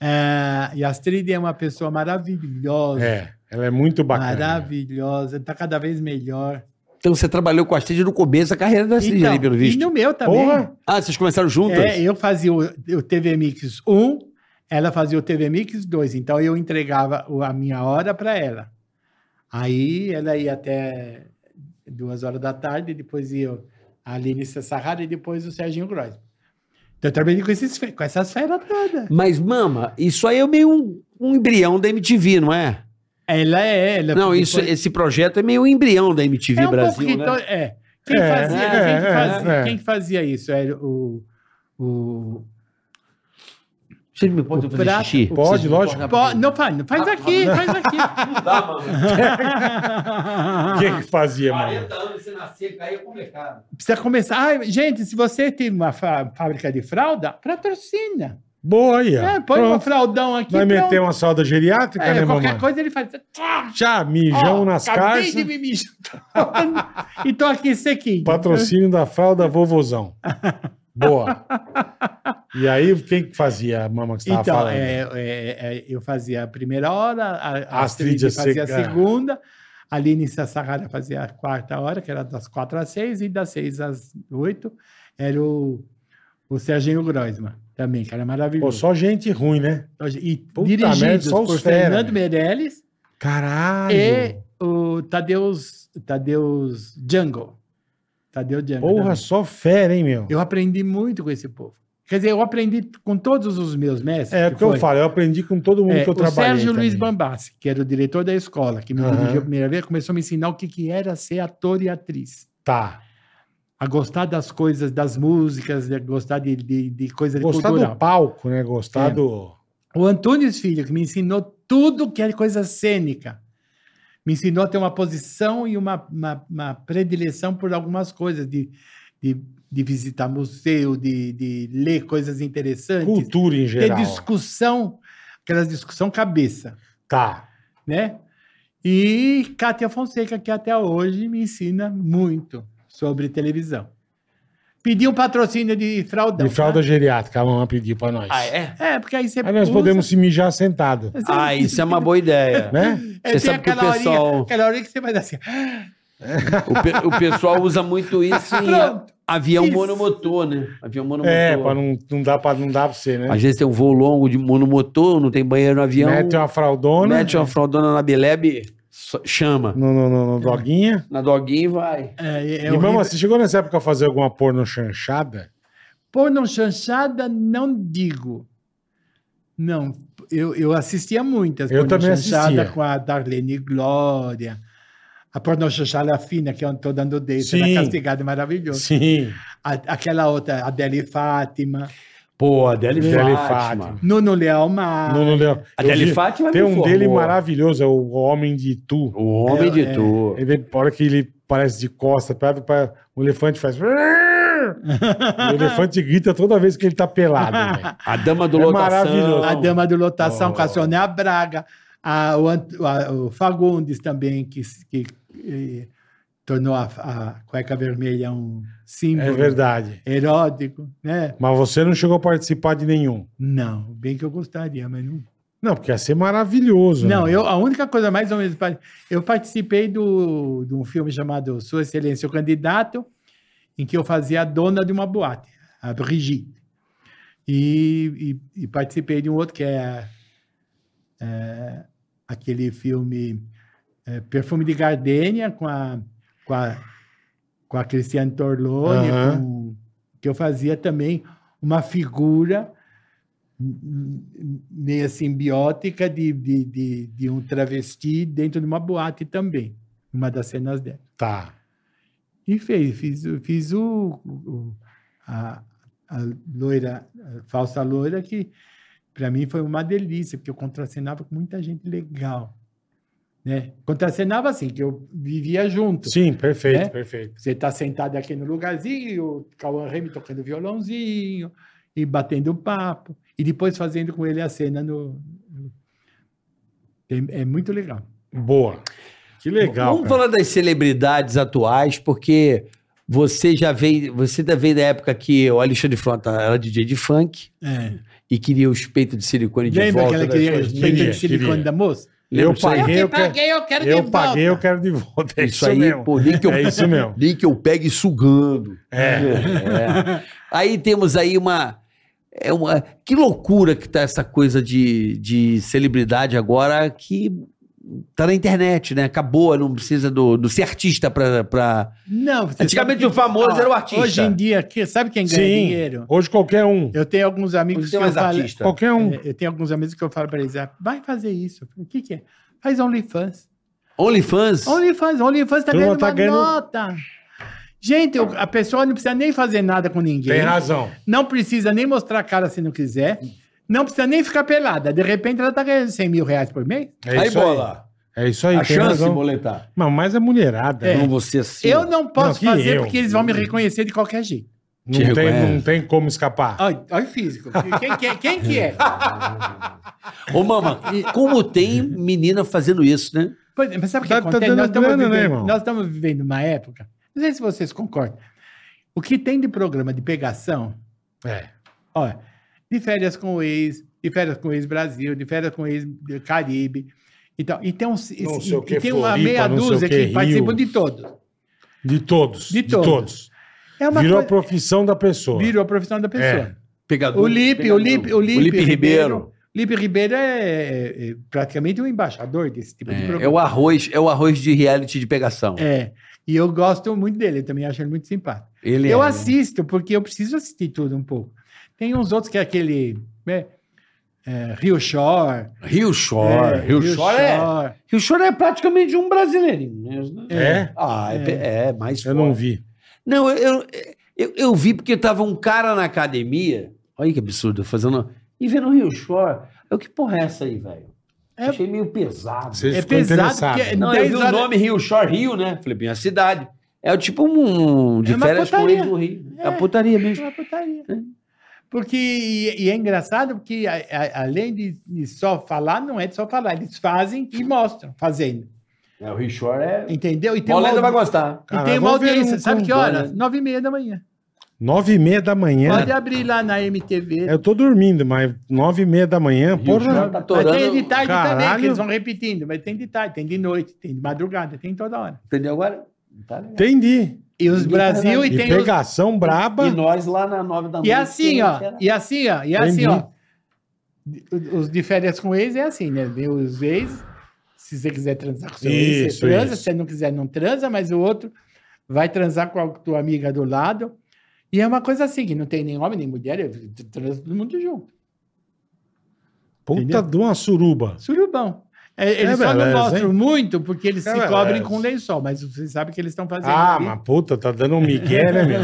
S1: É, e a Astrid é uma pessoa maravilhosa.
S3: É, ela é muito bacana.
S1: maravilhosa. Tá cada vez melhor.
S4: Então você trabalhou com a Astrid no começo da carreira da Astrid,
S1: Então,
S4: ali, pelo
S1: e
S4: visto.
S1: no meu também.
S3: Porra!
S4: Ah, vocês começaram juntas?
S1: É, eu fazia o, o TV Mix 1, ela fazia o TV Mix 2, então eu entregava o- a minha hora para ela. Aí ela ia até duas horas da tarde, depois ia a Aline Sarrada e depois o Serginho Gross. Então eu trabalhei com, esses, fe- com essas feras todas.
S4: Mas, mama, isso aí é meio um, um embrião da MTV, não é?
S1: Ela é, ela
S4: não,
S1: depois-
S4: isso, esse projeto é meio um embrião da MTV
S1: é um
S4: Brasil,
S1: pouquinho,
S4: né?
S1: então, é. Quem,
S3: É,
S1: fazia, quem,
S4: é,
S1: que
S3: é,
S1: fazia,
S3: é.
S1: quem que fazia isso? Era o, o,
S4: Vocês me podem
S1: O
S4: fazer
S1: prato-
S4: xixi?
S1: o-
S3: Pode,
S4: Vocês me
S3: lógico.
S4: podem-
S1: Pô, não faz, faz
S4: Ah,
S1: aqui, faz
S4: Não dá, mano.
S1: aqui.
S3: Quem que fazia, mano?
S4: anos você nascer, cair é complicado.
S1: Precisa começar. Ai, gente, se você tem uma fá- fábrica de fralda, patrocina.
S3: Boa aí, ó.
S1: É, põe um
S3: Pronto.
S1: fraldão aqui.
S3: Vai
S1: pronto.
S3: meter uma salda geriátrica,
S1: É,
S3: né,
S1: qualquer
S3: mamãe?
S1: coisa ele faz. Tchá,
S3: Já, mijão
S1: ó,
S3: nas
S1: acabei
S3: carças,
S1: de me mijar. e tô aqui sequinho.
S3: patrocínio da fralda vovozão. Boa. E aí, quem que fazia a mama que você estava
S1: Então,
S3: falando?
S1: é, é, é, eu fazia a primeira hora, a, a
S3: Astrid
S1: Astrid fazia
S3: Seca.
S1: a segunda, a Aline Sassarada fazia a quarta hora, que era das quatro às seis, e das seis às oito era o, o Serginho Groisman também, que era
S3: Pô,
S1: maravilhoso. Então,
S3: só gente ruim, né?
S1: E
S3: Puta
S1: dirigidos
S3: merda, só os
S1: por
S3: fera,
S1: Fernando
S3: velho.
S1: Meirelles
S3: Caralho.
S1: e o Tadeus, Tadeus Jungle. Tadeu Jungle.
S3: Porra,
S1: também.
S3: só fera, hein, meu?
S1: Eu aprendi muito com esse povo. Quer dizer, eu aprendi com todos os meus mestres.
S3: É, o
S1: que
S3: que eu
S1: foi-
S3: falo, eu aprendi com todo mundo
S1: É,
S3: que eu
S1: o
S3: trabalhei.
S1: Sérgio Luiz
S3: também.
S1: Bambassi, que era o diretor da escola, que me
S3: Aham.
S1: dirigiu a primeira vez, começou a me ensinar o que, que era ser ator e atriz.
S3: Tá.
S1: A gostar das coisas, das músicas, de- gostar de, de, de coisa
S3: Gostar
S1: cultural.
S3: do palco, né?
S1: É.
S3: Gostar do.
S1: O Antônio Filho, que me ensinou tudo que é coisa cênica. Me ensinou a ter uma posição e uma, uma, uma predileção por algumas coisas, de, de, de visitar museu, de, de ler coisas interessantes,
S3: Cultura em
S1: ter
S3: geral.
S1: discussão, aquelas discussão cabeça,
S3: Tá.
S1: né? E Cátia Fonseca, que até hoje me ensina muito sobre televisão. Pedi um patrocínio de fraldão.
S3: De fralda
S1: tá?
S3: geriátrica, a mamãe pediu pra nós.
S4: Ah, é?
S1: É, porque aí você
S3: Aí nós
S1: usa-
S3: podemos se mijar sentado,
S1: Você-
S4: Ah, isso é uma boa ideia.
S3: né?
S1: É,
S4: Você
S1: tem
S4: sabe que o
S1: aquela horinha-
S4: pessoal-
S1: aquela hora que você vai dar assim.
S4: O, pe- o pessoal usa muito isso em a-
S1: Pronto.
S4: avião
S1: Isso.
S4: monomotor, né? Avião monomotor.
S3: É, pra não, não dá pra, não dá pra ser, né?
S4: Às vezes tem um voo longo de monomotor, não tem banheiro no
S1: é um
S4: avião.
S3: Mete uma fraldona
S4: Mete uma fraldona na Beleb, so- chama.
S3: no, no, no, no doguinha.
S4: Na doguinha e vai.
S1: É, é
S3: e assim-
S1: horrível.
S3: mamãe, você chegou nessa época a fazer alguma porno chanchada?
S1: Porno chanchada, não digo. Não, eu, eu assistia muitas.
S3: Eu
S1: porno
S3: também
S1: chanchada
S3: assistia.
S1: com a Darlene Glória. A porno chanchada fina, que eu estou dando desse,
S3: Sim.
S1: era castigada e maravilhosa.
S3: Sim.
S1: A- aquela outra, Adele Fátima.
S4: Pô, a Deli
S3: Adele Fátima.
S4: Fátima.
S1: Nuno Leal Mar.
S3: Não, não deu.
S4: A
S3: Eu
S4: Deli
S3: vi-
S4: Fátima
S3: Tem
S4: me
S3: um dele
S4: formou.
S3: maravilhoso, é o Homem de Tu.
S4: O homem
S1: É,
S4: de
S1: é.
S4: tu.
S3: Ele, a hora que ele parece de costa, perto pra, o elefante faz. o elefante grita toda vez que ele tá pelado. velho.
S4: A dama do
S3: É maravilhoso.
S4: lotação.
S1: A Dama do Lotação,
S4: Oh.
S1: com a Sônia Braga. A, o, Ant- a- o Fagundes também, que, se- que eh, tornou a, a cueca vermelha um símbolo
S4: né?
S3: É verdade.
S1: erótico, né?
S3: Mas você não chegou a participar de nenhum.
S1: Não, bem que eu gostaria, mas não.
S3: Não, porque ia ser maravilhoso.
S1: Não,
S3: né?
S1: eu, a única coisa mais ou menos. pa- Eu participei do, de um filme chamado Sua Excelência, o Candidato, em que eu fazia a dona de uma boate, a Brigitte. E, e- e participei de um outro que é, é, aquele filme é, perfume de gardênia com a, com a, com a Cristiane Torloni,
S3: Aham.
S1: com- que eu fazia também uma figura hum, hum, meio simbiótica de, de, de, de um travesti dentro de uma boate também, uma das cenas dela.
S3: Tá.
S1: E fez, fiz, o- fiz o, o- a, a loira, a falsa loira, que para mim foi uma delícia, porque eu contracenava com muita gente legal. Né? Contracenava assim, que eu vivia junto.
S3: Sim, perfeito,
S1: É?
S3: perfeito.
S1: Você está sentado aqui no lugarzinho, o Cauã Remy tocando violãozinho e batendo papo, e depois fazendo com ele a cena no. no- Tem- É muito legal.
S3: Boa. Que é legal.
S4: Vamos
S3: cara.
S4: falar das celebridades atuais, porque você já veio, você ainda veio da época que o Alexandre Frota era DJ de funk
S3: É.
S4: e queria os peitos de silicone de
S1: Lembra que
S4: volta.
S1: ela
S4: das
S1: queria
S4: coisas.
S1: os peitos
S3: Queria,
S1: de silicone
S3: queria.
S1: da moça?
S4: Lembra
S3: Eu
S4: disso aí?
S3: paguei, eu quero.
S1: eu quero
S3: Eu paguei, eu quero de volta. É
S4: é Isso aí, pô, nem que eu,
S3: É isso mesmo.
S4: nem que eu pegue sugando.
S3: É.
S4: É. Aí temos aí uma, é uma. Que loucura que tá essa coisa de, de celebridade agora que tá na internet, né? Acabou, não precisa do, do ser artista pra. pra...
S1: Não, você
S4: Antigamente
S1: sabe
S4: o famoso
S1: Ó,
S4: era o artista.
S1: Hoje em dia, que- sabe quem ganha
S3: Sim.
S1: dinheiro?
S3: Hoje qualquer um.
S1: Eu tenho alguns amigos que
S4: Hoje tem
S1: eu
S4: mais
S1: falo,
S4: artista.
S3: Qualquer um.
S1: É, eu tenho alguns amigos que eu falo para eles, ah, vai fazer isso. Eu falo, O que que é? Faz OnlyFans.
S4: OnlyFans?
S1: OnlyFans, OnlyFans tá
S3: Turma,
S1: ganhando
S3: tá
S1: uma
S3: ganhando-
S1: nota. Gente, o- a pessoa não precisa nem fazer nada com ninguém.
S3: Tem razão.
S1: Não precisa nem mostrar a cara se não quiser. Não precisa nem ficar pelada. De repente ela tá ganhando 100 mil reais por mês.
S3: É
S4: aí,
S3: isso aí.
S4: bola.
S3: É isso aí,
S4: a
S3: tem
S4: chance de
S3: razão.
S4: boletar.
S3: Mas mais é mulherada.
S1: É.
S3: Não,
S4: Não você assim.
S1: Eu não posso
S3: que
S1: fazer
S3: eu.
S1: porque eles vão me reconhecer de qualquer jeito.
S3: não
S4: Diego,
S3: tem,
S4: é.
S3: não tem como escapar.
S1: Olha, olha o físico. Quem, que é? quem que é?
S4: Ô, mama, como tem menina fazendo isso, né?
S1: Pois é, Mas sabe o que
S3: Tá- tá
S1: acontece?
S3: dando
S1: nós, estamos
S3: grana, né,
S1: vivendo,
S3: irmão?
S1: nós estamos vivendo uma época. Não sei se vocês concordam. O que tem de programa de pegação,
S3: É.
S1: olha, de férias com o ex, de férias com o ex-Brasil, de férias com o ex-Caribe. Então, e tem, um, e,
S3: Não sei o
S1: e
S3: que,
S1: tem uma
S3: Floripa,
S1: meia
S3: não sei o
S1: dúzia
S3: que,
S1: que,
S3: Rio.
S1: participam de todos.
S3: De todos.
S1: De
S3: De
S1: todos.
S3: todos.
S1: É uma
S3: Virou
S1: coisa-
S3: a profissão da pessoa.
S1: virou a profissão da pessoa.
S3: É.
S4: Pegador.
S1: O Lipe,
S4: pegador.
S1: o Lipe, o Lipe,
S4: Lipe Ribeiro.
S1: Lipe Ribeiro é, é praticamente um embaixador desse tipo de
S4: É,
S1: programa.
S4: é o arroz, é o arroz de reality de pegação.
S1: É, e eu gosto muito dele, eu também acho ele muito simpático.
S4: Ele
S1: eu
S4: é, né?
S1: assisto, porque eu preciso assistir tudo um pouco. Tem uns outros que é aquele. né, é, Rio Shore.
S4: Rio
S1: é,
S4: Shore. Rio, Shore, é. Rio Shore é praticamente um brasileirinho. né?
S3: É?
S4: Ah, é,
S1: É.
S4: pe- é mais
S3: Eu
S4: forte.
S3: não vi.
S4: Não, eu, eu, eu vi porque tava um cara na academia. Olha que absurdo, fazendo. E vendo o Rio Shore. Eu, que porra é essa aí, velho?
S1: É-
S4: Achei meio pesado.
S3: Você
S1: É
S3: ficou
S1: pesado
S3: interessado.
S1: porque é
S4: Não, eu vi
S1: 10
S4: o
S1: horas-
S4: nome Rio Shore Rio, né? Falei, bem, a cidade. É tipo um. De
S1: É uma
S4: férias com
S1: putaria.
S4: eles no Rio. É,
S1: É.
S4: a putaria
S1: É
S4: mesmo.
S1: uma putaria. Porque, e, e é engraçado porque, a- a- além de, de só falar, não é de só falar, eles fazem e mostram, fazendo.
S4: É, o Rio Shore é.
S1: Entendeu? E tem, uma,
S4: Molenda vai
S1: audi-
S4: gostar.
S1: e
S3: Cara,
S1: tem uma
S3: vamos ver
S1: audiência,
S3: um
S1: sabe que
S3: com-
S1: horas? Nove e meia da manhã.
S3: Nove e meia da manhã.
S1: Pode abrir lá na MTV.
S3: É. Eu tô dormindo, mas nove e meia da manhã,
S4: Rio Shore
S3: porra.
S4: tá
S1: Mas tem de
S4: torando.
S1: tarde também,
S3: Caralho.
S1: que eles vão repetindo. Mas tem de tarde, tem de noite, tem de madrugada, tem toda hora.
S4: Entendeu agora? Tá legal.
S3: Entendi.
S1: E os
S4: E
S1: Brasil e um-
S3: E
S1: tem os...
S3: pegação braba.
S4: E nós lá na nove da manhã.
S1: E assim, ó.
S4: será?
S1: E assim, ó. E assim, ó. Os de férias com ex é assim, né? Vem os ex, se você quiser transar com seu ex,
S3: Isso,
S1: você transa.
S3: isso.
S1: Se você não quiser, não transa, mas o outro vai transar com a tua amiga do lado. E é uma coisa assim, que não tem nem homem, nem mulher, eu transo todo mundo junto.
S3: Puta
S1: Entendeu?
S3: de uma suruba.
S1: Surubão. É, eles
S3: É
S1: só
S3: beleza,
S1: não mostram muito porque eles
S3: É
S1: se
S3: beleza.
S1: cobrem com lençol, mas você sabe que eles estão fazendo.
S3: Ah,
S1: ali.
S3: mas puta, tá dando um migué, né, meu?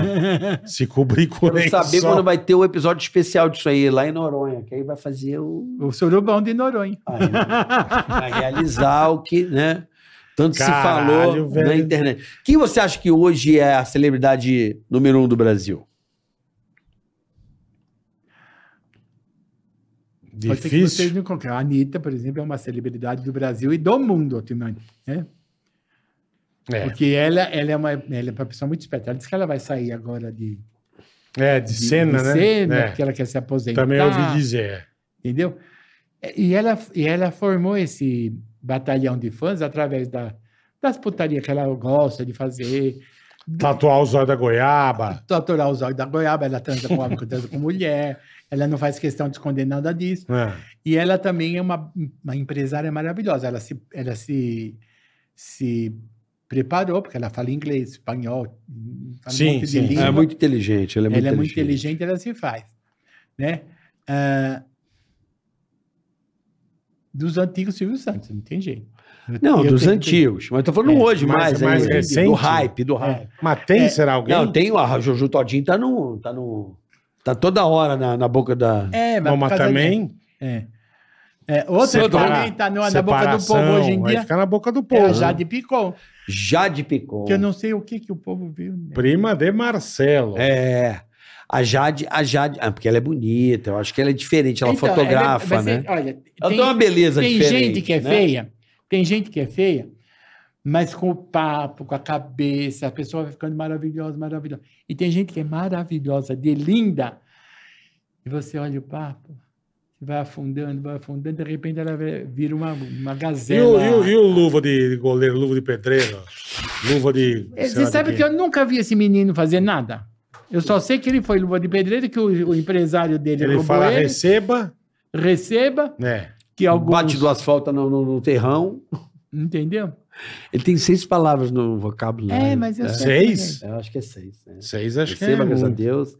S3: Se cobrir com
S4: Quero saber
S3: lençol.
S4: quando vai ter o episódio especial disso aí, lá em Noronha, que aí vai fazer o.
S1: O surubão de Noronha.
S4: Aí, vai realizar o que, né? Tanto
S3: Caralho,
S4: se falou na
S3: velho.
S4: internet. Quem você acha que hoje é a celebridade número um do Brasil?
S1: Pode ser que vocês
S3: Difícil.
S1: não encontrem. A Anitta, por exemplo, é uma celebridade do Brasil e do mundo, ultimamente. Né?
S3: É.
S1: Porque ela, ela, é uma, ela é uma pessoa muito esperta. Ela disse que ela vai sair agora de,
S3: É, de
S1: de-
S3: cena,
S1: de
S3: né?
S1: cena,
S3: É.
S1: porque ela quer se aposentar.
S3: Também ouvi dizer.
S1: Entendeu? É, E ela, e ela formou esse batalhão de fãs através da, das putarias que ela gosta de fazer,
S3: Tatuar os olhos da goiaba.
S1: torturar os olhos da goiaba, ela transa com homem, transa com mulher, ela não faz questão de esconder nada disso.
S3: né?
S1: E ela também é uma, uma empresária maravilhosa, ela se, ela se se preparou, porque ela fala inglês, espanhol, fala um
S3: Sim, sim.
S4: Ela
S1: língua.
S4: é muito inteligente. Ela é
S1: ela
S4: muito,
S1: é muito inteligente, ela se faz. Né? Ah, dos antigos Silvio Santos, não tem jeito. Eu-
S4: Não,
S1: eu
S4: dos
S1: tenho-
S4: antigos. Mas tô falando
S1: É,
S4: hoje
S3: mais-
S4: mais.
S3: mais
S4: ainda.
S3: recente?
S4: Do hype, do hype.
S1: É,
S3: Mas tem,
S1: É,
S3: será alguém?
S4: Não, tem a Jojo Todinho tá no. Tá, no, tá toda hora na, na boca da.
S1: é, mas por
S3: Não, mas
S1: causa
S3: também.
S1: de- É. É, outra que
S4: Separar-
S1: também está na boca do povo
S3: Separação,
S1: hoje em
S3: vai
S1: dia
S3: ficar na boca do
S1: é
S3: povo.
S1: a Jade Picon,
S4: Jade Picon.
S1: que eu não sei o que, que o povo viu. né?
S3: Prima de Marcelo.
S4: É. A Jade, a Jade. Ah, porque ela é bonita, eu acho que ela é diferente, ela
S1: Então,
S4: fotografa,
S1: mas,
S4: né?
S1: é, Olha,
S4: ela
S1: tem-
S4: tem uma beleza
S1: tem
S4: diferente.
S1: gente que é
S4: né?
S1: feia, tem gente que é feia, mas com o papo, com a cabeça, a pessoa vai ficando maravilhosa, maravilhosa. E tem gente que é maravilhosa, de linda, e você olha o papo, vai afundando, vai afundando, de repente ela vê- vira uma, uma
S3: E o,
S1: gazela.
S3: e, o, e o luva de goleiro, luva de pedreiro? Luva de.
S1: É,
S3: sei lá
S1: Você
S3: de
S1: sabe
S3: quê.
S1: que eu nunca vi esse menino fazer nada. Eu só sei que ele foi luva de pedreiro, que o, o empresário dele
S3: Ele
S1: roubou
S3: fala,
S1: ele,
S3: receba,
S1: receba,
S3: né?
S1: que alguns...
S4: Bate do asfalto no, no- no terrão.
S1: Entendeu?
S4: Ele tem seis palavras no vocabulário.
S1: É, mas eu sei.
S3: Seis?
S4: Eu acho que é seis. Né?
S3: Seis, acho que é.
S1: um.
S4: Receba, graças a
S3: muito.
S4: Deus.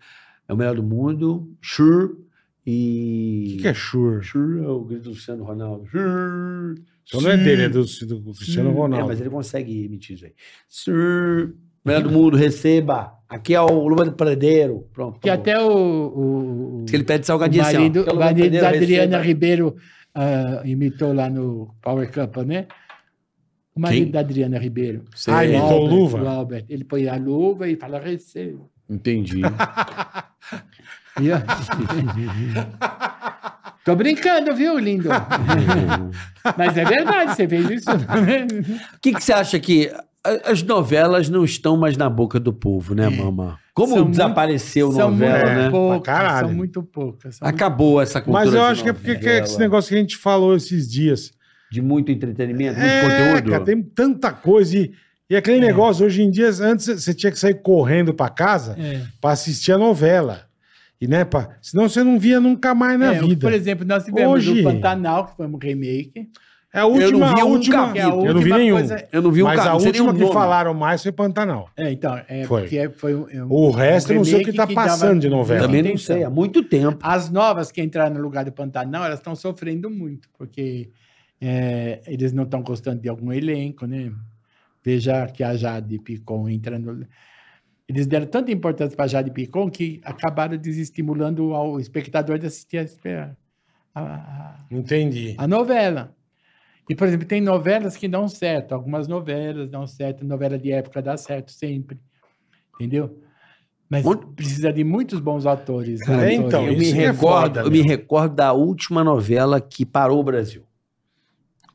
S4: É o melhor do mundo. Sure.
S3: O
S4: E.
S3: que, que é sure?
S4: Sure é o grito do Luciano Ronaldo. Sure.
S3: Então não é dele, é do, do Cristiano
S4: É,
S3: Ronaldo.
S4: mas ele consegue emitir isso aí. Sure. Melhor do mundo, receba. Aqui é o Luba do Predeiro. Pronto.
S1: Que
S4: tá bom.
S1: até o, o, o-
S4: Porque ele pede
S1: o
S4: salgadinho assim, ó.
S1: marido,
S4: Aqui é
S1: o
S4: o Luba do
S1: marido
S4: Predeiro,
S1: da Adriana
S4: receba.
S1: Ribeiro ah, imitou lá no Power Camp, né? O marido
S4: Quem?
S1: da Adriana Ribeiro.
S4: Ah,
S1: O
S3: imitou
S1: Albert,
S3: luva?
S1: o Albert. Ele põe a luva e fala receba.
S4: Entendi.
S1: E eu- Tô brincando, viu, lindo? Mas é verdade, você fez isso. né?
S4: O que, que você acha que a- as novelas não estão mais na boca do povo, né, mama? Como
S1: São muito-
S4: desapareceu novela,
S1: muito
S4: né?
S3: Pra
S1: poucas,
S3: caralho.
S1: são muito poucas. são muito-
S4: Acabou essa
S3: É.
S4: cultura.
S3: Mas eu
S4: de né?
S3: acho que é porque que é
S4: novela,
S3: esse negócio que a gente falou esses dias.
S4: De muito entretenimento, muito
S3: É,
S4: conteúdo. É.
S3: cara, tem tanta coisa. E, e aquele negócio, hoje em dia, antes você tinha que sair correndo pra casa
S1: É.
S3: pra assistir a novela. E, né, pra, senão você não via nunca mais na
S1: É,
S3: vida.
S1: Por exemplo, nós tivemos
S3: Hoje-
S1: o Pantanal, que foi um remake.
S3: É a última,
S4: Eu não vi
S3: a
S4: um
S3: última,
S1: Que é a
S4: capítulo.
S3: eu não vi
S1: última
S3: nenhum.
S1: coisa-
S4: Eu não vi um
S3: mas a
S4: não sei nem o
S3: última que
S4: nome.
S3: falaram mais foi Pantanal.
S1: É, então, é
S3: Foi.
S1: porque foi um- um-
S3: O resto eu não sei o que
S1: remake
S3: tá passando de novela.
S4: Também não
S1: atenção.
S4: sei, há muito tempo.
S1: As novas que entraram no lugar do Pantanal, elas estão sofrendo muito, porque é, eles não estão gostando de algum elenco, né? Veja que a Jade Picon entra no... Eles deram tanta importância para a Jade Picon que acabaram desestimulando ao espectador de assistir a- a- a,
S3: Entendi.
S1: a novela. E, por exemplo, tem novelas que dão certo, algumas novelas dão certo, novela de época dá certo sempre, entendeu? Mas
S4: Muito-
S1: precisa de muitos bons atores. né,
S3: Cara, então,
S1: atores.
S4: eu me
S3: isso que é
S4: recordo,
S3: foda,
S4: eu me
S3: meu.
S4: recordo da última novela que parou o Brasil.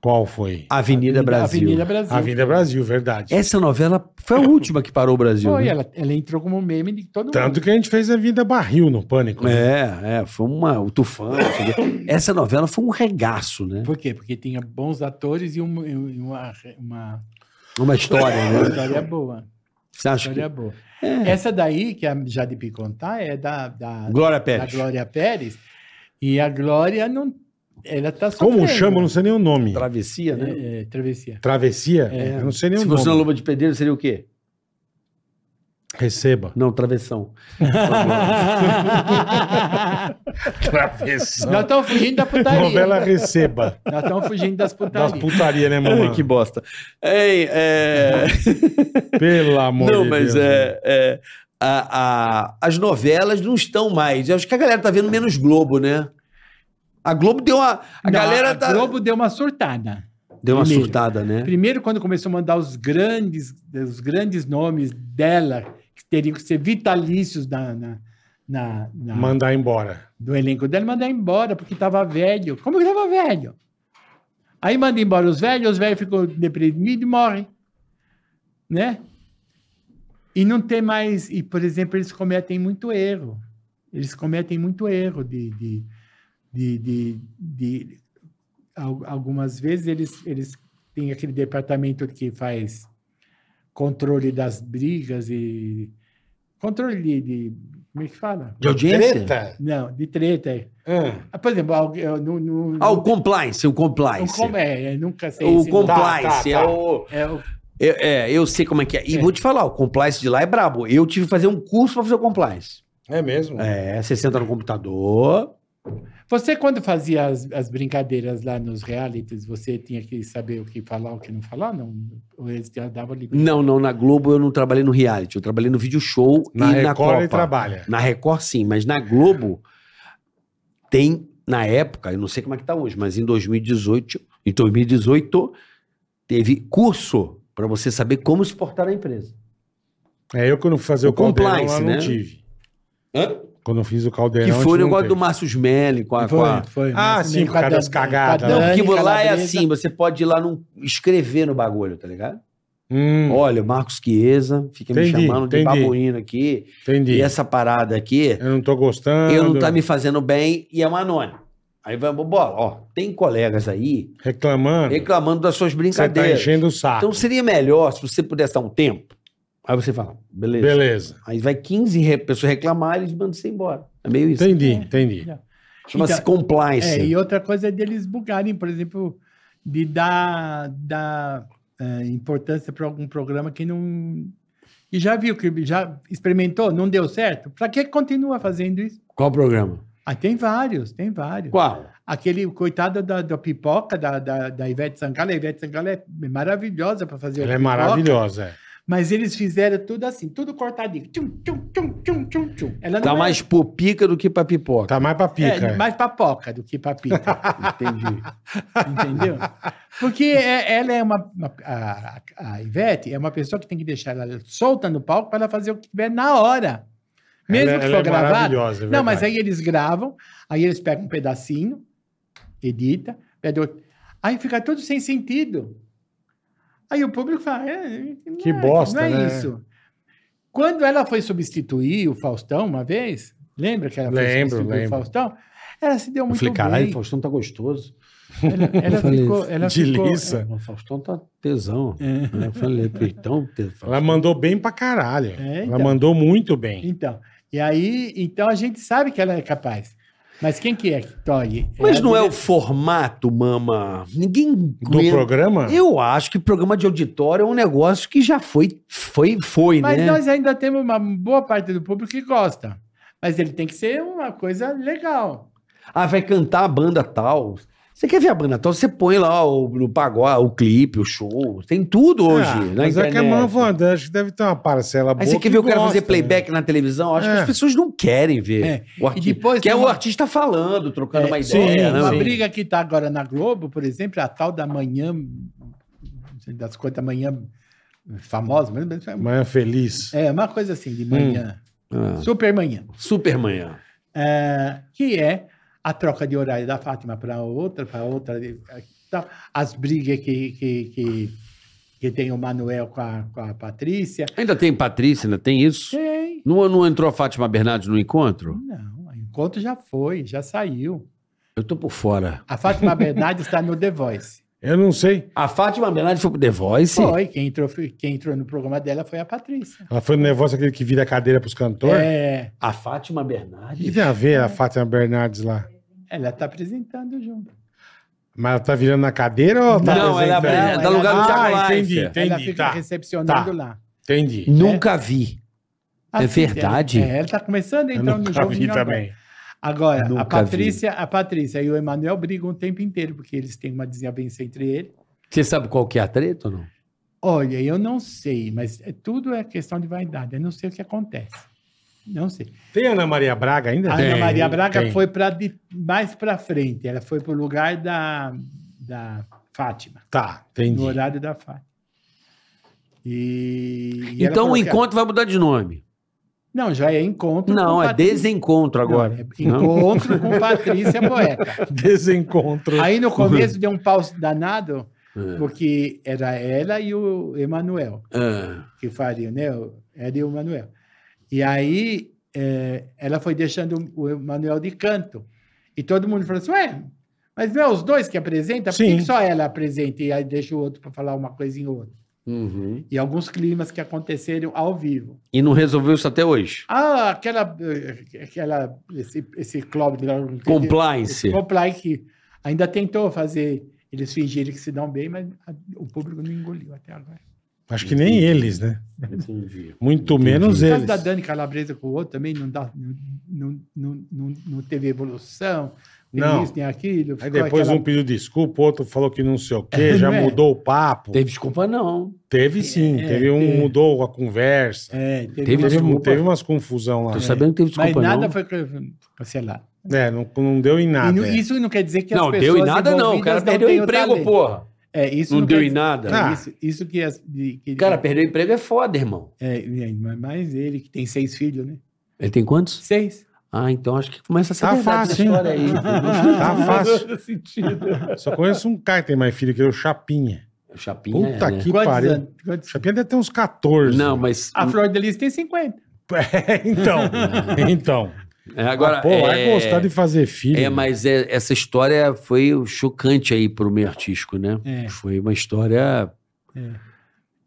S3: Qual foi?
S4: Avenida, Brasil. É.
S1: Avenida Brasil.
S3: A Vida é Brasil, verdade.
S4: Essa novela foi a última que parou o Brasil.
S1: Foi,
S4: né?
S1: ela, ela entrou como meme de todo
S3: Tanto que a gente fez a Vida Barril no Pânico. né?
S4: É, é, foi uma, o Tufão. não sei o quê. Essa novela foi um regaço, né?
S1: mundo. Por quê? Porque tinha bons atores e, um- e uma, uma
S4: Uma história, né?
S1: história boa.
S4: Você acha que...
S1: História boa.
S3: É.
S1: Essa daí, que a Jade Picon tá, é da, da,
S4: Glória
S1: da
S4: Pérez.
S1: Glória Pérez. E a Glória não. Ela tá
S3: Como
S4: é.
S1: sofrendo.
S3: chama, eu não sei nem o nome.
S4: Travessia, né?
S1: É, é, travessia.
S3: Travessia?
S1: É.
S3: Eu não sei nem
S4: Se
S3: o
S4: fosse na
S3: nome.
S4: Luba de Pedreiro, seria o quê?
S3: Receba.
S4: Não, travessão.
S1: Nós Tá
S3: Travessão.
S1: estamos fugindo da putaria. né?
S3: Novela Receba.
S1: Nós estamos fugindo das
S3: Das
S1: putarias.
S3: putaria, né, mano?
S4: que bosta. Ei, é...
S3: Pelo amor
S4: não,
S3: de
S4: mas
S3: Deus.
S4: é... é, a- a- as novelas não estão mais. Eu acho que a galera tá vendo menos Globo, né? A Globo deu uma...
S1: Não,
S4: A galera
S1: a
S4: tá...
S1: Globo deu uma surtada.
S4: Deu uma
S1: Primeiro.
S4: surtada, né?
S1: Primeiro, quando começou a mandar os grandes, os grandes nomes dela, que teriam que ser vitalícios na, na, na- na-
S3: Mandar embora.
S1: do elenco dela, mandar embora, porque estava velho. Como que estava velho? Aí manda embora os velhos, os velhos ficam deprimidos e morrem. Né? E não tem mais. E, por exemplo, eles cometem muito erro. Eles cometem muito erro de. de, de, de, de- al- algumas vezes eles, eles têm aquele departamento que faz controle das brigas e Controle de, de- Como é que fala?
S4: De audiência?
S3: Treta?
S1: Não, de treta. é.
S3: Ah,
S1: Ah, Por exemplo, alguém- eu não. não
S4: Ah, o compliance, o
S1: não
S4: compliance.
S1: como é, eu nunca sei.
S4: O
S1: esse nome.
S4: compliance
S3: Tá, tá,
S4: é
S3: tá.
S4: o.
S1: É, o-
S4: É, é, eu sei como é que é. E
S1: É.
S4: vou te falar, o compliance de lá é brabo. Eu tive que fazer um curso pra fazer o compliance.
S3: é mesmo?
S4: É, você senta no computador.
S1: Você, quando fazia as, as brincadeiras lá nos realities, você tinha que saber o que falar, o que não falar? Não, ou eles te davam liberdade?
S4: Não, não, na Globo eu não trabalhei no reality, eu trabalhei no vídeo show
S3: Na
S4: e na
S3: Record então, ele
S4: Copa.
S3: trabalha.
S4: Na Record, sim, mas na Globo tem, na época, eu não sei como é que tá hoje, mas em 2018, em 2018, teve curso pra você saber como se portar na empresa.
S3: É eu quando fui fazer o,
S4: O
S3: caldeirão,
S4: compliance,
S3: eu não
S4: né?
S3: tive.
S4: Hã?
S3: Quando eu fiz o
S4: Que
S3: caldeirão.
S4: foi o
S3: eu um
S4: negócio do Márcio Smelly com a. com a-
S1: foi.
S3: Ah,
S1: mas
S3: sim,
S1: nem
S3: por causa
S1: cada-
S3: das cagadas,
S1: cada
S4: Não, porque
S1: ano,
S4: lá é
S1: calabresa.
S4: assim, você pode ir lá num, escrever no bagulho, tá ligado?
S3: Hum,
S4: Olha, o Marcos Chiesa fica me
S3: Entendi,
S4: chamando de
S3: entendi.
S4: babuíno aqui,
S3: entendi.
S4: e essa parada aqui.
S3: Eu não tô gostando.
S4: eu não tá me fazendo bem e é um anônimo. Aí vamos, bora, ó, tem colegas aí
S3: Reclamando.
S4: reclamando das suas
S3: Você tá
S4: brincadeiras.
S3: enchendo o saco.
S4: então seria melhor se você pudesse dar um tempo. Aí você fala, Então, beleza.
S3: Beleza.
S4: Aí vai 15 re- pessoas reclamar e eles mandam você embora. É meio isso.
S3: Entendi,
S1: É.
S3: entendi.
S4: Chama-se
S1: Então,
S4: compliance.
S1: É, e outra coisa é deles bugarem, por exemplo, de dar, dar eh, importância para algum programa que não. E já viu que já experimentou, não deu certo? Para que continua fazendo isso?
S4: Qual programa?
S1: Ah, tem vários, tem vários.
S4: Qual?
S1: Aquele coitado da, da pipoca, da, da, da Ivete Sangalo. A Ivete Sangalo é maravilhosa para fazer a
S3: Ela é
S1: pipoca,
S3: maravilhosa. é.
S1: Mas eles fizeram tudo assim, tudo cortadinho. Tchum, tchum, tchum, tchum, tchum, tchum. Ela
S4: Tá
S1: não é-
S4: mais popica do que pra pipoca.
S3: Tá mais pra pica.
S1: É, mais papoca do que papica.
S4: Entendi.
S1: Entendeu? Porque é- ela é uma, uma- a, a Ivete é uma pessoa que tem que deixar ela solta no palco para ela fazer o que tiver na hora. Mesmo
S3: Ela-
S1: que
S3: ela
S1: for
S3: é
S1: gravado.
S3: maravilhosa, é
S1: não, mas
S3: verdade.
S1: aí eles gravam, aí eles pegam um pedacinho, edita, pega outro. Aí fica tudo sem sentido. Aí o público fala, "É, não
S3: Que
S1: é-
S3: bosta,
S1: não é
S3: né?"
S1: isso. Quando ela foi substituir o Faustão uma vez, lembra que ela foi
S3: Lembro,
S1: substituir
S3: lembro.
S1: o Faustão? Ela se deu
S4: Eu
S1: muito
S4: falei,
S1: bem.
S4: caralho, Faustão tá gostoso.
S1: Ela, ela
S4: Eu falei,
S1: ficou. Ela
S3: de
S1: ficou
S3: liça.
S4: O Faustão tá tesão.
S3: É.
S4: Né? Eu falei, peitão, tesão.
S3: Ela mandou bem pra caralho.
S1: É,
S3: Ela
S1: então.
S3: mandou muito bem.
S1: Então. E aí, então a gente sabe que ela é capaz. Mas quem que é que torre?
S4: Mas não é o formato, mama. Ninguém
S3: Do
S4: aguenta.
S3: programa?
S4: Eu acho que programa de auditório é um negócio que já foi, foi, foi,
S1: Mas
S4: né?
S1: nós ainda temos uma boa parte do público que gosta. Mas ele tem que ser uma coisa legal.
S4: Ah, vai cantar a banda tal. Você quer ver a banda tal? Você põe lá o, o pagode, o clipe, o show. Tem tudo hoje
S3: Ah,
S4: na
S3: mas é
S4: internet.
S3: que a Manvanda, acho que deve ter uma parcela boa.
S4: Aí você
S3: que
S4: quer ver o cara
S3: gosta,
S4: fazer
S3: né?
S4: playback na televisão? Acho que
S3: É.
S4: as pessoas não querem ver.
S1: É.
S4: O artista.
S1: E depois
S4: Quer
S1: tem
S4: o
S1: uma-
S4: artista falando, trocando uma
S1: É,
S4: ideia.
S3: sim,
S4: né?
S1: uma
S3: sim.
S1: briga que está agora na Globo, por exemplo, a tal da manhã, não sei das quantas manhã famosa, mas- mas
S3: Manhã feliz.
S1: é uma coisa assim de manhã,
S4: Ah,
S1: super manhã.
S4: Supermanhã.
S1: é, que é a troca de horário da Fátima para outra, para outra, e é, tal. as brigas que, que, que, que tem o Manuel com a, com a Patrícia.
S4: Ainda tem Patrícia, ainda tem isso?
S1: Tem.
S4: Não, não entrou a Fátima Bernardes no encontro?
S1: Não, o encontro já foi, já saiu.
S4: Eu tô por fora.
S1: A Fátima Bernardes está no The Voice.
S3: Eu não sei.
S4: A Fátima Bernardes foi pro The Voice?
S1: Foi, quem entrou, foi- quem entrou no programa dela foi a Patrícia.
S3: Ela foi no negócio aquele que vira a cadeira pros cantores.
S1: É,
S4: A Fátima
S3: O que
S4: Bernardes?
S3: tem a ver a Fátima Bernardes lá?
S1: ela está apresentando junto.
S3: Mas ela tá virando na cadeira ou ela tá
S4: Não, ela é
S3: apresentando?
S1: ela dá um lugar
S4: no Thiago
S3: Ah, entendi,
S4: Leifert.
S1: ela
S3: entendi,
S1: fica
S3: tá,
S1: recepcionando
S3: tá.
S1: lá.
S3: entendi.
S4: Nunca vi. É
S1: Assim,
S4: verdade?
S1: Ela, é, ela está começando a
S3: Eu
S1: entrar no
S3: nunca
S1: jogo.
S3: vi
S1: agora.
S3: também.
S1: Agora,
S4: Nunca
S1: a Patrícia, a Patrícia e o Emanuel brigam o tempo inteiro, porque eles têm uma desavença entre eles.
S4: Você sabe qual que é a treta ou não?
S1: Olha, eu não sei, mas é- tudo é questão de vaidade. Eu não sei o que acontece. Não sei.
S3: Tem Ana Maria Braga ainda?
S1: A
S3: Tem,
S1: Ana Maria Braga
S3: tem.
S1: foi para mais para frente. Ela foi para o lugar da, da Fátima,
S3: Tá, entendi.
S1: no horário da Fátima. E, e ela
S4: Então o
S1: falou que- é
S4: encontro vai mudar de nome.
S1: Não, já é encontro.
S4: Não,
S1: com
S4: é
S1: Patrícia.
S4: desencontro agora.
S1: Não, é
S4: Não?
S1: encontro com Patrícia Poeta.
S3: Desencontro.
S1: Aí no começo deu um pau danado,
S4: É.
S1: porque era ela e o Emanuel
S4: Ah,
S1: que fariam, né? O- Ela e o Emanuel. E aí eh, ela foi deixando o Emanuel de canto. E todo mundo falou assim: ué, mas não é os dois que apresentam? Por que
S3: Sim.
S1: que só ela apresenta e aí deixa o outro para falar uma coisinha ou outra?
S4: Uhum.
S1: E alguns climas que aconteceram ao vivo.
S4: E não resolveu isso até hoje.
S1: Ah, aquela. eh, aquela esse, esse Clóvis. lá, não entendi.
S4: Compliance.
S1: Esse Compliance que ainda tentou fazer. Eles fingirem que se dão bem, mas a- o público não engoliu até agora.
S3: Acho que nem eles, né?
S4: Entendi.
S3: Muito menos
S1: O caso
S3: eles.
S1: da Dani Calabresa com o outro também não, dá, não, não, não, não teve evolução, nem
S3: Não.
S1: isso, nem aquilo.
S3: Aí
S1: ficou
S3: depois
S1: aquela-
S3: um pediu desculpa, o outro falou que não sei o quê, já
S1: Não é?
S3: mudou o papo. Teve,
S4: Teve desculpa, não.
S3: sim,
S1: É,
S3: teve um,
S1: teve.
S3: mudou a conversa.
S1: É, teve,
S4: Teve
S1: uma
S3: Teve, um-
S1: desculpa,
S3: teve umas confusão lá.
S4: Tô sabendo que teve
S1: É. mas
S4: desculpa,
S1: nada
S4: não.
S1: foi cancelado.
S3: É, não, não deu em
S1: E
S3: nada.
S1: não-
S3: é.
S1: Isso não quer dizer que
S4: Não,
S1: as
S4: deu
S1: pessoas
S4: em nada, não. O
S1: envolvidas
S4: cara
S1: não
S4: perdeu o
S1: tenham
S4: emprego,
S1: talento.
S4: porra.
S1: É, isso
S4: Não deu
S1: quer
S4: em
S1: dizer-
S4: nada.
S3: Ah.
S1: É, isso, isso que, as, de- que
S4: O cara perdeu o emprego é foda, irmão.
S1: é, é, mas ele que tem seis filhos, né?
S4: Ele tem quantos?
S1: Seis.
S4: Ah, então acho que começa a ser
S3: Tá
S4: verdade
S3: fácil, hein?
S4: essa história aí.
S3: Tá fácil.
S1: sentido.
S3: Só conheço um cara que tem mais filho que eu, o Chapinha.
S4: Chapinha,
S3: Puta
S4: é, né?
S3: que
S1: Quantos
S3: pariu.
S1: anos? Quantos-
S3: Chapinha deve ter uns 14.
S4: Não, mas...
S1: A Flor de Lis tem 50.
S3: É, então. então.
S4: É, agora,
S3: Pô, vai
S4: é,
S3: gostar de fazer filho.
S4: é, mas é- essa história foi chocante aí pro meio artístico, né?
S1: É.
S4: Foi uma história...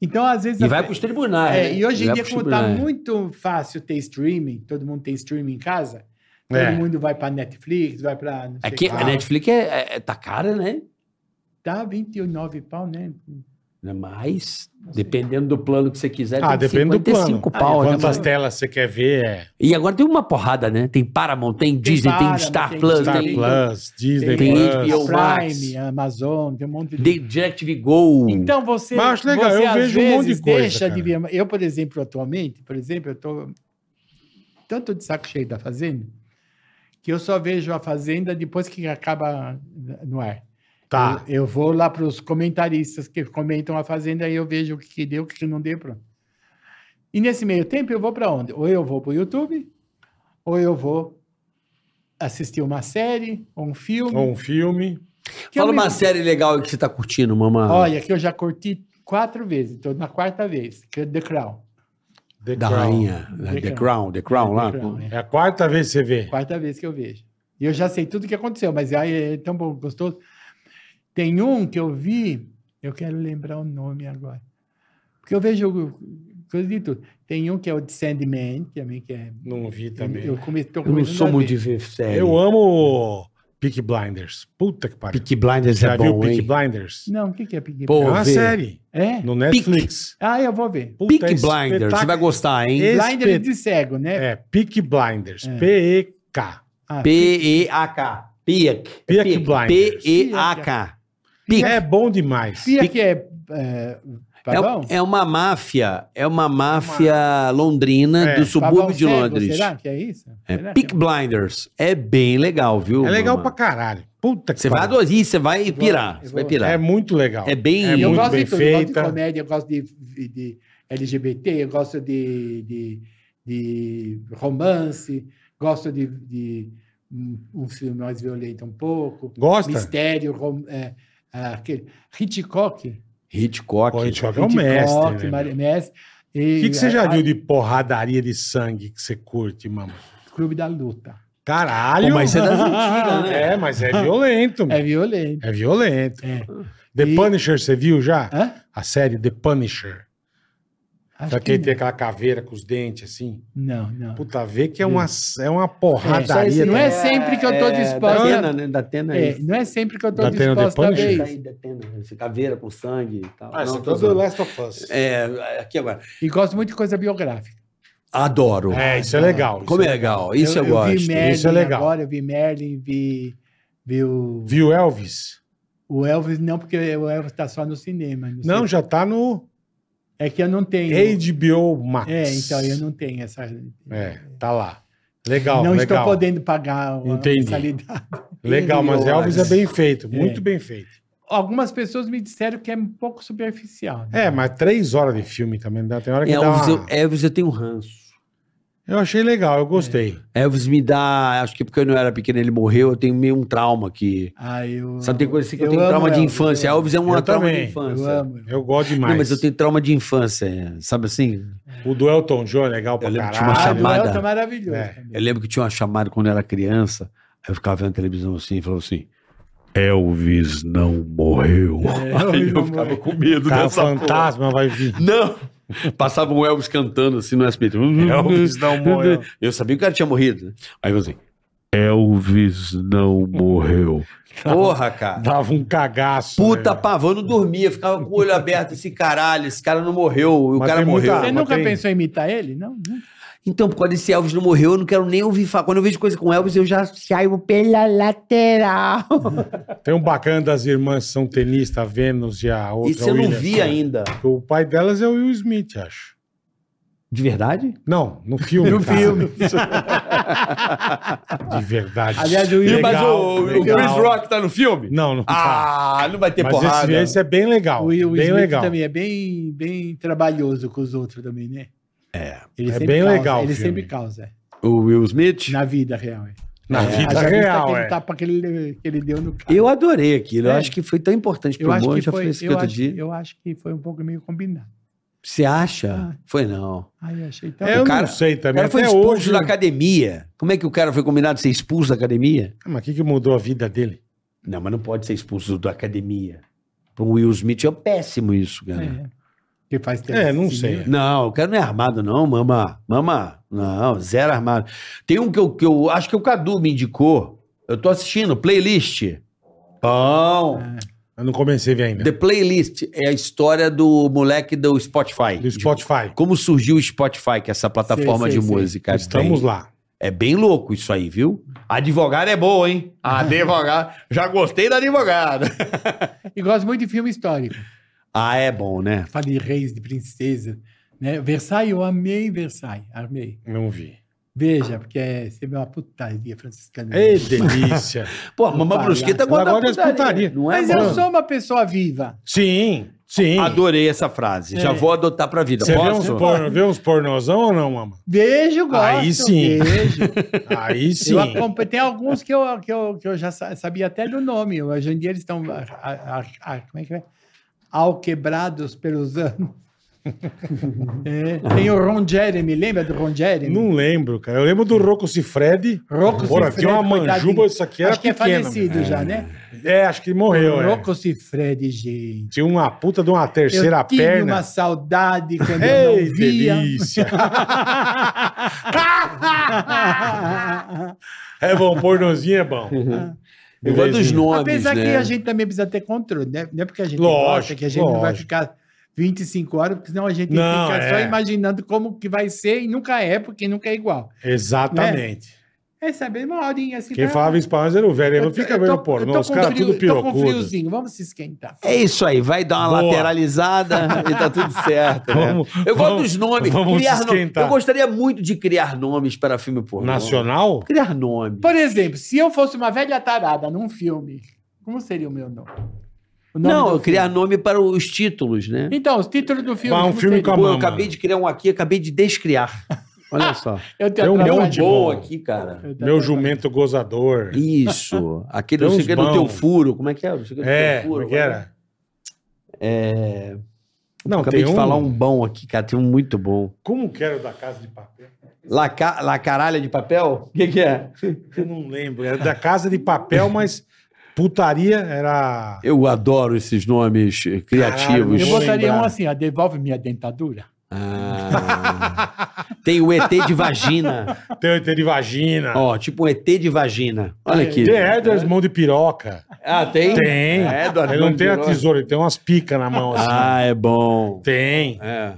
S1: Então, às vezes.
S4: E
S1: a-
S4: vai pros tribunais,
S1: É,
S4: né?
S1: e hoje em
S4: Vai
S1: dia,
S4: pros
S1: como tá
S4: tribunais.
S1: muito fácil ter streaming, todo mundo tem streaming em casa,
S3: É.
S1: todo mundo vai pra Netflix, vai pra. não sei
S4: Aqui,
S1: o
S4: a Netflix é, é- tá cara, né?
S1: Dá 29 pau, né?
S4: Não é mais. Dependendo do plano que você quiser,
S3: Ah, é depende do plano.
S4: pau. né,
S3: Quantas
S4: mano?
S3: telas você quer ver? É.
S4: E agora tem uma porrada, né? Tem Paramount, tem Disney,
S1: Paramount,
S4: tem Star
S1: tem
S4: Plus,
S1: Star
S3: Star
S4: tem
S3: Plus, Disney
S4: tem
S3: Plus.
S4: HBO. Max.
S1: Prime, Amazon, tem um monte de.
S4: The Directive Go.
S1: Então você.
S3: Mas acho legal,
S1: você,
S3: eu
S1: às
S3: vejo um monte de
S1: vezes,
S3: coisa,
S1: Deixa de ver. Eu, por exemplo, atualmente, por exemplo, eu tô tanto de saco cheio da Fazenda que eu só vejo a Fazenda depois que acaba no ar.
S3: Tá.
S1: Eu, eu vou lá para os comentaristas que comentam a Fazenda e eu vejo o que, que deu, o que, que não deu. Pronto. E nesse meio tempo eu vou para onde? Ou eu vou para o YouTube, ou eu vou assistir uma série, ou um filme.
S3: Ou um filme.
S1: que eu
S4: Fala
S1: me-
S4: uma série legal aí que você tá curtindo, mamãe.
S1: Olha, que eu já curti quatro vezes, estou na quarta vez, que é The Crown.
S3: The
S4: da
S3: Crown.
S4: rainha. né? The,
S1: The
S4: Crown, The Crown lá.
S1: The Crown, é.
S3: É a quarta vez que você vê.
S1: Quarta vez que eu vejo. E eu já sei tudo o que aconteceu, mas aí é tão bom, gostoso. Tem um que eu vi, eu quero lembrar o nome agora. Porque eu vejo coisa de tudo. Tem um que é o de Sandman, também que é.
S3: Não vi também.
S1: Eu, come, tô
S4: Eu não
S1: começando
S4: sou
S1: a
S4: muito de
S1: ver.
S4: ver série.
S3: Eu amo Peak Blinders. Puta que pariu.
S4: Peaky Blinders
S3: Já
S4: é
S3: viu
S4: bom,
S3: Peak
S4: hein?
S3: Blinders?
S1: Não, o que, que é Pig
S4: Pô,
S3: é uma
S4: vê.
S3: série
S1: É?
S3: no Netflix.
S1: Ah, eu vou ver.
S3: Puta,
S4: Peaky
S3: é
S4: Blinders, você vai
S3: espetáculo.
S4: gostar, hein?
S3: Esse-
S1: Blinder de cego, né?
S3: É, Peak Blinders.
S1: É.
S3: P-E-K.
S1: Ah,
S4: P-E-A-K. Peak. É
S3: Peaky
S4: Peak.
S3: Blinders.
S4: P-E-A-k. Peak.
S3: É bom demais.
S1: Pia que é. é pavão?
S4: É, é uma máfia, é uma máfia londrina
S3: É,
S4: do subúrbio
S1: Pavão
S4: de
S1: cego,
S4: Londres.
S1: Será que é isso?
S4: É,
S1: Será que
S4: Peak Blinders. É bem legal, viu?
S3: um- É legal pra
S4: mamãe?
S3: caralho. Puta que
S4: Você vai
S3: pariu.
S4: adorar, Ih, você vai pirar.
S1: eu
S4: Você
S1: vou-
S4: vai pirar.
S3: É muito legal.
S4: É bem-
S3: É
S4: E
S1: eu
S3: muito
S1: gosto
S3: bem
S1: de tudo, eu gosto de
S3: feita.
S1: comédia, eu gosto de, de LGBT, eu gosto de, de, de romance, gosto de, de um um filme mais violento um pouco,
S3: Gosta?
S1: mistério, rom- é, aquele, Hitchcock,
S4: Hitchcock.
S3: Pô, Hitchcock é um
S1: Hitchcock,
S3: É mestre. né, meu?
S1: Mari- mestre,
S3: O
S1: e é
S3: que, que você
S1: a-
S3: já
S1: a-
S3: viu de porradaria de sangue que você curte, mano?
S1: Clube da Luta.
S3: Caralho!
S4: Pô, mas é das antigas, né?
S3: É, mas é violento, meu.
S1: É violento.
S3: É violento.
S1: É.
S3: The
S1: E-
S3: Punisher, você viu já?
S1: Hã?
S3: A série The Punisher.
S1: Acho
S3: Sabe que ele tem aquela caveira com os dentes, assim?
S1: não, não.
S3: Puta, vê que é
S1: Hum.
S3: uma, é uma porradaria.
S1: É, não é
S3: também.
S1: sempre que eu tô disposta-
S4: Da Atena, né? Da Atena.
S1: É, não é sempre que eu estou
S3: Tá tendo The
S4: É
S1: disposta a ver
S3: Punisher?
S1: isso.
S4: Caveira com sangue e tal.
S3: Ah,
S4: Não,
S3: você
S4: tô
S3: tá do
S4: zoando.
S3: Last of Us. É,
S4: É, aqui agora.
S1: E gosto muito de coisa biográfica.
S4: Adoro.
S3: isso é legal. isso
S4: Como é
S3: é-
S4: legal. Isso eu,
S1: Vi
S4: gosto.
S1: Merlin
S3: Isso é legal.
S1: Agora, eu vi Merlin, vi, vi o,
S3: Viu Elvis?
S1: o Elvis, não, porque o Elvis está só no cinema. sei.
S3: Não, já tá no
S1: É que eu não tenho.
S3: HBO Max.
S1: É, então eu não tenho essa.
S3: É, tá lá. Legal,
S1: não
S3: legal.
S1: estou podendo pagar a
S3: Entendi.
S1: mensalidade.
S3: Legal, mas Elvis é bem feito,
S1: É.
S3: muito bem feito.
S1: Algumas pessoas me disseram que é um pouco superficial. né?
S3: É, mas três horas de filme também dá. Tem hora que dá
S4: É, Elvis,
S3: uma...
S4: eu, Elvis, eu tenho ranço.
S3: Eu achei legal, eu gostei.
S4: Elvis me dá. Acho que porque eu não era pequeno, ele morreu, eu tenho meio um trauma que.
S1: Ah, eu.
S4: Sabe, tem coisa assim que eu,
S1: eu
S4: tenho
S1: amo
S4: trauma de
S1: Elvis,
S4: infância.
S1: eu amo.
S4: Elvis é uma
S3: Eu
S4: trauma
S3: também,
S4: de
S1: Eu
S4: infância.
S1: amo.
S3: Eu gosto demais.
S4: Não, mas eu tenho trauma de infância, sabe assim?
S3: O do Elton John é legal pra
S4: Eu lembro
S3: caralho.
S4: que
S1: Ah,
S4: tinha uma
S1: o
S4: chamada.
S1: Elton é maravilhoso.
S3: É.
S1: também.
S4: Eu lembro que tinha uma chamada quando eu era criança, aí eu ficava vendo televisão assim e falava assim:
S5: Elvis não morreu.
S3: É.
S5: Aí eu ficava com medo
S3: Cara,
S5: dessa porra.
S3: fantasma vai vir.
S4: Não! Passava um Elvis cantando assim no SBT.
S3: Elvis não morreu.
S4: Eu sabia que o cara tinha morrido. Aí eu assim,
S5: Elvis não morreu.
S4: porra, cara.
S3: Dava um cagaço.
S4: Puta
S3: né?
S4: pavão, eu não dormia, ficava com o olho aberto, esse caralho, esse cara não morreu, o
S3: Mas
S4: cara
S3: tem muita-
S4: morreu.
S1: Você
S3: mas
S1: nunca
S3: tem-
S1: pensou em imitar ele? Não? nunca.
S4: Então, por causa desse Elvis não morreu, eu não quero nem ouvir falar. Quando eu vejo coisa com Elvis, eu já saio pela lateral.
S3: Tem um bacana das irmãs que são tenistas, a Vênus e a outra.
S4: Isso eu não
S3: Williams.
S4: vi ainda.
S3: O pai delas é o Will Smith, acho.
S4: De verdade?
S3: Não, no filme.
S1: No
S3: cara.
S1: filme.
S3: De verdade.
S1: Aliás, o Will-
S4: Mas o, o
S3: legal.
S4: Chris Rock tá no filme?
S3: Não, não tá.
S4: Ah, não vai ter
S3: Mas esse,
S4: porrada.
S3: esse é bem legal.
S1: O Will
S3: bem
S1: Smith
S3: legal.
S1: também é bem, bem trabalhoso com os outros também, né? É. Ele
S3: É
S1: sempre
S3: bem
S1: causa,
S3: legal o
S1: Ele
S3: filme.
S1: sempre causa. é,
S4: O Will Smith?
S1: Na vida real. É.
S3: Na vida
S4: tá
S1: Haja vista
S3: real,
S1: aquele
S3: é.
S1: tapa que ele, que ele deu no cara.
S4: Eu adorei aquilo. Eu
S1: É.
S4: acho que foi tão importante pro
S1: Eu acho
S4: humor.
S1: que
S4: Já
S1: foi,
S4: foi esse
S1: eu,
S4: outro
S1: acho,
S4: dia.
S1: eu acho que foi um pouco meio combinado.
S4: Você acha?
S1: Ah.
S4: Foi não.
S1: Ai, eu achei tão...
S3: É, eu
S4: O cara-
S3: não sei
S4: O
S3: também.
S4: cara foi
S3: Até
S4: expulso
S3: hoje.
S4: da academia. Como é que o cara foi combinado de ser expulso da academia?
S3: Mas o que, que mudou a vida dele?
S4: Não, mas não pode ser expulso da academia. Para um Will Smith é péssimo isso, cara.
S1: É. Que faz tempo.
S3: É, não
S1: que se
S3: sei.
S1: viu.
S4: Não, o cara não é armado, não, mama. Mama, não, zero armado. Tem um que eu, que eu acho que o Cadu me indicou. Eu tô assistindo, playlist. Bom.
S3: Eu não comecei a ver ainda.
S4: The Playlist é a história do moleque do Spotify.
S3: Do Spotify.
S4: Como surgiu o Spotify, que é essa plataforma
S1: Sei, sei,
S4: de
S1: sei.
S4: música. É
S3: Estamos
S4: Bem-
S3: lá.
S4: É bem louco isso aí, viu? Advogada é boa, hein? Advogada. Já gostei da advogada.
S1: E gosto muito de filme histórico.
S4: Ah, é bom, né?
S1: Falei de reis, de princesa. Né? Versailles, eu amei Versailles. Amei.
S3: Não vi.
S1: Veja, porque é, você vê uma putaria franciscana.
S3: Ei, É, delícia.
S4: Pô, a Mama
S1: Opa,
S4: Brusqueta
S3: ela
S4: gosta
S3: gosta
S4: da
S3: das
S4: putaria.
S3: putaria.
S4: Não né? é,
S1: Mas
S4: mano?
S1: eu sou uma pessoa viva.
S3: sim, sim.
S4: Adorei essa frase. Já
S1: É.
S4: vou adotar pra vida.
S3: Você vê uns,
S4: Posso?
S3: porno, vê uns pornozão ou não, mama?
S1: Vejo, gosto.
S3: Aí sim.
S1: Vejo.
S3: Aí sim.
S1: Eu acompanho- tem alguns que eu, que, eu, que eu já sa- sabia até do nome. Hoje em dia eles estão. a- a- a- Como é que é? Alquebrados pelos anos. É, tem o Ron Jeremy, lembra do Ron Jeremy?
S3: Não lembro, cara. Eu lembro do Rocco Cifredi.
S1: Rocco
S3: Ora,
S1: Siffredi,
S3: tinha uma
S1: coitadinho.
S3: manjuba, isso aqui era
S1: Acho que é
S3: pequeno,
S1: falecido
S3: meu.
S1: já, né?
S3: É, acho que morreu, é.
S1: Rocco Cifredi, gente.
S3: Tinha uma puta de uma terceira
S1: eu tive
S3: perna.
S1: uma saudade quando eu
S3: Ei,
S1: não via.
S3: delícia. é bom, pornozinho é bom.
S4: Eu vou dos nomes,
S1: Apesar
S4: né?
S1: que a gente também precisa ter controle, né? Não é porque a gente
S3: Lógico,
S1: gosta que a gente não vai
S3: lógico.
S1: ficar 25 horas, porque senão a gente
S3: Não,
S1: fica só
S3: é.
S1: imaginando como que vai ser e nunca é, porque nunca é igual.
S3: Exatamente.
S1: É saber uma horinha assim.
S3: Quem
S1: pra-
S3: falava em espanhol era o velho. Ele
S1: Eu
S3: não
S1: tô-
S3: fica
S1: eu tô-
S3: vendo pornô.
S1: eu tô
S3: Os
S1: com
S3: caras
S1: frio-
S3: tudo
S1: Tô com
S3: pirocudo.
S1: friozinho, vamos se esquentar.
S4: É isso aí, vai dar uma
S3: Boa.
S4: lateralizada e tá tudo certo. né?
S3: Vamos-
S4: eu gosto
S3: vamos-
S4: dos nomes.
S3: vamos se
S4: no-
S3: esquentar.
S4: Eu gostaria muito de criar nomes para filme pornô.
S3: Nacional?
S4: Criar nome.
S1: Por exemplo, se eu fosse uma velha tarada num filme, como seria o meu nome? O nome
S4: Não,
S1: do
S4: eu criar
S1: filme.
S4: nome para os títulos, né?
S1: Então, os títulos do filme.
S3: Mas um
S1: como
S3: filme
S1: seria?
S3: com a
S4: Pô, eu
S3: mama.
S4: acabei de criar um aqui, acabei de descriar. Olha só.
S1: Eu tenho
S3: Tem um
S1: trabalho-
S4: Tem um
S3: monte.
S4: bom
S3: bom.
S4: aqui, cara.
S1: Eu tenho
S3: Meu
S1: trabalho.
S3: jumento gozador.
S4: Isso. Aquele
S3: Tem
S4: não sei
S3: uns
S4: o que no
S3: bons.
S4: teu furo. Como é que é? Não sei o que no
S3: É,
S4: teu furo.
S3: como que era?
S4: né? É,
S3: Não,
S4: acabei
S3: tem
S4: de
S3: um...
S4: falar um bom aqui, cara. Tem um muito bom.
S3: Como que era o da Casa de Papel?
S4: Laca... Lacaralha de papel? O que, que é?
S3: Eu não lembro. Era da Casa de Papel, mas putaria era...
S4: Eu adoro esses nomes criativos.
S1: Eu
S3: Vou
S1: botaria
S3: lembrar.
S1: um assim, ó, devolve minha dentadura.
S4: Ah. tem o ET de vagina.
S3: Tem o ET de vagina.
S4: Ó, tipo um ET de vagina. Olha aqui.
S3: Tem Edwards, mão de piroca.
S4: Ah, tem?
S3: Tem.
S4: É, Eduardo,
S3: ele não tem a
S4: virou.
S3: tesoura, ele tem umas picas na mão assim.
S4: Ah, é bom.
S3: Tem.
S4: É.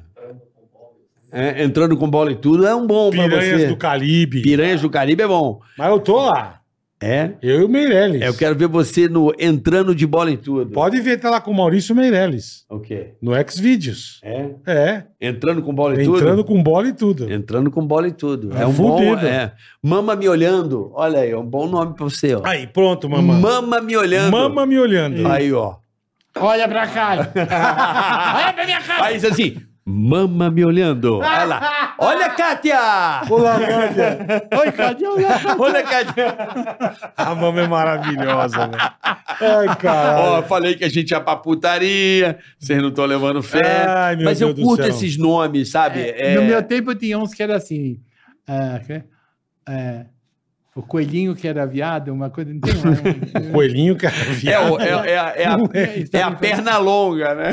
S4: É, entrando com bola e tudo é um bom pra
S3: Piranhas
S4: você.
S3: do Caribe.
S4: Piranhas do Caribe é bom.
S3: Mas eu tô lá.
S4: É?
S3: Eu e o Meirelles.
S4: Eu quero ver você no entrando de bola em tudo.
S3: Pode ver, tá lá com o Maurício Meirelles.
S4: O quê?
S3: No Xvideos.
S4: É?
S3: É.
S4: Entrando com bola e
S3: Entrando
S4: tudo?
S3: com bola e tudo.
S4: Entrando com bola e tudo. É,
S3: É
S4: um bom.
S3: fudido.
S4: É. Mama me olhando. Olha aí, é um bom nome pra você, ó.
S3: Aí, pronto, mamãe.
S4: Mama me olhando.
S3: Mama me olhando.
S4: Aí, ó.
S1: Olha pra cá.
S4: Olha pra minha cara. Aí diz assim, mama me olhando. Olha lá. Olha, Kátia!
S3: Olá, Nádia.
S1: Oi, cadê o
S4: Olha, Kátia.
S3: A mama é maravilhosa, né? Ai,
S4: Ó,
S3: caralho.
S4: falei que a gente ia pra putaria, vocês não estão levando fé.
S3: Ai, meu
S4: Mas
S3: Deus
S4: eu
S3: do
S4: curto
S3: céu.
S4: esses nomes, sabe? É,
S1: No meu tempo tinha uns que era assim. ah, que- é, O coelhinho que era viado, uma coisa. Não tem um-
S3: Coelhinho, cara. né?
S4: É, o- é, é, a- é a, é a perna longa, né?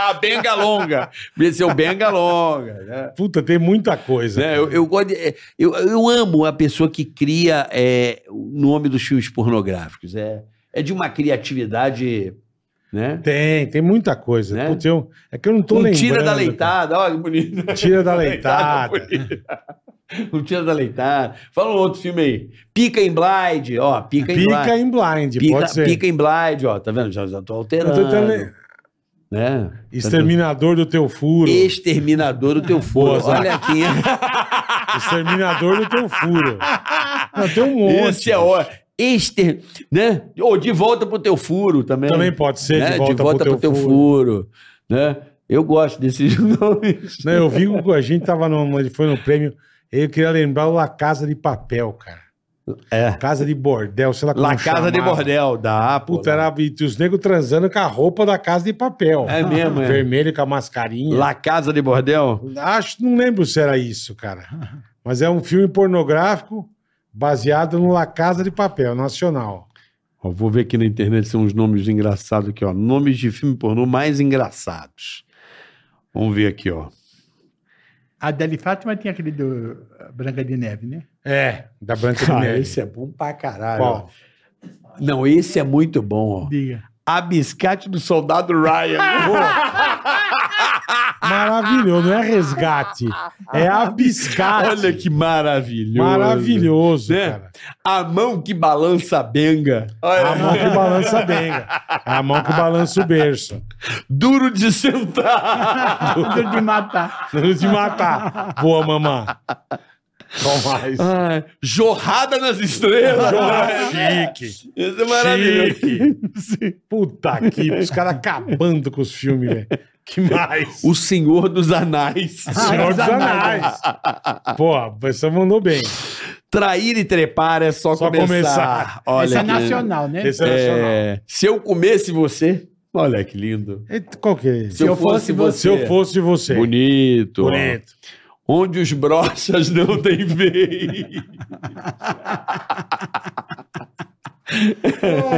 S4: a benga longa. Podia ser o benga longa, né?
S3: Puta, tem muita coisa.
S4: Né? Eu, eu, gosto de- é, eu, eu amo a pessoa que cria é, o nome dos filmes pornográficos. É, é de uma criatividade, né?
S3: Tem, tem muita coisa.
S4: Né?
S3: Putz, eu- é que eu não tô
S4: um
S3: lembrando.
S4: tira da
S3: cara.
S4: leitada, olha que bonito.
S3: Tira da leitada.
S4: um tira da leitada. Fala um outro filme aí. Pica em Blind, ó. Pica, em
S3: Pica
S4: Blind.
S3: em blind, pode
S4: Pica,
S3: ser.
S4: pica em Blind, ó. Tá vendo? Já, já tô
S3: Eu
S4: alterando.
S3: tô tentando-
S4: né?
S3: Exterminador do teu furo.
S4: Exterminador do teu foro.
S3: Boa,
S4: Olha aqui.
S3: Exterminador do teu furo. Não, tem um monte.
S4: Esse é ó. Exter, né? Ou de volta pro teu furo também.
S3: Também pode ser,
S4: né?
S3: de volta, pro teu, furo.
S4: furo. né? Eu gosto desses nomes.
S3: Não, Né, eu vi que a gente tava no, ele foi no prêmio, eu queria lembrar o La Casa de Papel, cara.
S4: É.
S3: Casa de Bordel, sei lá como
S4: La Casa de
S3: chamava.
S4: Bordel, da
S3: Tá Puta, era e os negros transando com a roupa da Casa de Papel.
S4: É mesmo, é.
S3: Vermelho com a mascarinha.
S4: La Casa de Bordel?
S3: Acho, não lembro se era isso, cara. Mas é um filme pornográfico baseado no La Casa de Papel, nacional.
S4: Ó, vou ver aqui na internet são uns nomes engraçados aqui, ó. Nomes de filme pornô mais engraçados. Vamos ver aqui, ó.
S1: A Deli Fátima tinha aquele do Branca de Neve, né?
S3: É, da Branca de Neve.
S4: é bom pra caralho. ó.
S3: Qual?
S4: Não, esse é muito bom, ó.
S1: Diga.
S4: Abiscate do Soldado Ryan.
S3: Maravilhoso, não é resgate. É abiscate.
S4: Olha que maravilhoso.
S3: Maravilhoso,
S4: Né?
S3: cara.
S4: A mão que balança a benga.
S3: A
S4: Olha,
S3: mão que balança bem. né? A mão que balança o berço.
S4: duro de sentar.
S1: Tudo de matar.
S3: Não te matar. Boa, mamã. Qual mais?
S4: Ai, jorrada nas estrelas.
S3: Jorra chique.
S4: Isso é maravilhoso.
S3: Chique. Puta que... Os caras acabando com os filmes, velho. Que mais?
S4: O Senhor dos Anais.
S3: Senhor dos Anais. Pô, você mandou bem.
S4: Trair e trepar é só,
S3: Só
S4: começar.
S3: começar.
S4: Olha
S1: Essa é
S4: que-
S1: nacional, né?
S3: Esse é nacional.
S4: É, se eu comesse você. Olha que lindo.
S3: E Qual que é?
S4: Se, eu fosse você. é
S3: Se eu fosse você.
S4: Bonito. ó.
S3: Bonito.
S4: Onde os brochas não têm vez.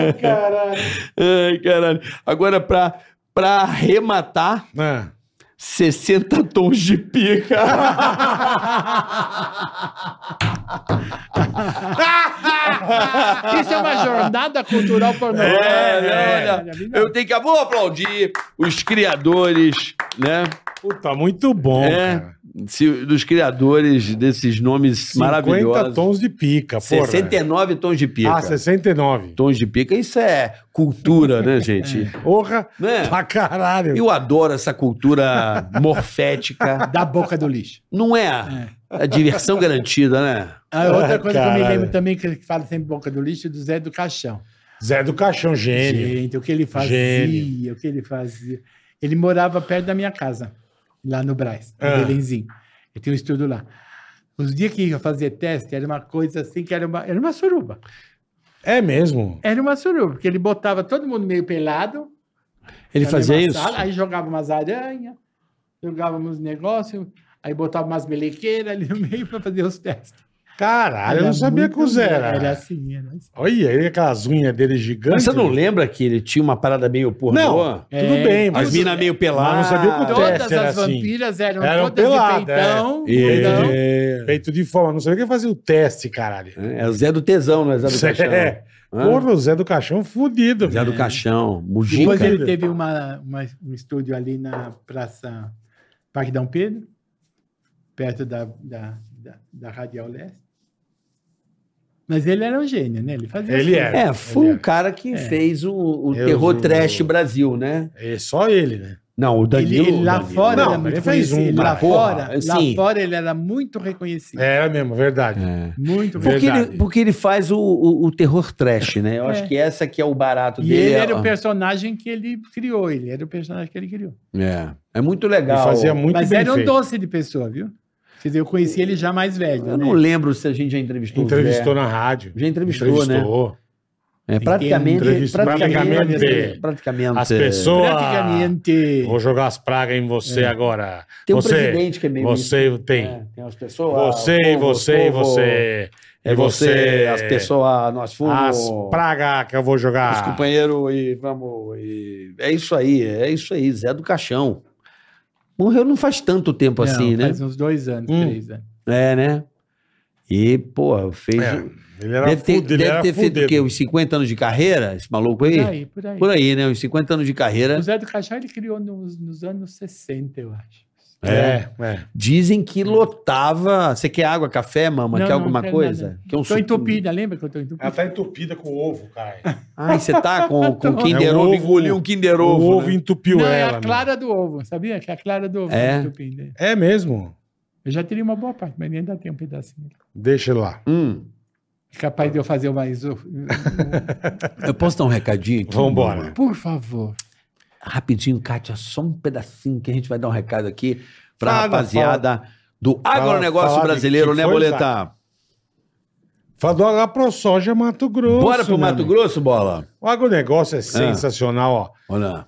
S4: Ai, caralho. Agora, pra, pra arrematar,
S3: Ah,
S4: 60 tons de pica.
S1: Isso é uma jornada cultural pornográfica.
S4: É,
S1: Olha,
S4: olha, Eu tenho que vou aplaudir os criadores, né?
S3: Puta, muito bom,
S4: É,
S3: cara.
S4: se- dos criadores desses nomes
S3: 50
S4: maravilhosos.
S3: tons de pica, porra.
S4: 69 tons de pica.
S3: Ah, 69.
S4: Tons de pica, isso é cultura, né, gente?
S3: Porra,
S4: Né?
S3: pra caralho.
S4: Eu adoro essa cultura morfética.
S1: Da boca do lixo.
S4: Não é a diversão garantida, né?
S1: Ah, outra coisa
S3: Ah,
S1: que eu me
S3: caralho.
S1: lembro também, que ele fala sempre boca do lixo, é do Zé do Caixão.
S3: Zé do Caixão, gênio.
S1: Gente, o que ele fazia,
S3: Gênio.
S1: o que ele fazia. Ele morava perto da minha casa, lá no Brás,
S3: Ah.
S1: em Belenzinho. Eu tenho um estudo lá. Os dias que eu fazia teste, era uma coisa assim que era uma, era uma suruba.
S3: É mesmo?
S1: Era uma suruba, porque ele botava todo mundo meio pelado.
S4: Ele
S1: na
S4: fazia
S1: mesma
S4: isso?
S1: sala, aí jogava umas aranhas, jogava uns negócios, aí botava umas melequeiras ali no meio para fazer os testes.
S3: Caralho, Ah, eu
S4: é
S1: Era
S3: não sabia que
S1: muito
S3: o Zé era.
S1: Era assim, era assim.
S3: Olha, ele aquelas unhas dele gigantes. né?
S4: Mas você não lembra que ele tinha uma parada meio pornô?
S3: Não, tudo
S1: É.
S3: bem,
S4: As
S3: mas.
S4: minas meio
S3: Mas
S4: peladas.
S3: não sabia o que
S1: Todas
S3: Ah, teste era
S1: as
S3: assim.
S1: vampiras eram,
S3: Eram
S1: todas
S3: pelada,
S1: de peitão. né? Então,
S4: é. É.
S1: peitão.
S3: É, Feito de forma, não sabia que ele fazia o teste, caralho.
S4: É o Zé do Tesão, né? Zé do Caixão.
S3: É.
S4: Hã?
S3: Porra, o Zé do Caixão fudido.
S4: Zé do Caixão, Mujica.
S1: Depois
S3: Dica.
S1: ele teve uma, uma- um estúdio ali na Praça Parque Dom Pedro, perto da, da, da, da Radial Leste. Mas ele era um gênio, né? Ele fazia
S3: Ele
S1: as coisas.
S3: era.
S4: É, foi um cara que fez o, o
S3: Eu
S4: terror
S3: juro.
S4: trash Brasil, né?
S3: É só ele, né?
S4: Não, o
S1: Ele,
S4: Danilo...
S1: ele lá
S4: Danilo.
S1: fora
S3: Não,
S1: era
S3: mas
S1: muito
S3: ele fez um,
S1: conhecido. lá,
S4: mas porra,
S1: fora,
S4: assim-
S1: lá fora ele era muito reconhecido.
S3: É mesmo, verdade.
S4: É.
S1: Muito
S3: Porque
S4: Porque,
S1: reconhecido.
S3: Verdade.
S4: ele, porque ele faz o, o- o terror trash, né? Eu
S1: É.
S4: acho que essa que é o barato
S1: E
S4: dele.
S1: ele
S4: é-
S1: era o personagem que ele criou, ele era o personagem que ele criou.
S4: É. É muito
S3: Ele
S4: legal.
S3: fazia muito
S1: Mas
S3: bem
S1: era um
S3: feito.
S1: doce de pessoa, viu? Quer dizer, eu conheci ele já mais velho.
S4: Eu
S1: né?
S4: não lembro se a gente já entrevistou o Zé.
S3: Entrevistou na rádio.
S4: Já entrevistou, né?
S3: Entrevistou.
S4: É, praticamente,
S3: Entrevista-
S4: praticamente,
S3: praticamente.
S4: praticamente.
S3: As pessoas.
S1: Praticamente.
S4: Tipo
S3: Vou jogar as pragas em você agora.
S4: Tem um
S3: você,
S4: presidente que é meio
S3: Você tem.
S4: É, tem as pessoas.
S3: Você,
S4: o povo,
S3: você e
S4: o povo,
S3: você.
S4: É
S3: E
S4: você, as pessoas, ah, nós
S3: As
S4: fomos.
S3: pragas que eu vou
S4: Os
S3: jogar.
S4: companheiros e vamos. e- É isso aí, é isso aí, Zé do Caixão. Morreu não faz tanto tempo assim,
S1: Não,
S4: né?
S1: Faz uns dois anos,
S3: Hum.
S1: três anos.
S4: É, né? E, pô, fez. um
S3: É, ele era
S4: deve ter,
S3: fudido, ele
S4: deve
S3: era
S4: ter feito o
S3: fudido.
S4: quê? Uns 50 anos de carreira? Esse maluco
S1: Por
S4: aí?
S1: aí, por aí.
S4: Por aí, né? Uns 50 anos de carreira.
S1: O Zé do Caixão ele criou nos, nos anos 60, eu acho.
S3: É, é.
S4: Dizem que lotava. Você quer água, café, mama?
S1: Não,
S4: quer
S1: não,
S4: alguma
S1: não quero
S4: coisa?
S1: nada.
S4: Quer um
S1: Tô
S4: suco?
S1: entupida, lembra que eu tô
S3: Ela
S1: entupida?
S3: tá entupida com ovo, cara.
S4: Ai, você tá com, com Kinder
S3: É um
S4: Ovo,
S3: ovo-
S4: engoliu um Kinder
S3: o
S4: Ovo.
S3: ovo
S4: né?
S3: entupiu
S1: Não, é
S3: ela.
S1: a clara do ovo, sabia? Que é a clara do ovo.
S4: É?
S1: entupida.
S3: meu. É mesmo?
S1: Eu já teria uma boa parte, mas ainda tem um pedacinho.
S3: Deixa ele lá.
S4: Hum.
S1: É Capaz de eu fazer mais. um-
S4: Eu posso dar um recadinho aqui?
S3: Vambora.
S1: Por favor.
S4: Rapidinho, Kátia, só um pedacinho que a gente vai dar um recado aqui pra
S3: Fala,
S4: rapaziada do
S3: Fala,
S4: agronegócio
S3: fala de
S4: brasileiro,
S3: que
S4: né,
S3: foi,
S4: Boleta?
S3: Fala do AgroSoja Mato Grosso.
S4: Bora pro
S3: meu
S4: Mato Ah.
S3: amigo.
S4: Grosso, bola?
S3: O agronegócio é sensacional, ó.
S4: Olha lá.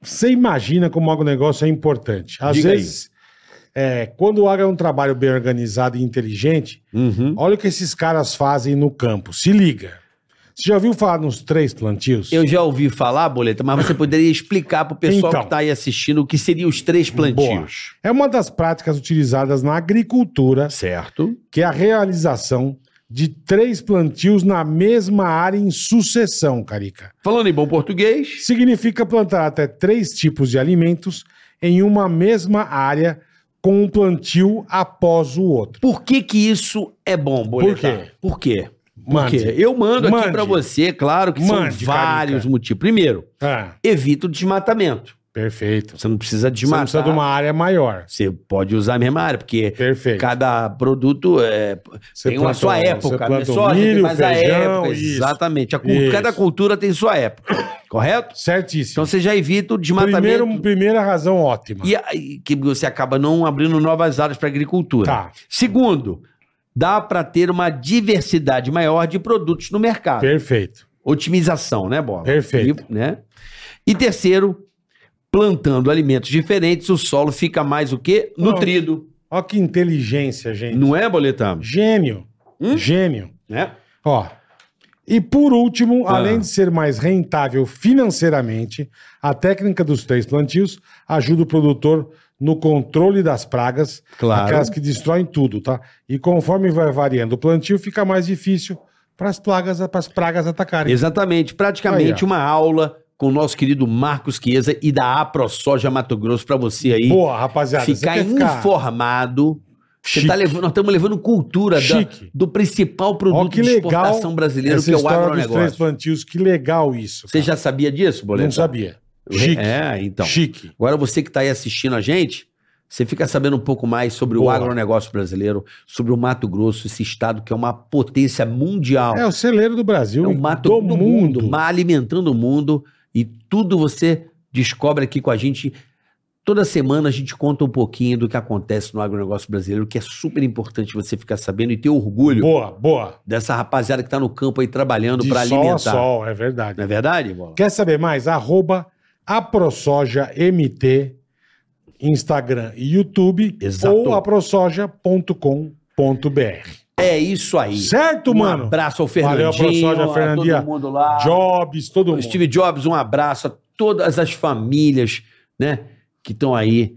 S3: Você imagina como o agronegócio é importante. Às
S4: Diga aí.
S3: vezes, é, quando o agro é um trabalho bem organizado e inteligente,
S4: Uhum.
S3: olha o que esses caras fazem no campo. Se liga. Você já ouviu falar nos três plantios?
S4: Eu já ouvi falar, Boleta, mas você poderia explicar pro pessoal
S3: Então.
S4: que tá aí assistindo o que seriam os três plantios.
S3: É uma das práticas utilizadas na agricultura,
S4: Certo.
S3: que é a realização de três plantios na mesma área em sucessão, Carica.
S4: Falando em bom português.
S3: Significa plantar até três tipos de alimentos em uma mesma área com um plantio após o outro.
S4: Por que que isso é bom, Boletar? Por quê? Por
S3: Mande.
S4: quê? Eu mando aqui
S3: Mande.
S4: pra você, claro que
S3: Mande,
S4: são vários
S3: Carica.
S4: motivos. Primeiro,
S3: Ah,
S4: evita o desmatamento.
S3: perfeito.
S4: Você não precisa
S3: Você não
S4: desmatar.
S3: precisa de uma área maior.
S4: Você pode usar a mesma área, porque
S3: Perfeito.
S4: cada produto é,
S3: Você
S4: tem uma
S3: planta
S4: sua
S3: um-
S4: época.
S3: você
S4: né?
S3: planta um
S4: Soja tem
S3: milho,
S4: mais
S3: feijão,
S4: a época.
S3: isso.
S4: Exatamente. A cu-
S3: Isso.
S4: Cada cultura tem sua época, correto?
S3: Certíssimo.
S4: Então você já evita o desmatamento.
S3: Primeiro, primeira razão ótima.
S4: E aí que você acaba não abrindo novas áreas para agricultura.
S3: Tá,
S4: Segundo, dá para ter uma diversidade maior de produtos no mercado.
S3: perfeito.
S4: Otimização, né, Bola?
S3: Perfeito.
S4: E, né? e terceiro, plantando alimentos diferentes, o solo fica mais o quê?
S3: Bom.
S4: Nutrido.
S3: Olha que inteligência, gente.
S4: Não é, Boletão?
S3: Gênio.
S4: Hum?
S3: Gênio.
S4: Né?
S3: Ó. E por último,
S4: Ah.
S3: além de ser mais rentável financeiramente, a técnica dos três plantios ajuda o produtor no controle das pragas,
S4: Claro.
S3: aquelas que destroem tudo, tá? E conforme vai variando o plantio, fica mais difícil para as pragas, pras pragas atacarem.
S4: Exatamente. Praticamente
S3: Aí, ó.
S4: uma aula com o nosso querido Marcos Chiesa e da AproSoja Mato Grosso para você aí
S3: Boa, rapaziada. você
S4: ficar
S3: quer
S4: informado. Você
S3: Chique.
S4: tá levando, nós estamos levando cultura da-
S3: Chique.
S4: do principal
S3: Ó,
S4: produto
S3: que
S4: de
S3: legal
S4: exportação brasileiro,
S3: Essa
S4: que é o
S3: história dos três
S4: agronegócio.
S3: plantios, que legal isso.
S4: Você
S3: cara.
S4: já sabia disso, Boleto?
S3: Não sabia. Chique.
S4: É, então.
S3: Chique.
S4: Agora você que está aí assistindo a gente, você fica sabendo um pouco mais sobre o
S3: Boa.
S4: agronegócio brasileiro, sobre o Mato Grosso, esse estado que é uma potência mundial.
S3: É o celeiro do Brasil,
S4: É o mato do, mundo, ma- alimentando o mundo e tudo você descobre aqui com a gente. Toda semana a gente conta um pouquinho do que acontece no agronegócio brasileiro, que é super importante você ficar sabendo e ter orgulho
S3: Boa, boa.
S4: dessa rapaziada que está no campo aí trabalhando
S3: De
S4: para
S3: sol
S4: alimentar.
S3: a sol, é verdade.
S4: Não é verdade, Bola?
S3: Quer saber mais? Arroba aprosojamt, Instagram e YouTube
S4: Exato.
S3: ou aprosoja.com.br.
S4: É isso aí.
S3: Certo,
S4: um
S3: mano?
S4: abraço ao
S3: Valeu,
S4: Fernandinho,
S3: professor
S4: a
S3: Fernandinha.
S4: todo mundo lá.
S3: Jobs, todo mundo.
S4: Steve Jobs, um abraço a todas as famílias, né, que estão aí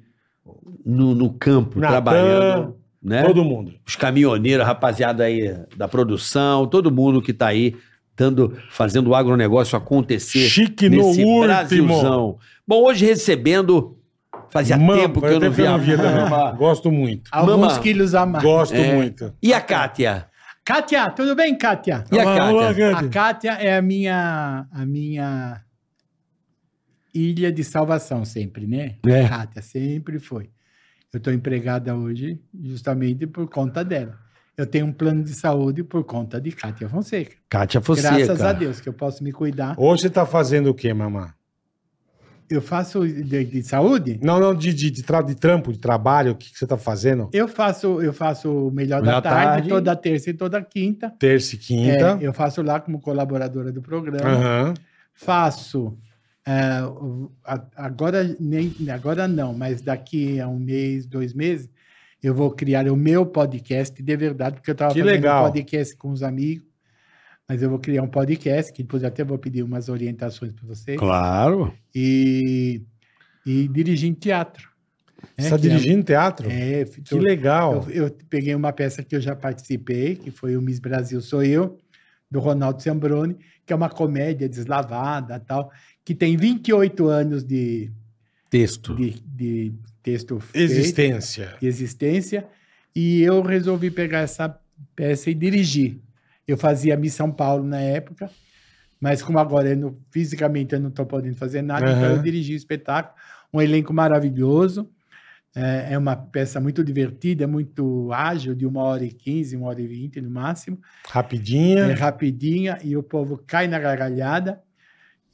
S4: no, no campo
S3: Natan,
S4: trabalhando, né?
S3: Todo mundo.
S4: os caminhoneiros, a rapaziada aí da produção, todo mundo que tá aí dando, fazendo o agronegócio acontecer
S3: Chique no último.
S4: Brasilzão. Bom, hoje recebendo, fazia
S3: Mano,
S4: tempo que eu não
S3: tempo
S4: via.
S3: também.
S4: Mama.
S3: Gosto muito.
S1: Alguns
S4: Mama.
S1: quilos a mais.
S3: Gosto
S4: É.
S3: muito.
S4: E a Kátia?
S1: Kátia, tudo bem, Kátia?
S4: E a
S3: Olá,
S4: Kátia?
S3: olá,
S1: A Kátia é a minha, a minha ilha de salvação sempre, né?
S4: É.
S1: Kátia, sempre foi. Eu estou empregada hoje justamente por conta dela. Eu tenho um plano de saúde por conta de Kátia Fonseca.
S4: Kátia Fonseca.
S1: Graças a Deus que eu posso me cuidar.
S3: Hoje você tá fazendo o quê, mamá?
S1: Eu faço de, de saúde?
S3: Não, não, de, de, de, tra- de trampo, de trabalho, o que, que você tá fazendo?
S1: Eu faço, eu faço o melhor,
S4: Melhor
S1: da tarde,
S4: Tarde.
S1: toda terça e toda quinta.
S3: Terça e
S1: É, então.
S3: quinta.
S1: eu faço lá como colaboradora do programa.
S3: Aham.
S1: Faço é, o- a- agora nem agora não, mas daqui a um mês, dois meses, eu vou criar o meu podcast de verdade, porque eu estava
S3: Que
S1: fazendo
S3: legal.
S1: um podcast com os amigos. Mas eu vou criar um podcast, que depois eu até vou pedir umas orientações para vocês.
S4: Claro.
S1: E, e dirigindo teatro. né,
S3: Você tá
S1: que é-
S3: dirigindo teatro?
S1: É,
S3: Que
S1: tô-
S3: legal.
S1: eu, eu peguei uma peça que eu já participei, que foi o Miss Brasil Sou Eu, do Ronaldo Sambroni, que é uma comédia deslavada tal, que tem 28 anos de,
S4: Texto.
S1: de, de texto feito,
S3: Existência.
S1: de existência, e eu resolvi pegar essa peça e dirigir. Eu fazia Miss São Paulo na época, mas como agora eu não- fisicamente eu não estou podendo fazer nada, então
S3: Aham.
S1: eu dirigi o espetáculo, um elenco maravilhoso, é, é uma peça muito divertida, é muito ágil, de uma hora e quinze, uma hora e vinte no máximo, é
S3: Rapidinha.
S1: rapidinha e o povo cai na gargalhada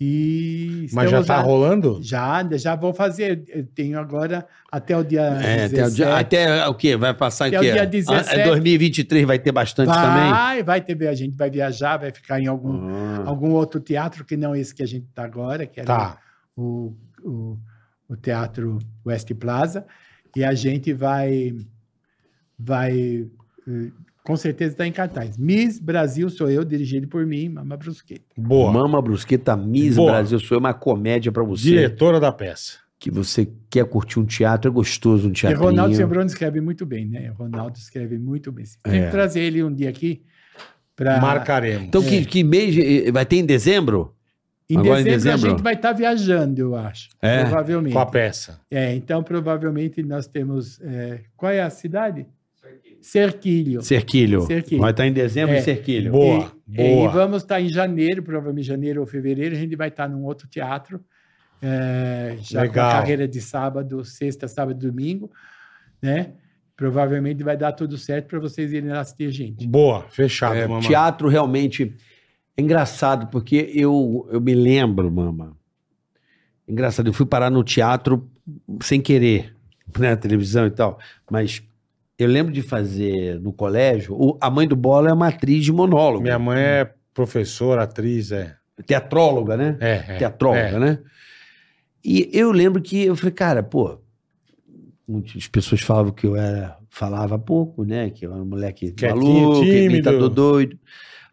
S1: e
S3: Mas já
S1: estamos
S3: tá
S1: lá.
S3: rolando?
S1: Já, já vou fazer. Eu tenho agora até o dia
S4: É, até, o
S1: 17.
S4: dia, até o quê? Vai passar em
S1: Até o
S4: quê?
S1: dia
S4: Ah,
S1: 17.
S4: 2023 vai ter bastante também? Uhum.
S1: Vai, vai ter, a gente vai viajar, vai ficar em algum, algum outro teatro que não esse que a gente está agora, que era
S3: Tá.
S1: o, o, o Teatro West Plaza, e a gente vai, vai eh, com certeza está em cartaz. Miss Brasil sou eu, dirigido por mim, Mama Brusqueta.
S3: Boa.
S4: Mama Brusqueta Miss
S3: Boa.
S4: Brasil sou eu, uma comédia pra você.
S3: Diretora da peça.
S4: Que você quer curtir um teatro, é gostoso um
S1: E
S4: teatro.
S1: Ronaldo Sembroni escreve muito bem, né? O Ronaldo escreve muito bem. Tem
S4: É.
S1: que trazer ele um dia aqui para
S3: Marcaremos.
S4: Então,
S1: É.
S4: que, que mês eh, vai ter em dezembro?
S1: Em
S4: Agora em
S1: dezembro,
S4: dezembro?
S1: a gente vai estar viajando, eu acho.
S4: É?
S1: Provavelmente.
S3: Com a peça.
S1: É, então provavelmente nós temos. é, qual é a cidade? Cerquilho.
S4: Cerquilho.
S1: Cerquilho.
S4: Vai estar em dezembro
S1: É.
S4: em Cerquilho.
S3: Boa,
S1: E,
S3: boa.
S1: e vamos estar em janeiro, provavelmente janeiro ou fevereiro, a gente vai estar num outro teatro. é, já
S3: Legal.
S1: com a carreira de sábado, sexta, sábado, domingo, né? Provavelmente vai dar tudo certo para vocês irem lá assistir a gente.
S3: Boa. Fechado,
S4: É,
S3: mamãe.
S4: teatro realmente é engraçado, porque eu, eu me lembro, mama. Engraçado, eu fui parar no teatro sem querer, né? Televisão e tal. Mas eu lembro de fazer no colégio. o- a mãe do Bola é uma atriz de monólogo.
S3: Minha mãe é professora, atriz, é.
S4: Teatróloga, né?
S3: É, é.
S4: teatróloga, né? E eu lembro que eu falei, cara, pô, muitas pessoas falavam que eu era, falava pouco, né? Que eu era um moleque
S3: Quietinho,
S4: maluco,
S3: tímido.
S4: imitador doido.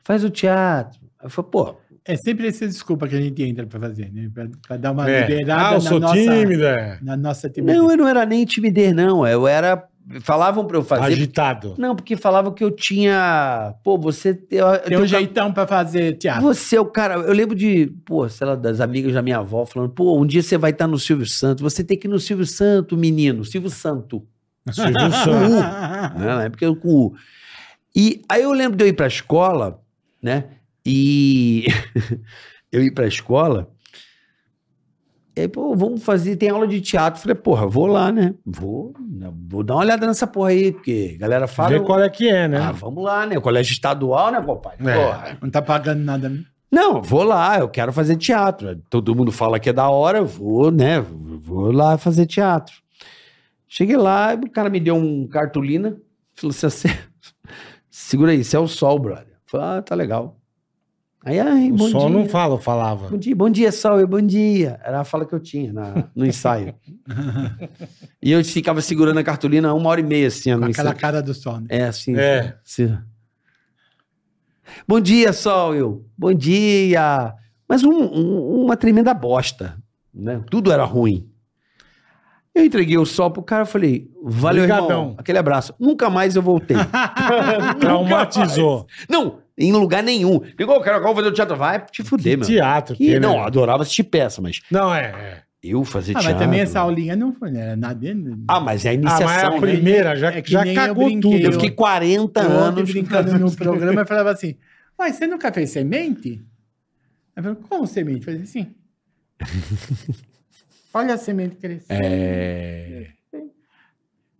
S4: Faz o teatro. Eu falei, pô,
S1: É sempre essa desculpa que a gente entra para fazer, né? Para dar uma
S3: É.
S1: liberada
S3: Ah, eu
S1: na,
S3: sou
S1: nossa,
S3: tímida. é.
S1: na nossa timidez.
S4: não, eu não era nem timidez, não. Eu era. Falavam pra eu fazer.
S3: Agitado.
S4: Não, porque falavam que eu tinha. Pô, você. Tem
S1: Tem um jeitão para fazer teatro.
S4: Você é o cara. Eu lembro de, pô, sei lá, das amigas da minha avó falando, pô, um dia você vai estar no Silvio Santos. Você tem que ir no Silvio Santo, menino. Silvio Santo.
S3: Silvio Santos.
S4: né? Na época eu com o U. E aí eu lembro de eu ir pra escola, né? E eu ir pra escola. E aí, pô, vamos fazer, tem aula de teatro. Falei, porra, vou lá, né? Vou, né? vou dar uma olhada nessa porra aí, porque a galera fala.
S3: Vê
S4: eu-
S3: qual é que é, né?
S4: Ah, vamos lá, né? Colégio estadual, né, compadre?
S3: É.
S4: Porra.
S1: Não tá pagando nada. né?
S4: Não, vou lá, eu quero fazer teatro. Todo mundo fala que é da hora, eu vou, né? Vou lá fazer teatro. Cheguei lá, o cara me deu um cartolina, falou assim, "Você- segura aí, isso é o sol, brother. Falei, ah, tá legal. Aí, ai,
S3: o
S4: bom
S3: sol
S4: dia.
S3: não fala, eu falava.
S4: Bom dia, bom dia, sol, eu, bom dia. Era a fala que eu tinha na- no ensaio. e eu ficava segurando a cartolina uma hora e meia, assim,
S1: Com
S4: no
S1: aquela
S4: ensaio.
S1: cara do sol, né?
S4: É, assim.
S3: É.
S4: Sim. Bom dia, Sol. Eu. Bom dia. Mas um- um- uma tremenda bosta. Né? Tudo era ruim. Eu entreguei o sol pro cara e falei, valeu,
S3: Obrigadão.
S4: irmão. Aquele abraço. Nunca mais eu voltei.
S3: Traumatizou.
S4: não, em lugar nenhum. Ligou, cara, qual fazer o teatro? Vai te fuder, meu.
S3: Teatro.
S4: E,
S3: que, né?
S4: não, adorava assistir peça, mas
S3: Não, é. é.
S4: eu fazer
S1: Ah,
S4: teatro...
S1: mas também essa aulinha não foi, né? Era nada.
S4: Ah, mas é a
S3: Ah,
S4: iniciação,
S3: mas a
S4: né?
S3: primeira já,
S1: É que
S3: já
S1: nem eu
S3: cagou
S1: brinquei,
S3: tudo.
S4: Eu fiquei 40
S1: eu ontem
S4: anos... né?
S1: brincando no programa e falava assim: Mas você nunca fez semente? Eu falei, como semente? Eu falei assim. Olha a semente crescendo.
S4: É...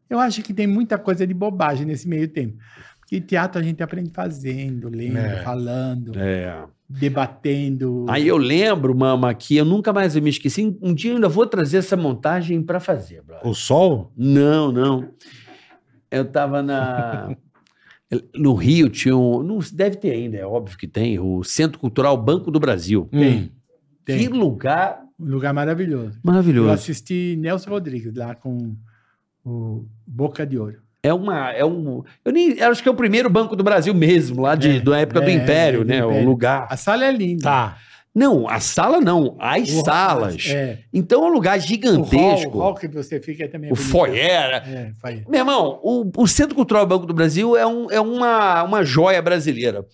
S1: Eu acho que tem muita coisa de bobagem nesse meio tempo. Porque teatro a gente aprende fazendo, lendo,
S3: É.
S1: falando.
S4: É...
S1: debatendo.
S4: Aí eu lembro, mama, que eu nunca mais me esqueci. Um dia eu ainda vou trazer essa montagem pra fazer, brother.
S3: O sol?
S4: Não, não. Eu tava na. No Rio tinha um. Não, deve ter ainda, é óbvio que tem. O Centro Cultural Banco do Brasil.
S1: Tem, tem.
S4: Que lugar
S1: Um lugar maravilhoso. Eu
S4: maravilhoso.
S1: assisti Nelson Rodrigues lá com o Boca de Ouro.
S4: É uma. É um, eu nem. eu acho que é o primeiro Banco do Brasil mesmo, lá de,
S1: É,
S4: da época do
S1: é,
S4: Império,
S1: é, do
S4: né? O
S1: Império.
S4: lugar.
S1: A sala é linda.
S3: Tá.
S4: Não, a sala não, as
S1: O-
S4: salas.
S1: É.
S4: Então é um lugar
S1: O hall, o
S4: gigantesco. O,
S1: hall que você fica é também. é bonito.
S4: foyer.
S1: É, foyer.
S4: Meu irmão, o, o Centro Cultural Banco do Brasil é, um, é uma, uma joia brasileira.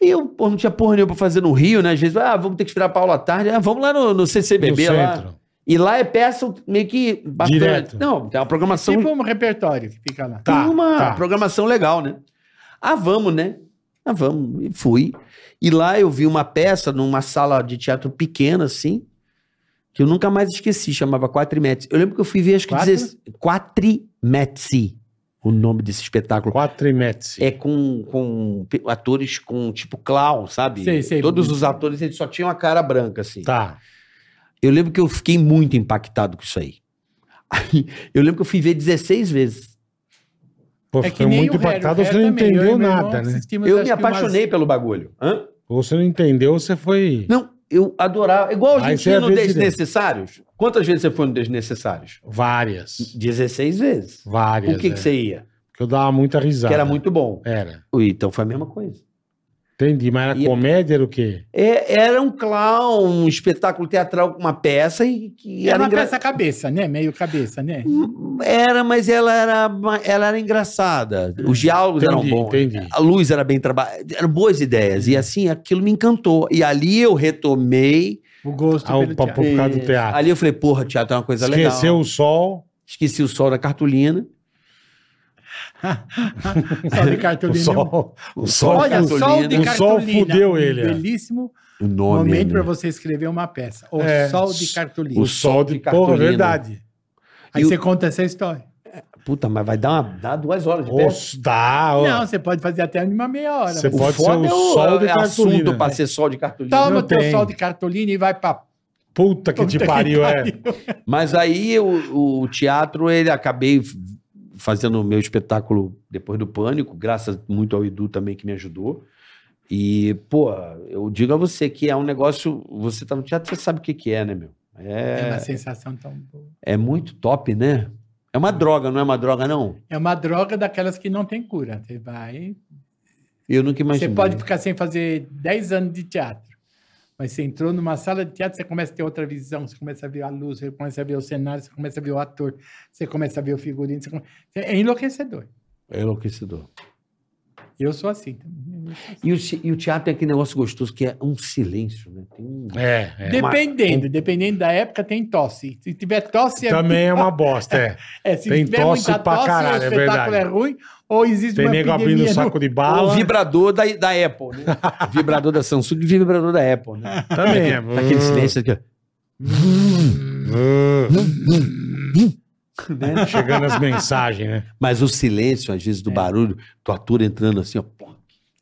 S4: E eu pô, não tinha porra nenhuma pra fazer no Rio, né? Às vezes, ah, vamos ter que esperar a Paula à tarde. Ah, vamos lá no, no CCBB
S3: no
S4: lá.
S3: centro.
S4: E lá é peça meio que. bastante-
S3: Direto.
S4: Não, tem uma programação
S1: Tipo um repertório que fica lá.
S3: Tá,
S4: tem uma
S3: tá.
S4: programação legal, né? Ah, vamos, né? Ah, vamos. E fui. E lá eu vi uma peça numa sala de teatro pequena, assim, que eu nunca mais esqueci, chamava Quatrimete. Eu lembro que eu fui ver, acho que
S1: Quatro?
S4: dezesse- Quatrimete, o nome desse espetáculo.
S3: Quatro e metros.
S4: É com, com pe- atores com tipo clown, sabe?
S1: Sei, sei.
S4: Todos os atores, eles só tinham a cara branca, assim.
S3: Tá.
S4: Eu lembro que eu fiquei muito impactado com isso aí. Aí, eu lembro que eu fui ver 16 vezes.
S3: Pô,
S1: É que
S3: ficou
S1: nem
S3: muito
S1: o Harry,
S3: impactado,
S1: o
S3: você
S1: Harry
S3: não
S1: também, eu e
S3: entendeu
S1: meu irmão
S3: nada, né?
S1: assistimos,
S4: Eu
S1: acho
S4: me
S1: que umas-
S4: apaixonei pelo bagulho. Hã?
S3: Ou você não entendeu, ou você foi.
S4: Não, eu adorava. Igual a
S3: Aí
S4: gente
S3: você ia
S4: ia no
S3: ver direito.
S4: Desnecessários. Quantas vezes você foi no Desnecessários?
S3: Várias.
S4: 16 vezes.
S3: Várias.
S4: Por que,
S3: é.
S4: que você ia?
S3: Porque eu dava muita risada.
S4: Que era muito bom.
S3: Era.
S4: Então foi a mesma coisa.
S3: Entendi, mas era
S4: E-
S3: comédia, era o quê?
S4: É, era um clown, um espetáculo teatral com uma peça e que
S1: Era
S4: era,
S1: É uma
S4: engra-
S1: peça cabeça, né? Meio cabeça, né?
S4: era, mas ela era, ma- ela era engraçada. Os diálogos eram
S3: Entendi,
S4: bons. né?
S3: entendi.
S4: A luz era bem trabalhada. Eram boas ideias. E assim, aquilo me encantou. E ali eu retomei.
S1: O gosto
S3: Ah, o
S1: pelo
S3: papo-
S1: teatro.
S3: Por causa do teatro.
S4: Ali eu falei, porra, teatro é uma coisa legal.
S3: Ah. Esqueceu o sol.
S4: Esqueci o sol da cartolina.
S1: Só de cartolina.
S3: O sol. O sol.
S1: Olha,
S3: fu-
S1: sol de
S3: O
S1: cartolina.
S3: sol fudeu
S1: Um
S3: ele, é.
S1: belíssimo
S4: O nome.
S1: momento para
S4: né?
S1: você escrever uma peça. O
S3: É.
S1: sol de cartolina.
S3: o sol de.
S4: de
S3: Porra,
S4: cartolina.
S3: verdade.
S1: Aí
S4: e o-
S1: você conta essa história.
S4: Puta, mas vai dar, uma, dá duas horas de peça.
S3: Os, dá, ó.
S1: Não, você pode fazer até uma meia hora.
S3: Você
S1: mas-
S3: pode ser
S4: foda
S3: é
S4: é
S3: o sol de
S4: assunto
S3: cartolina. né? Tá.
S4: pra ser sol de cartolina.
S1: Toma
S3: não
S1: teu
S3: tem.
S1: sol de cartolina e vai pra...
S3: Puta que te pariu, é.
S4: Mas aí o, o teatro, ele acabei f- fazendo o meu espetáculo depois do pânico, graças muito ao Edu também que me ajudou. E, pô, eu digo a você que é um negócio. Você tá no teatro, você sabe o que, que é, né, meu?
S1: É uma
S4: É,
S1: sensação tão boa.
S4: é muito top, né? É uma droga, não é uma droga, não?
S1: É uma droga daquelas que não tem cura. Você vai...
S4: Eu nunca
S1: Você
S4: imaginei.
S1: pode ficar sem fazer 10 anos de teatro. Mas você entrou numa sala de teatro, você começa a ter outra visão, você começa a ver a luz, você começa a ver o cenário, você começa a ver o ator, você começa a ver o figurino. você come- É enlouquecedor.
S4: É enlouquecedor.
S1: Eu sou assim também. eu sou assim.
S4: E o, ci- e o teatro tem aquele negócio gostoso que é um silêncio, né? Tem um.
S3: É, é.
S4: uma-
S1: Dependendo, dependendo da época, tem tosse. Se tiver tosse, é-
S3: Também é uma bosta, é.
S1: é, se
S3: tem
S1: tiver
S3: tosse
S1: muita
S3: pra
S1: tosse,
S3: caralho, é
S1: o espetáculo é,
S3: verdade.
S1: ruim, ou existe
S3: Tem
S1: uma
S3: nego
S1: epidemia.
S3: abrindo o
S1: no-
S3: saco de
S4: Ah, O
S3: bala.
S4: vibrador da, da Apple, né? vibrador da Samsung e vibrador da Apple, né?
S3: Também é.
S4: Tá aquele silêncio aqui, ó,
S3: Hum,
S4: né?
S3: hum. Chegando as mensagens, né?
S4: Mas o silêncio, às vezes, do barulho, do ator entrando assim, ó. pô,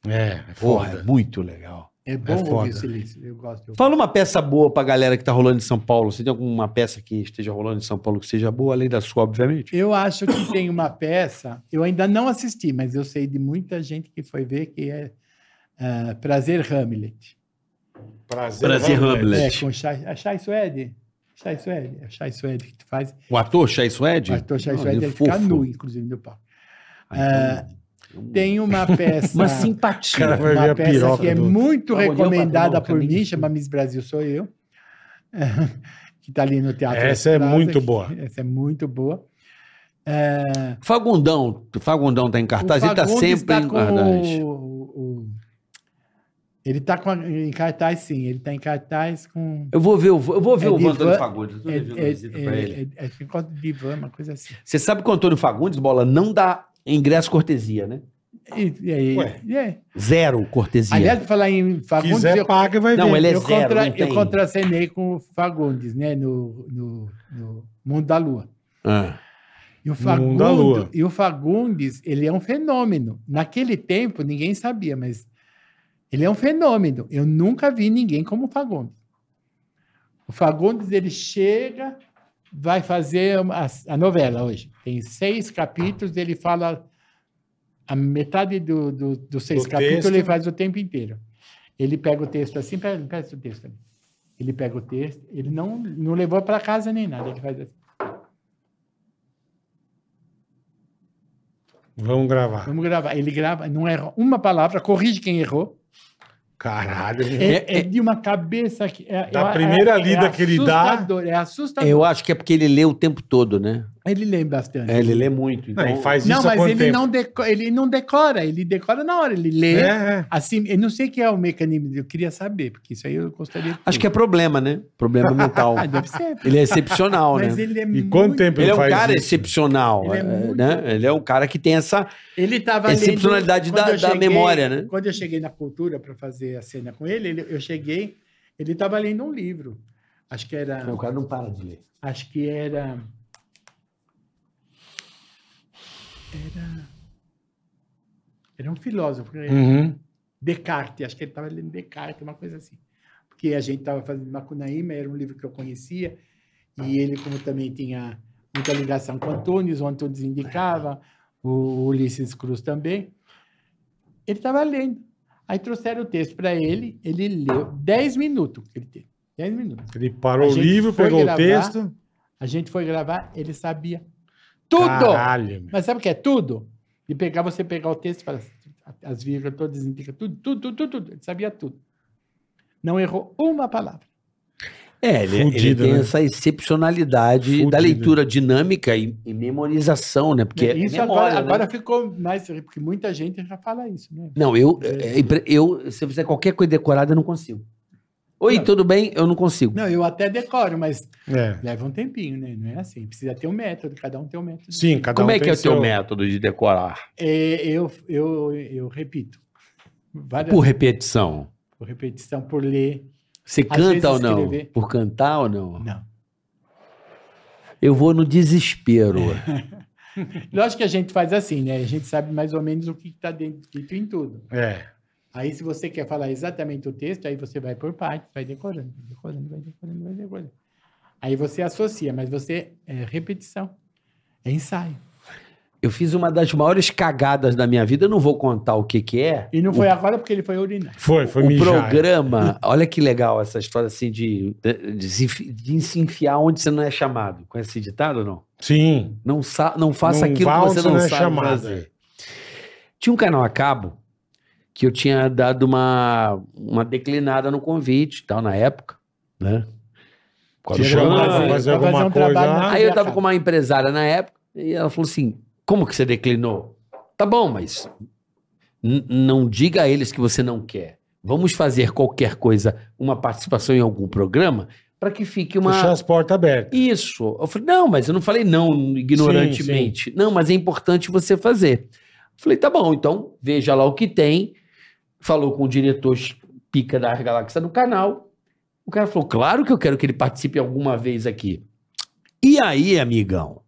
S3: É, é
S4: Porra,
S3: foda.
S4: é muito legal.
S1: É bom
S3: É
S1: ouvir
S3: foda.
S1: o silêncio. Eu gosto. eu-
S4: Fala uma peça boa pra galera que tá rolando em São Paulo. Você tem alguma peça que esteja rolando em São Paulo que seja boa, além da sua, obviamente?
S1: Eu acho que tem uma peça, eu ainda não assisti, mas eu sei de muita gente que foi ver, que é ah, Prazer Hamlet.
S3: Prazer,
S4: Prazer, Hamlet.
S1: É, com Chai- a Chai Suede. Chai Suede, a Chai Suede que tu faz.
S4: O ator Chai Suede?
S1: O ator Chai
S4: Não,
S1: Suede,
S4: ele é
S1: ele fica
S4: fofo.
S1: nu, inclusive, no palco.
S4: Ah, então,
S1: Tem uma peça...
S4: Uma simpatia.
S3: Cara, vai ver
S1: uma
S3: a
S1: peça
S3: piroca
S1: que é
S3: do-
S1: muito
S4: Olha, olhou pra
S1: recomendada
S4: boca,
S1: por
S4: nem
S1: mim,
S4: disse.
S1: chama Miss Brasil Sou Eu, que está ali no Teatro.
S3: Essa é
S1: Estrada,
S3: muito
S1: que-
S3: boa.
S1: Essa é muito boa.
S4: Fagundão. Fagundão tá em cartaz.
S1: O
S4: Ele tá
S1: Fagundes
S4: sempre
S1: tá
S4: em
S1: com
S4: cartaz.
S1: o- o- o- Ele tá com a- em cartaz, sim. Ele tá em cartaz com...
S4: Eu vou ver, o- eu vou ver
S1: É
S4: o
S1: de
S4: Antônio
S1: van-
S4: Fagundes. Eu tô
S1: É,
S4: devendo uma visita pra ele.
S1: é, é, é, é, encontro de van, uma coisa assim.
S4: Você sabe que o Antônio Fagundes, bola, não dá ingresso cortesia, né?
S1: E, e aí,
S3: Ué.
S1: e aí?
S4: Zero cortesia.
S1: Aliás, pra falar em Fagundes,
S3: Quiser,
S1: eu,
S3: paga e vai
S4: Não,
S3: ver.
S4: ele é
S1: eu
S4: zero,
S1: contra-
S4: não
S1: eu
S4: tem.
S1: contracenei com o Fagundes, né? No, no- no Mundo da Lua.
S4: Ah.
S1: E o,
S3: No Mundo da
S1: Fagundo-
S3: Lua.
S1: e o Fagundes, ele é um fenômeno. Naquele tempo, ninguém sabia, mas Ele é um fenômeno. Eu nunca vi ninguém como o Fagundes. O Fagundes, ele chega, vai fazer a, a novela hoje. Tem seis capítulos, ele fala a metade do- do- dos seis
S3: Do
S1: capítulos,
S3: texto.
S1: ele faz o tempo inteiro. Ele pega o texto assim, pega, pega o texto ali. Ele pega o texto, ele não, não levou para casa nem nada, ele faz assim.
S3: Vamos gravar.
S1: Vamos gravar. Ele grava, não erra uma palavra, corrige quem errou.
S3: Caralho.
S1: É, é de uma cabeça que. É,
S3: Da
S1: é-
S3: primeira lida que ele dá.
S1: assustador, É assustador.
S4: Eu acho que é porque ele lê o tempo todo, né?
S1: Ele lê bastante.
S4: É, ele lê muito.
S3: Não,
S4: Então...
S3: e faz isso
S1: não,
S3: há
S1: mas
S3: quanto
S1: ele
S3: tempo?
S1: não, deco- ele não decora, ele decora na hora, ele lê.
S3: É, é.
S1: Assim, eu não sei o que é o mecanismo, eu queria saber, porque isso aí eu gostaria. de
S4: Acho que
S1: ter.
S4: é problema, né? Problema mental.
S1: Ah, deve ser.
S4: ele é excepcional,
S1: Mas
S4: né?
S1: ele é
S3: E quanto tempo ele,
S4: Ele é um
S3: faz
S4: cara
S3: isso?
S4: excepcional,
S1: Ele é
S4: é,
S1: muito-
S4: né? Ele é um cara que tem essa...
S1: Ele tava lendo-
S4: Excepcionalidade da-
S1: quando eu
S4: da memória, né?
S1: Quando eu cheguei na cultura para fazer a cena com ele, ele- eu cheguei, ele estava lendo um livro. Acho que era.
S4: É O cara não para de ler.
S1: Acho que era. Era. Era um filósofo. né?
S3: Uhum.
S1: Descartes, acho que ele estava lendo Descartes, uma coisa assim. Porque a gente estava fazendo Macunaíma, era um livro que eu conhecia, e ele, como também tinha muita ligação com Antunes, o Antunes indicava, o Ulisses Cruz também, ele estava lendo. Aí trouxeram o texto para ele, ele leu 10 minutos que ele teve, 10 minutos.
S3: Ele parou
S1: A
S3: o
S1: gente
S3: livro,
S1: foi
S3: pegou
S1: gravar.
S3: o texto.
S1: A gente foi gravar, ele sabia tudo!
S3: Caralho, meu.
S1: Mas sabe o que é tudo? E pegar, você pegar o texto e falar assim, as vírgulas todas indicam tudo, tudo, tudo, tudo, tudo. Ele sabia tudo. Não errou uma palavra.
S4: É, ele, ele
S3: Fudido,
S4: tem
S3: né?
S4: essa excepcionalidade da
S3: Fudido.
S4: leitura dinâmica e, e memorização, né? Porque é
S1: isso
S4: memória,
S1: agora,
S4: né?
S1: agora ficou mais. Porque muita gente já fala isso, né?
S4: Não, eu, é, é impre- eu, se eu fizer qualquer coisa decorada, eu não consigo. Oi,
S1: Não.
S4: tudo bem? Eu não consigo.
S1: Não, eu até decoro, mas
S3: É.
S1: leva um tempinho, né? Não é assim. Precisa ter um método, cada um tem um método.
S3: Sim, cada
S4: Como
S3: um
S4: é que
S3: tem
S4: é o teu
S3: seu-
S4: método de decorar?
S1: É, eu, eu, eu repito. Várias
S3: É.
S4: Por repetição.
S1: por repetição, por ler.
S4: Você
S1: Às vezes
S4: canta ou não?
S1: escrever.
S4: Por cantar ou não?
S1: Não.
S4: Eu vou no desespero.
S1: Lógico que a gente faz assim, né? A gente sabe mais ou menos o que está dito em tudo.
S3: É.
S1: Aí, se você quer falar exatamente o texto, aí você vai por partes, vai decorando, vai decorando, vai decorando, vai decorando. Aí você associa, mas você é repetição, é ensaio.
S4: Eu fiz uma das maiores cagadas da minha vida, eu não vou contar o que que é.
S1: E não foi agora porque ele foi urinar.
S3: Foi, foi
S4: o
S3: mijar.
S4: programa, olha que legal essa história assim de, de, se enfi- de se enfiar onde você não é chamado. Conhece esse ditado ou não?
S3: Sim.
S4: Não, sa não faça
S3: Não
S4: aquilo
S3: vá
S4: que
S3: onde
S4: você
S3: você
S4: não,
S3: não é
S4: sabe
S3: chamado,
S4: fazer. Tinha um canal a cabo que eu tinha dado uma, uma declinada no convite e tal, na época, né? Com a
S3: Tinha
S4: Xana,
S3: gravado, fazer mas- alguma coisa, né?
S1: um na
S4: Aí eu
S1: minha
S4: tava
S1: casa.
S4: com uma empresária na época e ela falou assim: como que você declinou? Tá bom, mas n- não diga a eles que você não quer. Vamos fazer qualquer coisa, uma participação em algum programa, para que fique uma.
S3: Deixar as portas abertas.
S4: Isso. Eu falei, não, mas eu não falei não ignorantemente. Não, mas é importante você fazer. Falei, tá bom, então veja lá o que tem. Falou com o diretor pica da galáxia do canal. O cara falou, claro que eu quero que ele participe alguma vez aqui. E aí, amigão?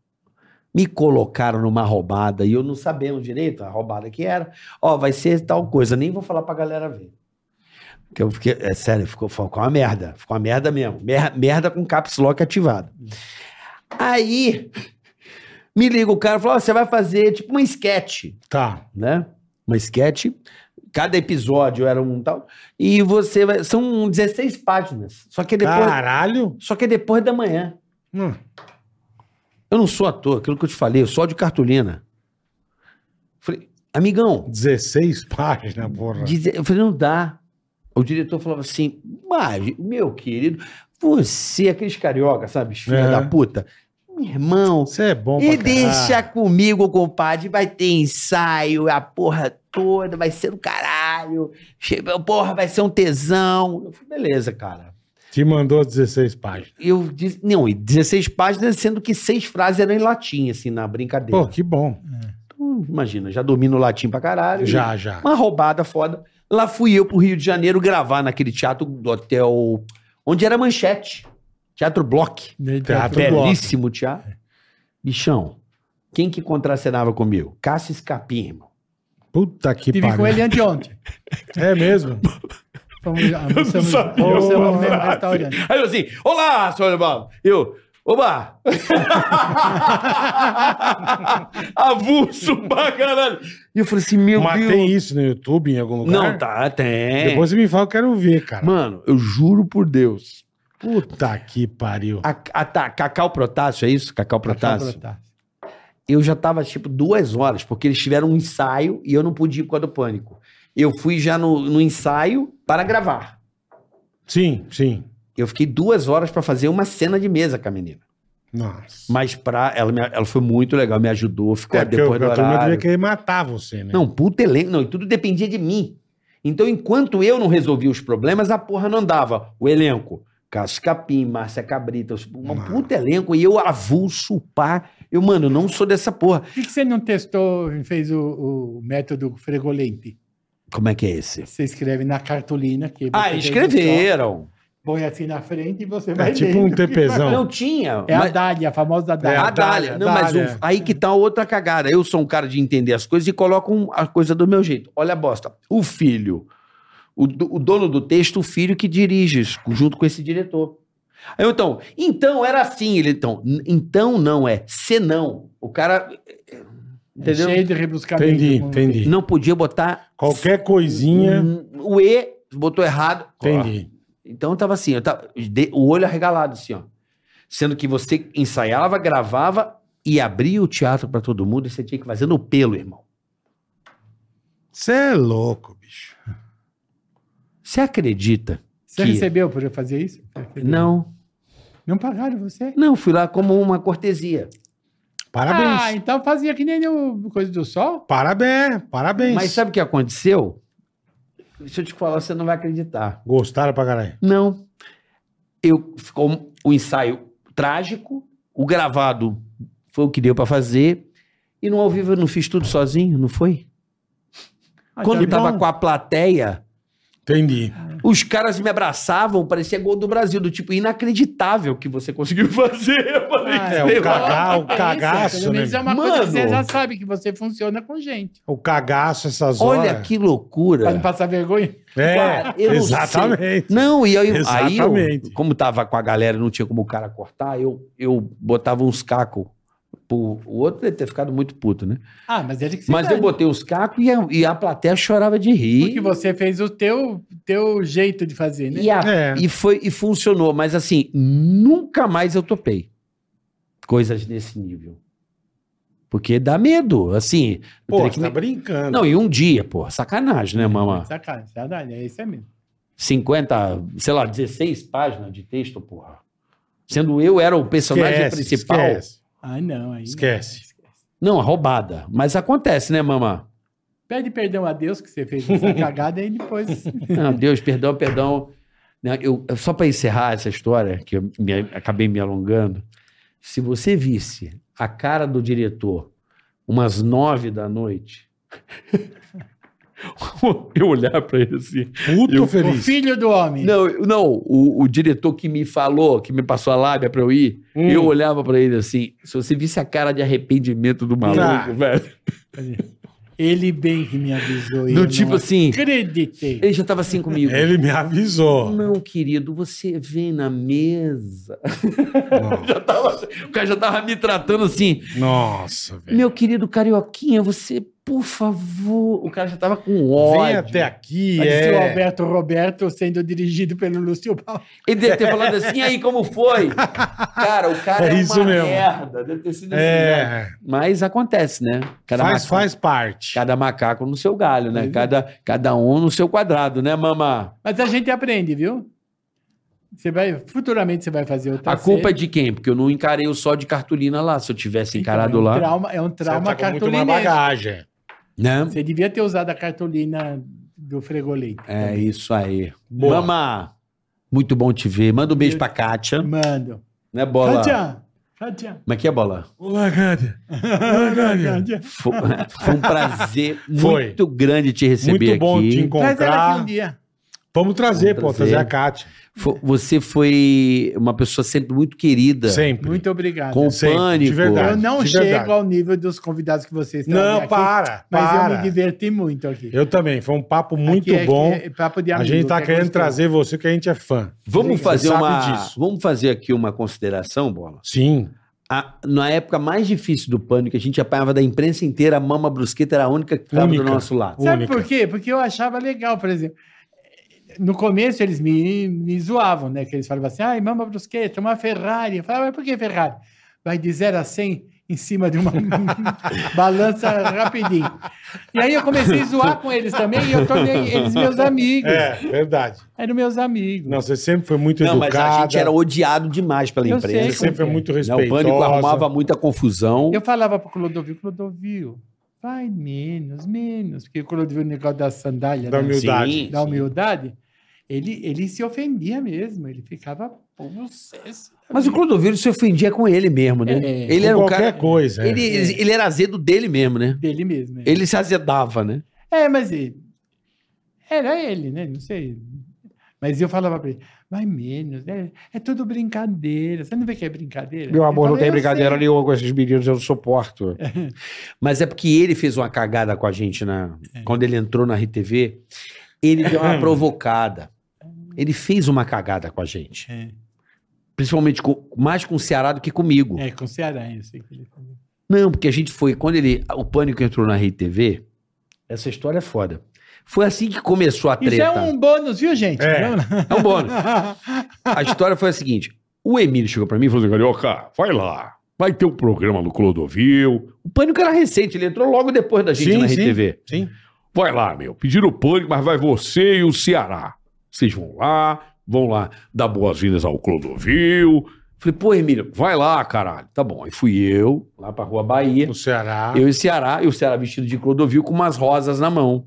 S4: Me colocaram numa roubada e eu não sabia direito a roubada que era. Ó, vai ser tal coisa, nem vou falar pra galera ver. Que eu fiquei, é sério, ficou, ficou uma merda. Ficou uma merda mesmo. Mer- merda com caps lock ativado. Aí me liga o cara e fala: ó, você vai fazer tipo uma sketch,
S3: Tá.
S4: né? Uma sketch. Cada episódio era um tal. E você vai. São 16 páginas. Só que é depois,
S3: Caralho.
S4: só que é depois da manhã.
S3: Hum.
S4: Eu não sou ator, aquilo que eu te falei, eu sou de cartolina. Falei, amigão,
S3: 16 páginas, porra.
S4: Diz- eu falei, não dá. O diretor falava assim, mas, meu querido, você, é aqueles carioca, sabe, filha
S3: É.
S4: da puta, meu irmão,
S3: Você é bom pra
S4: e
S3: caralho.
S4: deixa comigo, compadre, vai ter ensaio, a porra toda, vai ser do caralho, che- porra, vai ser um tesão. Eu falei, beleza, cara.
S3: Te mandou 16 páginas.
S4: Eu disse, não, e 16 páginas, sendo que seis frases eram em latim, assim, na brincadeira.
S3: Pô, que bom.
S4: Então, imagina, já domino o latim pra caralho.
S3: Já, já.
S4: Uma roubada foda. Lá fui eu pro Rio de Janeiro gravar naquele teatro do hotel. Onde era manchete. Teatro Block.
S1: Ele tá
S3: Teatro
S1: tudo-
S3: Block.
S4: Belíssimo teatro. Bichão, quem que contracenava comigo? Cássio Escapim, irmão.
S3: Puta que
S1: Estive com
S3: pariu.
S1: ele anteontem.
S3: É mesmo?
S1: Fomos, almoçamos
S4: sabia
S1: almoçamos
S4: uma
S1: no mesmo
S4: frase.
S1: restaurante.
S4: Aí eu assim, olá, senhor Bob. Eu, oba! Avulso pra caralho. E eu falei assim, meu
S3: Mas
S4: Deus.
S3: tem isso no YouTube em algum lugar?
S4: Não, tá, tem.
S3: Depois você me fala, eu quero ver, cara.
S4: Mano, eu juro por Deus.
S3: Puta que pariu.
S4: A, a, tá, Cacau Protássio, é isso? Cacau Protássio? Eu já tava, tipo, duas horas, porque eles tiveram um ensaio e eu não podia ir por causa do pânico. Eu fui já no, no ensaio para gravar.
S3: Sim, sim.
S4: Eu fiquei duas horas pra fazer uma cena de mesa com a menina.
S3: Nossa.
S4: Mas pra, ela, me- ela foi muito legal, me ajudou, ficou
S3: É porque
S4: depois do
S3: o- a turma devia
S4: horário.
S3: querer matar você, né?
S4: Não, puta elenco, não, e tudo dependia de mim. Então, enquanto eu não resolvia os problemas, a porra não andava. O elenco, Cássio Capim, Márcia Cabrita, os- uma
S3: Mano.
S4: puta elenco, e eu avulso, pá. Eu, mano, eu não sou dessa porra.
S1: Por que, que você não testou e fez o, o método Fregolente?
S4: Como é que é esse?
S1: Você escreve na cartolina. Que
S4: Ah,
S1: você tem no chão,
S4: escreveram.
S1: Põe assim na frente e você vai
S3: É tipo
S1: lendo.
S3: um TPzão.
S4: né? Não tinha.
S1: É a
S4: mas-
S1: Dália, a famosa Dália.
S3: É
S4: a Dália.
S3: Dália,
S4: Não, mas
S3: Dália.
S4: o- aí que tá outra cagada. Eu sou um cara de entender as coisas e coloco um- a coisa do meu jeito. Olha a bosta. O filho, o, do- o dono do texto, o filho que dirige isso, junto com esse diretor. Aí eu, então, então era assim, ele então, n- então não é, senão. O cara eh, entendeu?
S1: Cheio de rebuscamento.
S3: Entendi,
S1: com-
S3: entendi.
S4: Não Hum. podia botar
S3: Qualquer coisinha.
S4: n- o e botou errado.
S3: Entendi.
S4: Então eu tava assim, eu tava, de- o olho arregalado, assim, ó. Sendo que você ensaiava, gravava e abria o teatro pra todo mundo e você tinha que fazer no pelo, irmão.
S3: Você é louco, bicho.
S4: Você acredita?
S1: Você
S4: Que-
S1: recebeu por eu fazer isso? Recebeu.
S4: Não,
S1: Não pagaram você?
S4: não, fui lá como uma cortesia.
S3: Parabéns.
S1: Ah, então fazia que nem o Coisa do Sol?
S3: Parabéns, parabéns.
S4: Mas sabe o que aconteceu? Deixa eu te falar, você não vai acreditar.
S3: Gostaram pra caralho.
S4: Não. Eu ficou um- o ensaio trágico, o gravado foi o que deu pra fazer e no ao vivo eu não fiz tudo sozinho, não foi?
S1: Ah,
S4: Quando eu
S1: então-
S4: tava com a plateia,
S3: Entendi.
S4: Os caras me abraçavam, parecia gol do Brasil, do tipo, inacreditável que você conseguiu fazer. Eu falei,
S1: Ah,
S3: É,
S4: sei
S3: o
S4: lá.
S3: cagar, o
S1: Pensa,
S3: cagaço,
S1: Pelo
S3: né?
S1: menos é uma coisa que você
S4: Mano!
S1: já sabe que você funciona com gente.
S3: O cagaço, essas horas.
S4: Olha que loucura.
S1: Pra não passar vergonha.
S3: né?" É,
S4: Cara, eu não
S3: exatamente.
S4: Não, e aí, aí eu-
S3: Exatamente.
S4: como tava com a galera, não tinha como o cara cortar, eu, eu botava uns cacos. O outro deve ter ficado muito puto, né?
S1: Ah, mas ele que se
S4: Mas eu
S1: dane.
S4: botei uns cacos e a, e a plateia chorava de rir.
S1: Porque você fez o teu, teu jeito de fazer, né?
S4: E, a-
S3: É.
S4: e foi, e funcionou, mas assim, nunca mais eu topei coisas nesse nível. Porque dá medo, assim. eu
S3: Pô,
S4: teria
S3: você
S4: que
S3: tá
S4: me-
S3: brincando. Uhum.
S4: Não, e um dia, pô, sacanagem, né, mama?
S1: Sacanagem, sacanagem, é isso aí mesmo.
S4: 50, sei lá, 16 páginas de texto, porra. Sendo eu era o personagem
S3: Esquece,
S4: principal.
S3: esquece.
S1: Ah, não. Aí não.
S3: Esquece.
S4: Não, roubada. Mas acontece, né, mama?
S1: Pede perdão a Deus que você fez essa cagada e depois.
S4: Ah, Deus, perdão, perdão. Né, Eu, eu- só para encerrar essa história, que eu me- acabei me alongando, se você visse a cara do diretor umas nove da noite, eu olhar para ele assim.
S3: Puto
S1: o
S3: feliz.
S1: filho do homem.
S4: Não, eu- não o, o diretor que me falou, que me passou a lábia para eu ir,
S3: Hum.
S4: eu olhava para ele assim. Se você visse a cara de arrependimento do maluco,
S3: Ah.
S4: velho.
S1: Ele bem que me avisou. e eu
S4: Do tipo
S1: não
S4: assim,
S1: Acreditei.
S4: ele já tava assim comigo.
S3: Ele me avisou.
S4: Não, querido, você vem na mesa.
S3: Nossa.
S4: Já tava- assim, o cara já tava me tratando assim.
S3: Nossa, velho.
S4: Meu querido carioquinha, você, por favor. O cara já tava com ódio.
S3: Vem até aqui,
S1: Parecia o
S3: é.
S1: Alberto Roberto sendo dirigido pelo Lúcio Paulo.
S4: Ele deve ter falado assim, "E aí, como foi? Cara, o cara
S3: É
S4: é,
S3: isso
S4: uma
S3: mesmo.
S4: merda. Deve ter sido assim, né?
S3: É,
S4: Mas acontece, né? Cada
S3: faz,
S4: macaco,
S3: faz parte.
S4: cada macaco no seu galho, né?
S1: Pois é.
S4: Cada, cada um no seu quadrado, né, mama?
S1: Mas a gente aprende, viu? Você vai, futuramente você vai fazer
S3: Tá
S1: outra
S4: A culpa é
S1: cena.
S4: de quem? Porque eu não encarei o só de cartolina lá. Se eu tivesse encarado
S1: Então, é um
S4: lá,
S1: Trauma, é um trauma
S3: Você tá com muito
S1: cartolinesco.
S3: mais bagagem.
S4: né?
S1: Você devia ter usado a cartolina do Fregolei.
S4: É isso aí.
S3: Boa.
S4: Mama, muito bom te ver. Manda um beijo
S1: Eu-
S4: pra Kátia.
S1: Mando.
S4: Né, Bola?
S1: Katia, Katia.
S4: Como é que é, Bola?
S3: Olá, Cádia.
S1: Katia.
S4: Foi, foi um prazer
S3: Foi.
S4: muito grande te
S3: Muito
S4: receber
S3: bom
S4: aqui.
S3: te
S1: Traz ela aqui
S3: encontrar.
S1: um dia.
S3: Vamos trazer,
S4: Vamos
S3: pô, trazer a
S4: trazer.
S3: Kátia.
S4: Fo- Você foi uma pessoa sempre muito querida.
S3: Sempre.
S1: Muito obrigado.
S4: Com o
S3: Sempre, de
S4: pânico.
S3: verdade.
S1: Eu não
S3: de
S1: chego
S3: verdade.
S1: ao nível dos convidados que vocês trazem
S3: Não,
S1: aqui,
S3: para,
S1: Mas eu
S3: para.
S1: me
S3: Eu,
S1: diverti muito aqui.
S3: também, foi um papo muito
S1: Aqui é-
S3: bom.
S1: é papo de
S3: a
S1: amigo,
S3: gente tá
S1: que é
S3: querendo
S1: gostoso.
S3: trazer você, que a gente é fã.
S4: Vamos
S3: Você
S4: fazer
S3: sabe
S4: uma.
S3: disso.
S4: Vamos fazer aqui uma consideração, Bola.
S3: Sim.
S4: A- na época mais difícil do pânico, a gente apanhava da imprensa inteira, a mama brusqueta era a única que estava do
S3: Única.
S4: nosso lado.
S1: Sabe
S3: única.
S1: por quê? Porque eu achava legal, por exemplo. eh, No começo eles me, me zoavam, né? Que eles falavam assim, ai, mama brusqueta, uma Ferrari. Eu falava, mas por que Ferrari? Vai de 0 a 100 em cima de uma balança rapidinho. E aí eu comecei a zoar com eles também e eu tornei eles meus amigos.
S3: É, verdade.
S1: Eram meus amigos.
S3: Não, você sempre foi muito
S4: Não, mas
S3: educada.
S4: a gente era odiado demais pela
S1: Eu
S4: imprensa.
S3: Você
S1: sei
S3: sempre foi muito
S4: Não,
S3: respeitosa.
S4: o pânico arrumava muita confusão.
S1: Eu falava pro Clodovil, Clodovil, vai menos, menos. Porque o Clodovil, o negócio da sandália,
S3: Da
S1: né?
S3: humildade.
S4: Sim,
S1: da
S4: sim.
S1: humildade, ele, ele se ofendia mesmo, ele ficava possesso.
S4: Mas o Clodovil se ofendia com ele mesmo, né?
S1: É.
S4: ele
S3: Com
S4: era um
S3: qualquer
S4: cara.
S3: coisa. é.
S4: Ele, ele- ele era azedo dele mesmo, né?
S1: dele mesmo. É,
S4: Ele se azedava, né?
S1: é mas ele, era ele, né? Não sei. Mas eu falava pra ele, vai menos, né? É tudo brincadeira. Você não vê que é brincadeira?
S6: Meu amor,
S4: Então,
S1: Ele
S6: não tem
S1: fala, "Eu
S6: brincadeira
S1: sei."
S6: nenhuma com esses meninos, eu não suporto.
S4: Mas é porque ele fez uma cagada com a gente na...
S1: É.
S4: quando ele entrou na RTV. Ele deu uma provocada. Ele fez uma cagada com a gente. Principalmente com- mais com o Ceará do que comigo.
S1: É, com o Ceará, eu sei que ele falou.
S4: Não, porque a gente foi. Quando ele. O pânico entrou na RTV, essa história é foda. Foi assim que começou a
S1: Isso
S4: treta.
S1: é um bônus, viu, gente?
S3: É.
S1: Vamos lá.
S4: É um bônus. A história foi a seguinte: o Emílio chegou pra mim e falou assim: Carioca, vai lá. Vai ter um programa no Clodovil. O pânico era recente, ele entrou logo depois da gente
S3: Sim,
S4: na
S3: sim.
S4: RTV.
S3: Sim.
S4: Vai lá, meu. Pediram o pânico, mas vai você e o Ceará. Vocês vão lá, vão lá dar boas-vindas ao Clodovil. Falei, pô, Emílio, vai lá, caralho. Tá bom. Aí fui eu, lá pra Rua Bahia.
S3: No Ceará.
S4: Eu e o Ceará, e o Ceará vestido de Clodovil com umas rosas na mão.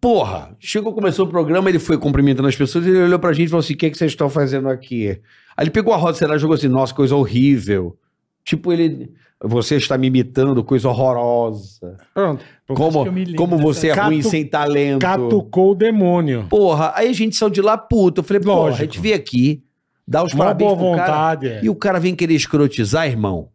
S4: Porra, chegou, começou o programa, ele foi cumprimentando as pessoas, ele olhou pra gente e falou assim: o que, é que vocês estão fazendo aqui? Aí ele pegou a rosa, o Ceará jogou assim: nossa, coisa horrível. Tipo, ele. Você está me imitando, coisa horrorosa.
S3: Pronto.
S4: Como,
S1: que eu me lembro
S4: como você é
S3: dessa-
S4: ruim
S3: Catu-
S4: sem talento.
S3: Catucou o demônio.
S4: Porra, aí a gente saiu de lá puto. Eu falei, porra, a
S3: Lógico.
S4: gente veio aqui, dá os
S3: Uma
S4: parabéns
S3: boa
S4: pro cara.
S3: vontade. é.
S4: E o cara vem querer escrotizar, irmão.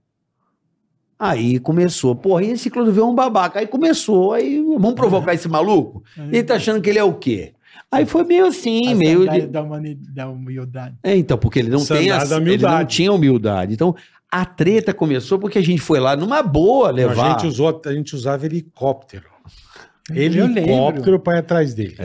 S4: Aí começou. Porra, e esse Clodovil é um babaca. Aí começou. Aí vamos provocar esse maluco? Ele tá achando que ele é o quê? Aí foi meio assim,
S1: A
S4: meio.
S1: sandália
S4: de-
S1: da humani- da humildade.
S4: É, então, porque ele não tem
S3: Sandália
S4: a,
S3: da
S4: ele não
S3: humildade.
S4: tinha humildade. Então, a treta começou porque a gente foi lá numa boa levar.
S3: A gente, usou, a gente usava helicóptero.
S1: lembro.
S3: Helicóptero pra ir atrás dele.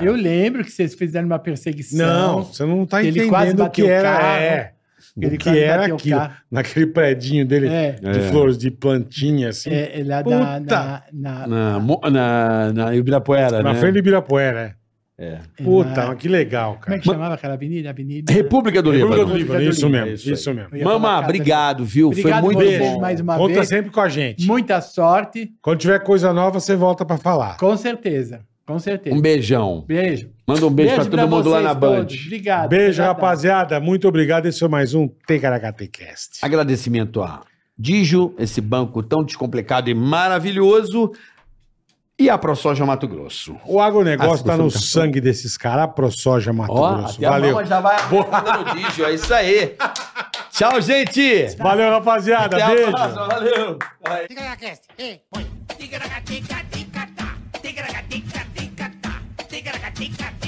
S1: Eu lembro que vocês fizeram uma perseguição.
S3: Não, você não tá
S1: Ele quase
S3: entendendo o que
S1: bateu o
S3: era,
S1: carro.
S3: é,
S1: Ele
S3: o que
S1: quase
S3: era
S1: bateu o
S3: aquilo.
S1: carro.
S3: Naquele predinho dele
S1: É.
S3: de flores de plantinha, assim.
S1: É, é lá da-
S3: Puta!
S1: na, na,
S4: Na, mo- na, na Ibirapuera,
S3: na
S4: né?
S3: frente de Ibirapuera,
S4: É.
S3: é. Puta,
S1: na-
S3: mas que legal,
S1: Como é
S3: cara.
S1: que chamava aquela avenida? Avenida.
S4: República do
S3: República do
S4: Líbano.
S3: Líbano, isso
S1: Líbano,
S3: mesmo,
S4: é isso
S3: isso,
S4: aí.
S3: mesmo.
S1: Eu ia falar
S4: Mamá,
S1: casa-
S4: obrigado, viu?
S1: Obrigado
S4: foi muito
S1: vocês
S4: bom.
S1: mais uma
S3: Conta
S1: vez.
S3: sempre com a gente.
S1: Muita sorte,
S3: Quando tiver coisa nova, você volta pra falar.
S1: com certeza. Com certeza.
S4: Um beijão.
S1: beijo.
S4: Manda um beijo, pra todo mundo lá
S1: vocês
S4: na Band.
S1: todos. Obrigado.
S3: Beijo,
S1: obrigado.
S3: rapaziada. Muito obrigado. Esse foi mais um TKHTcast.
S4: Agradecimento a Dijo, esse banco tão descomplicado e maravilhoso, e a ProSoja Mato Grosso.
S3: O
S4: Ah,
S3: agronegócio
S4: se
S3: tá
S4: você
S3: no
S4: não tá-
S3: sangue desses caras. A ProSoja Mato
S4: Ó,
S3: Grosso.
S4: até a
S3: Valeu.
S4: mama já vai arrancando no Dijo, é isso aí. Tchau, gente!
S3: Valeu, rapaziada.
S4: Até a
S3: Beijo.
S4: próxima, valeu!
S2: Tigaracast, ei, põe. Tigaracá, tica, tica, tá. Tigaracá, tica, tica, tá. Tigaracá, tica,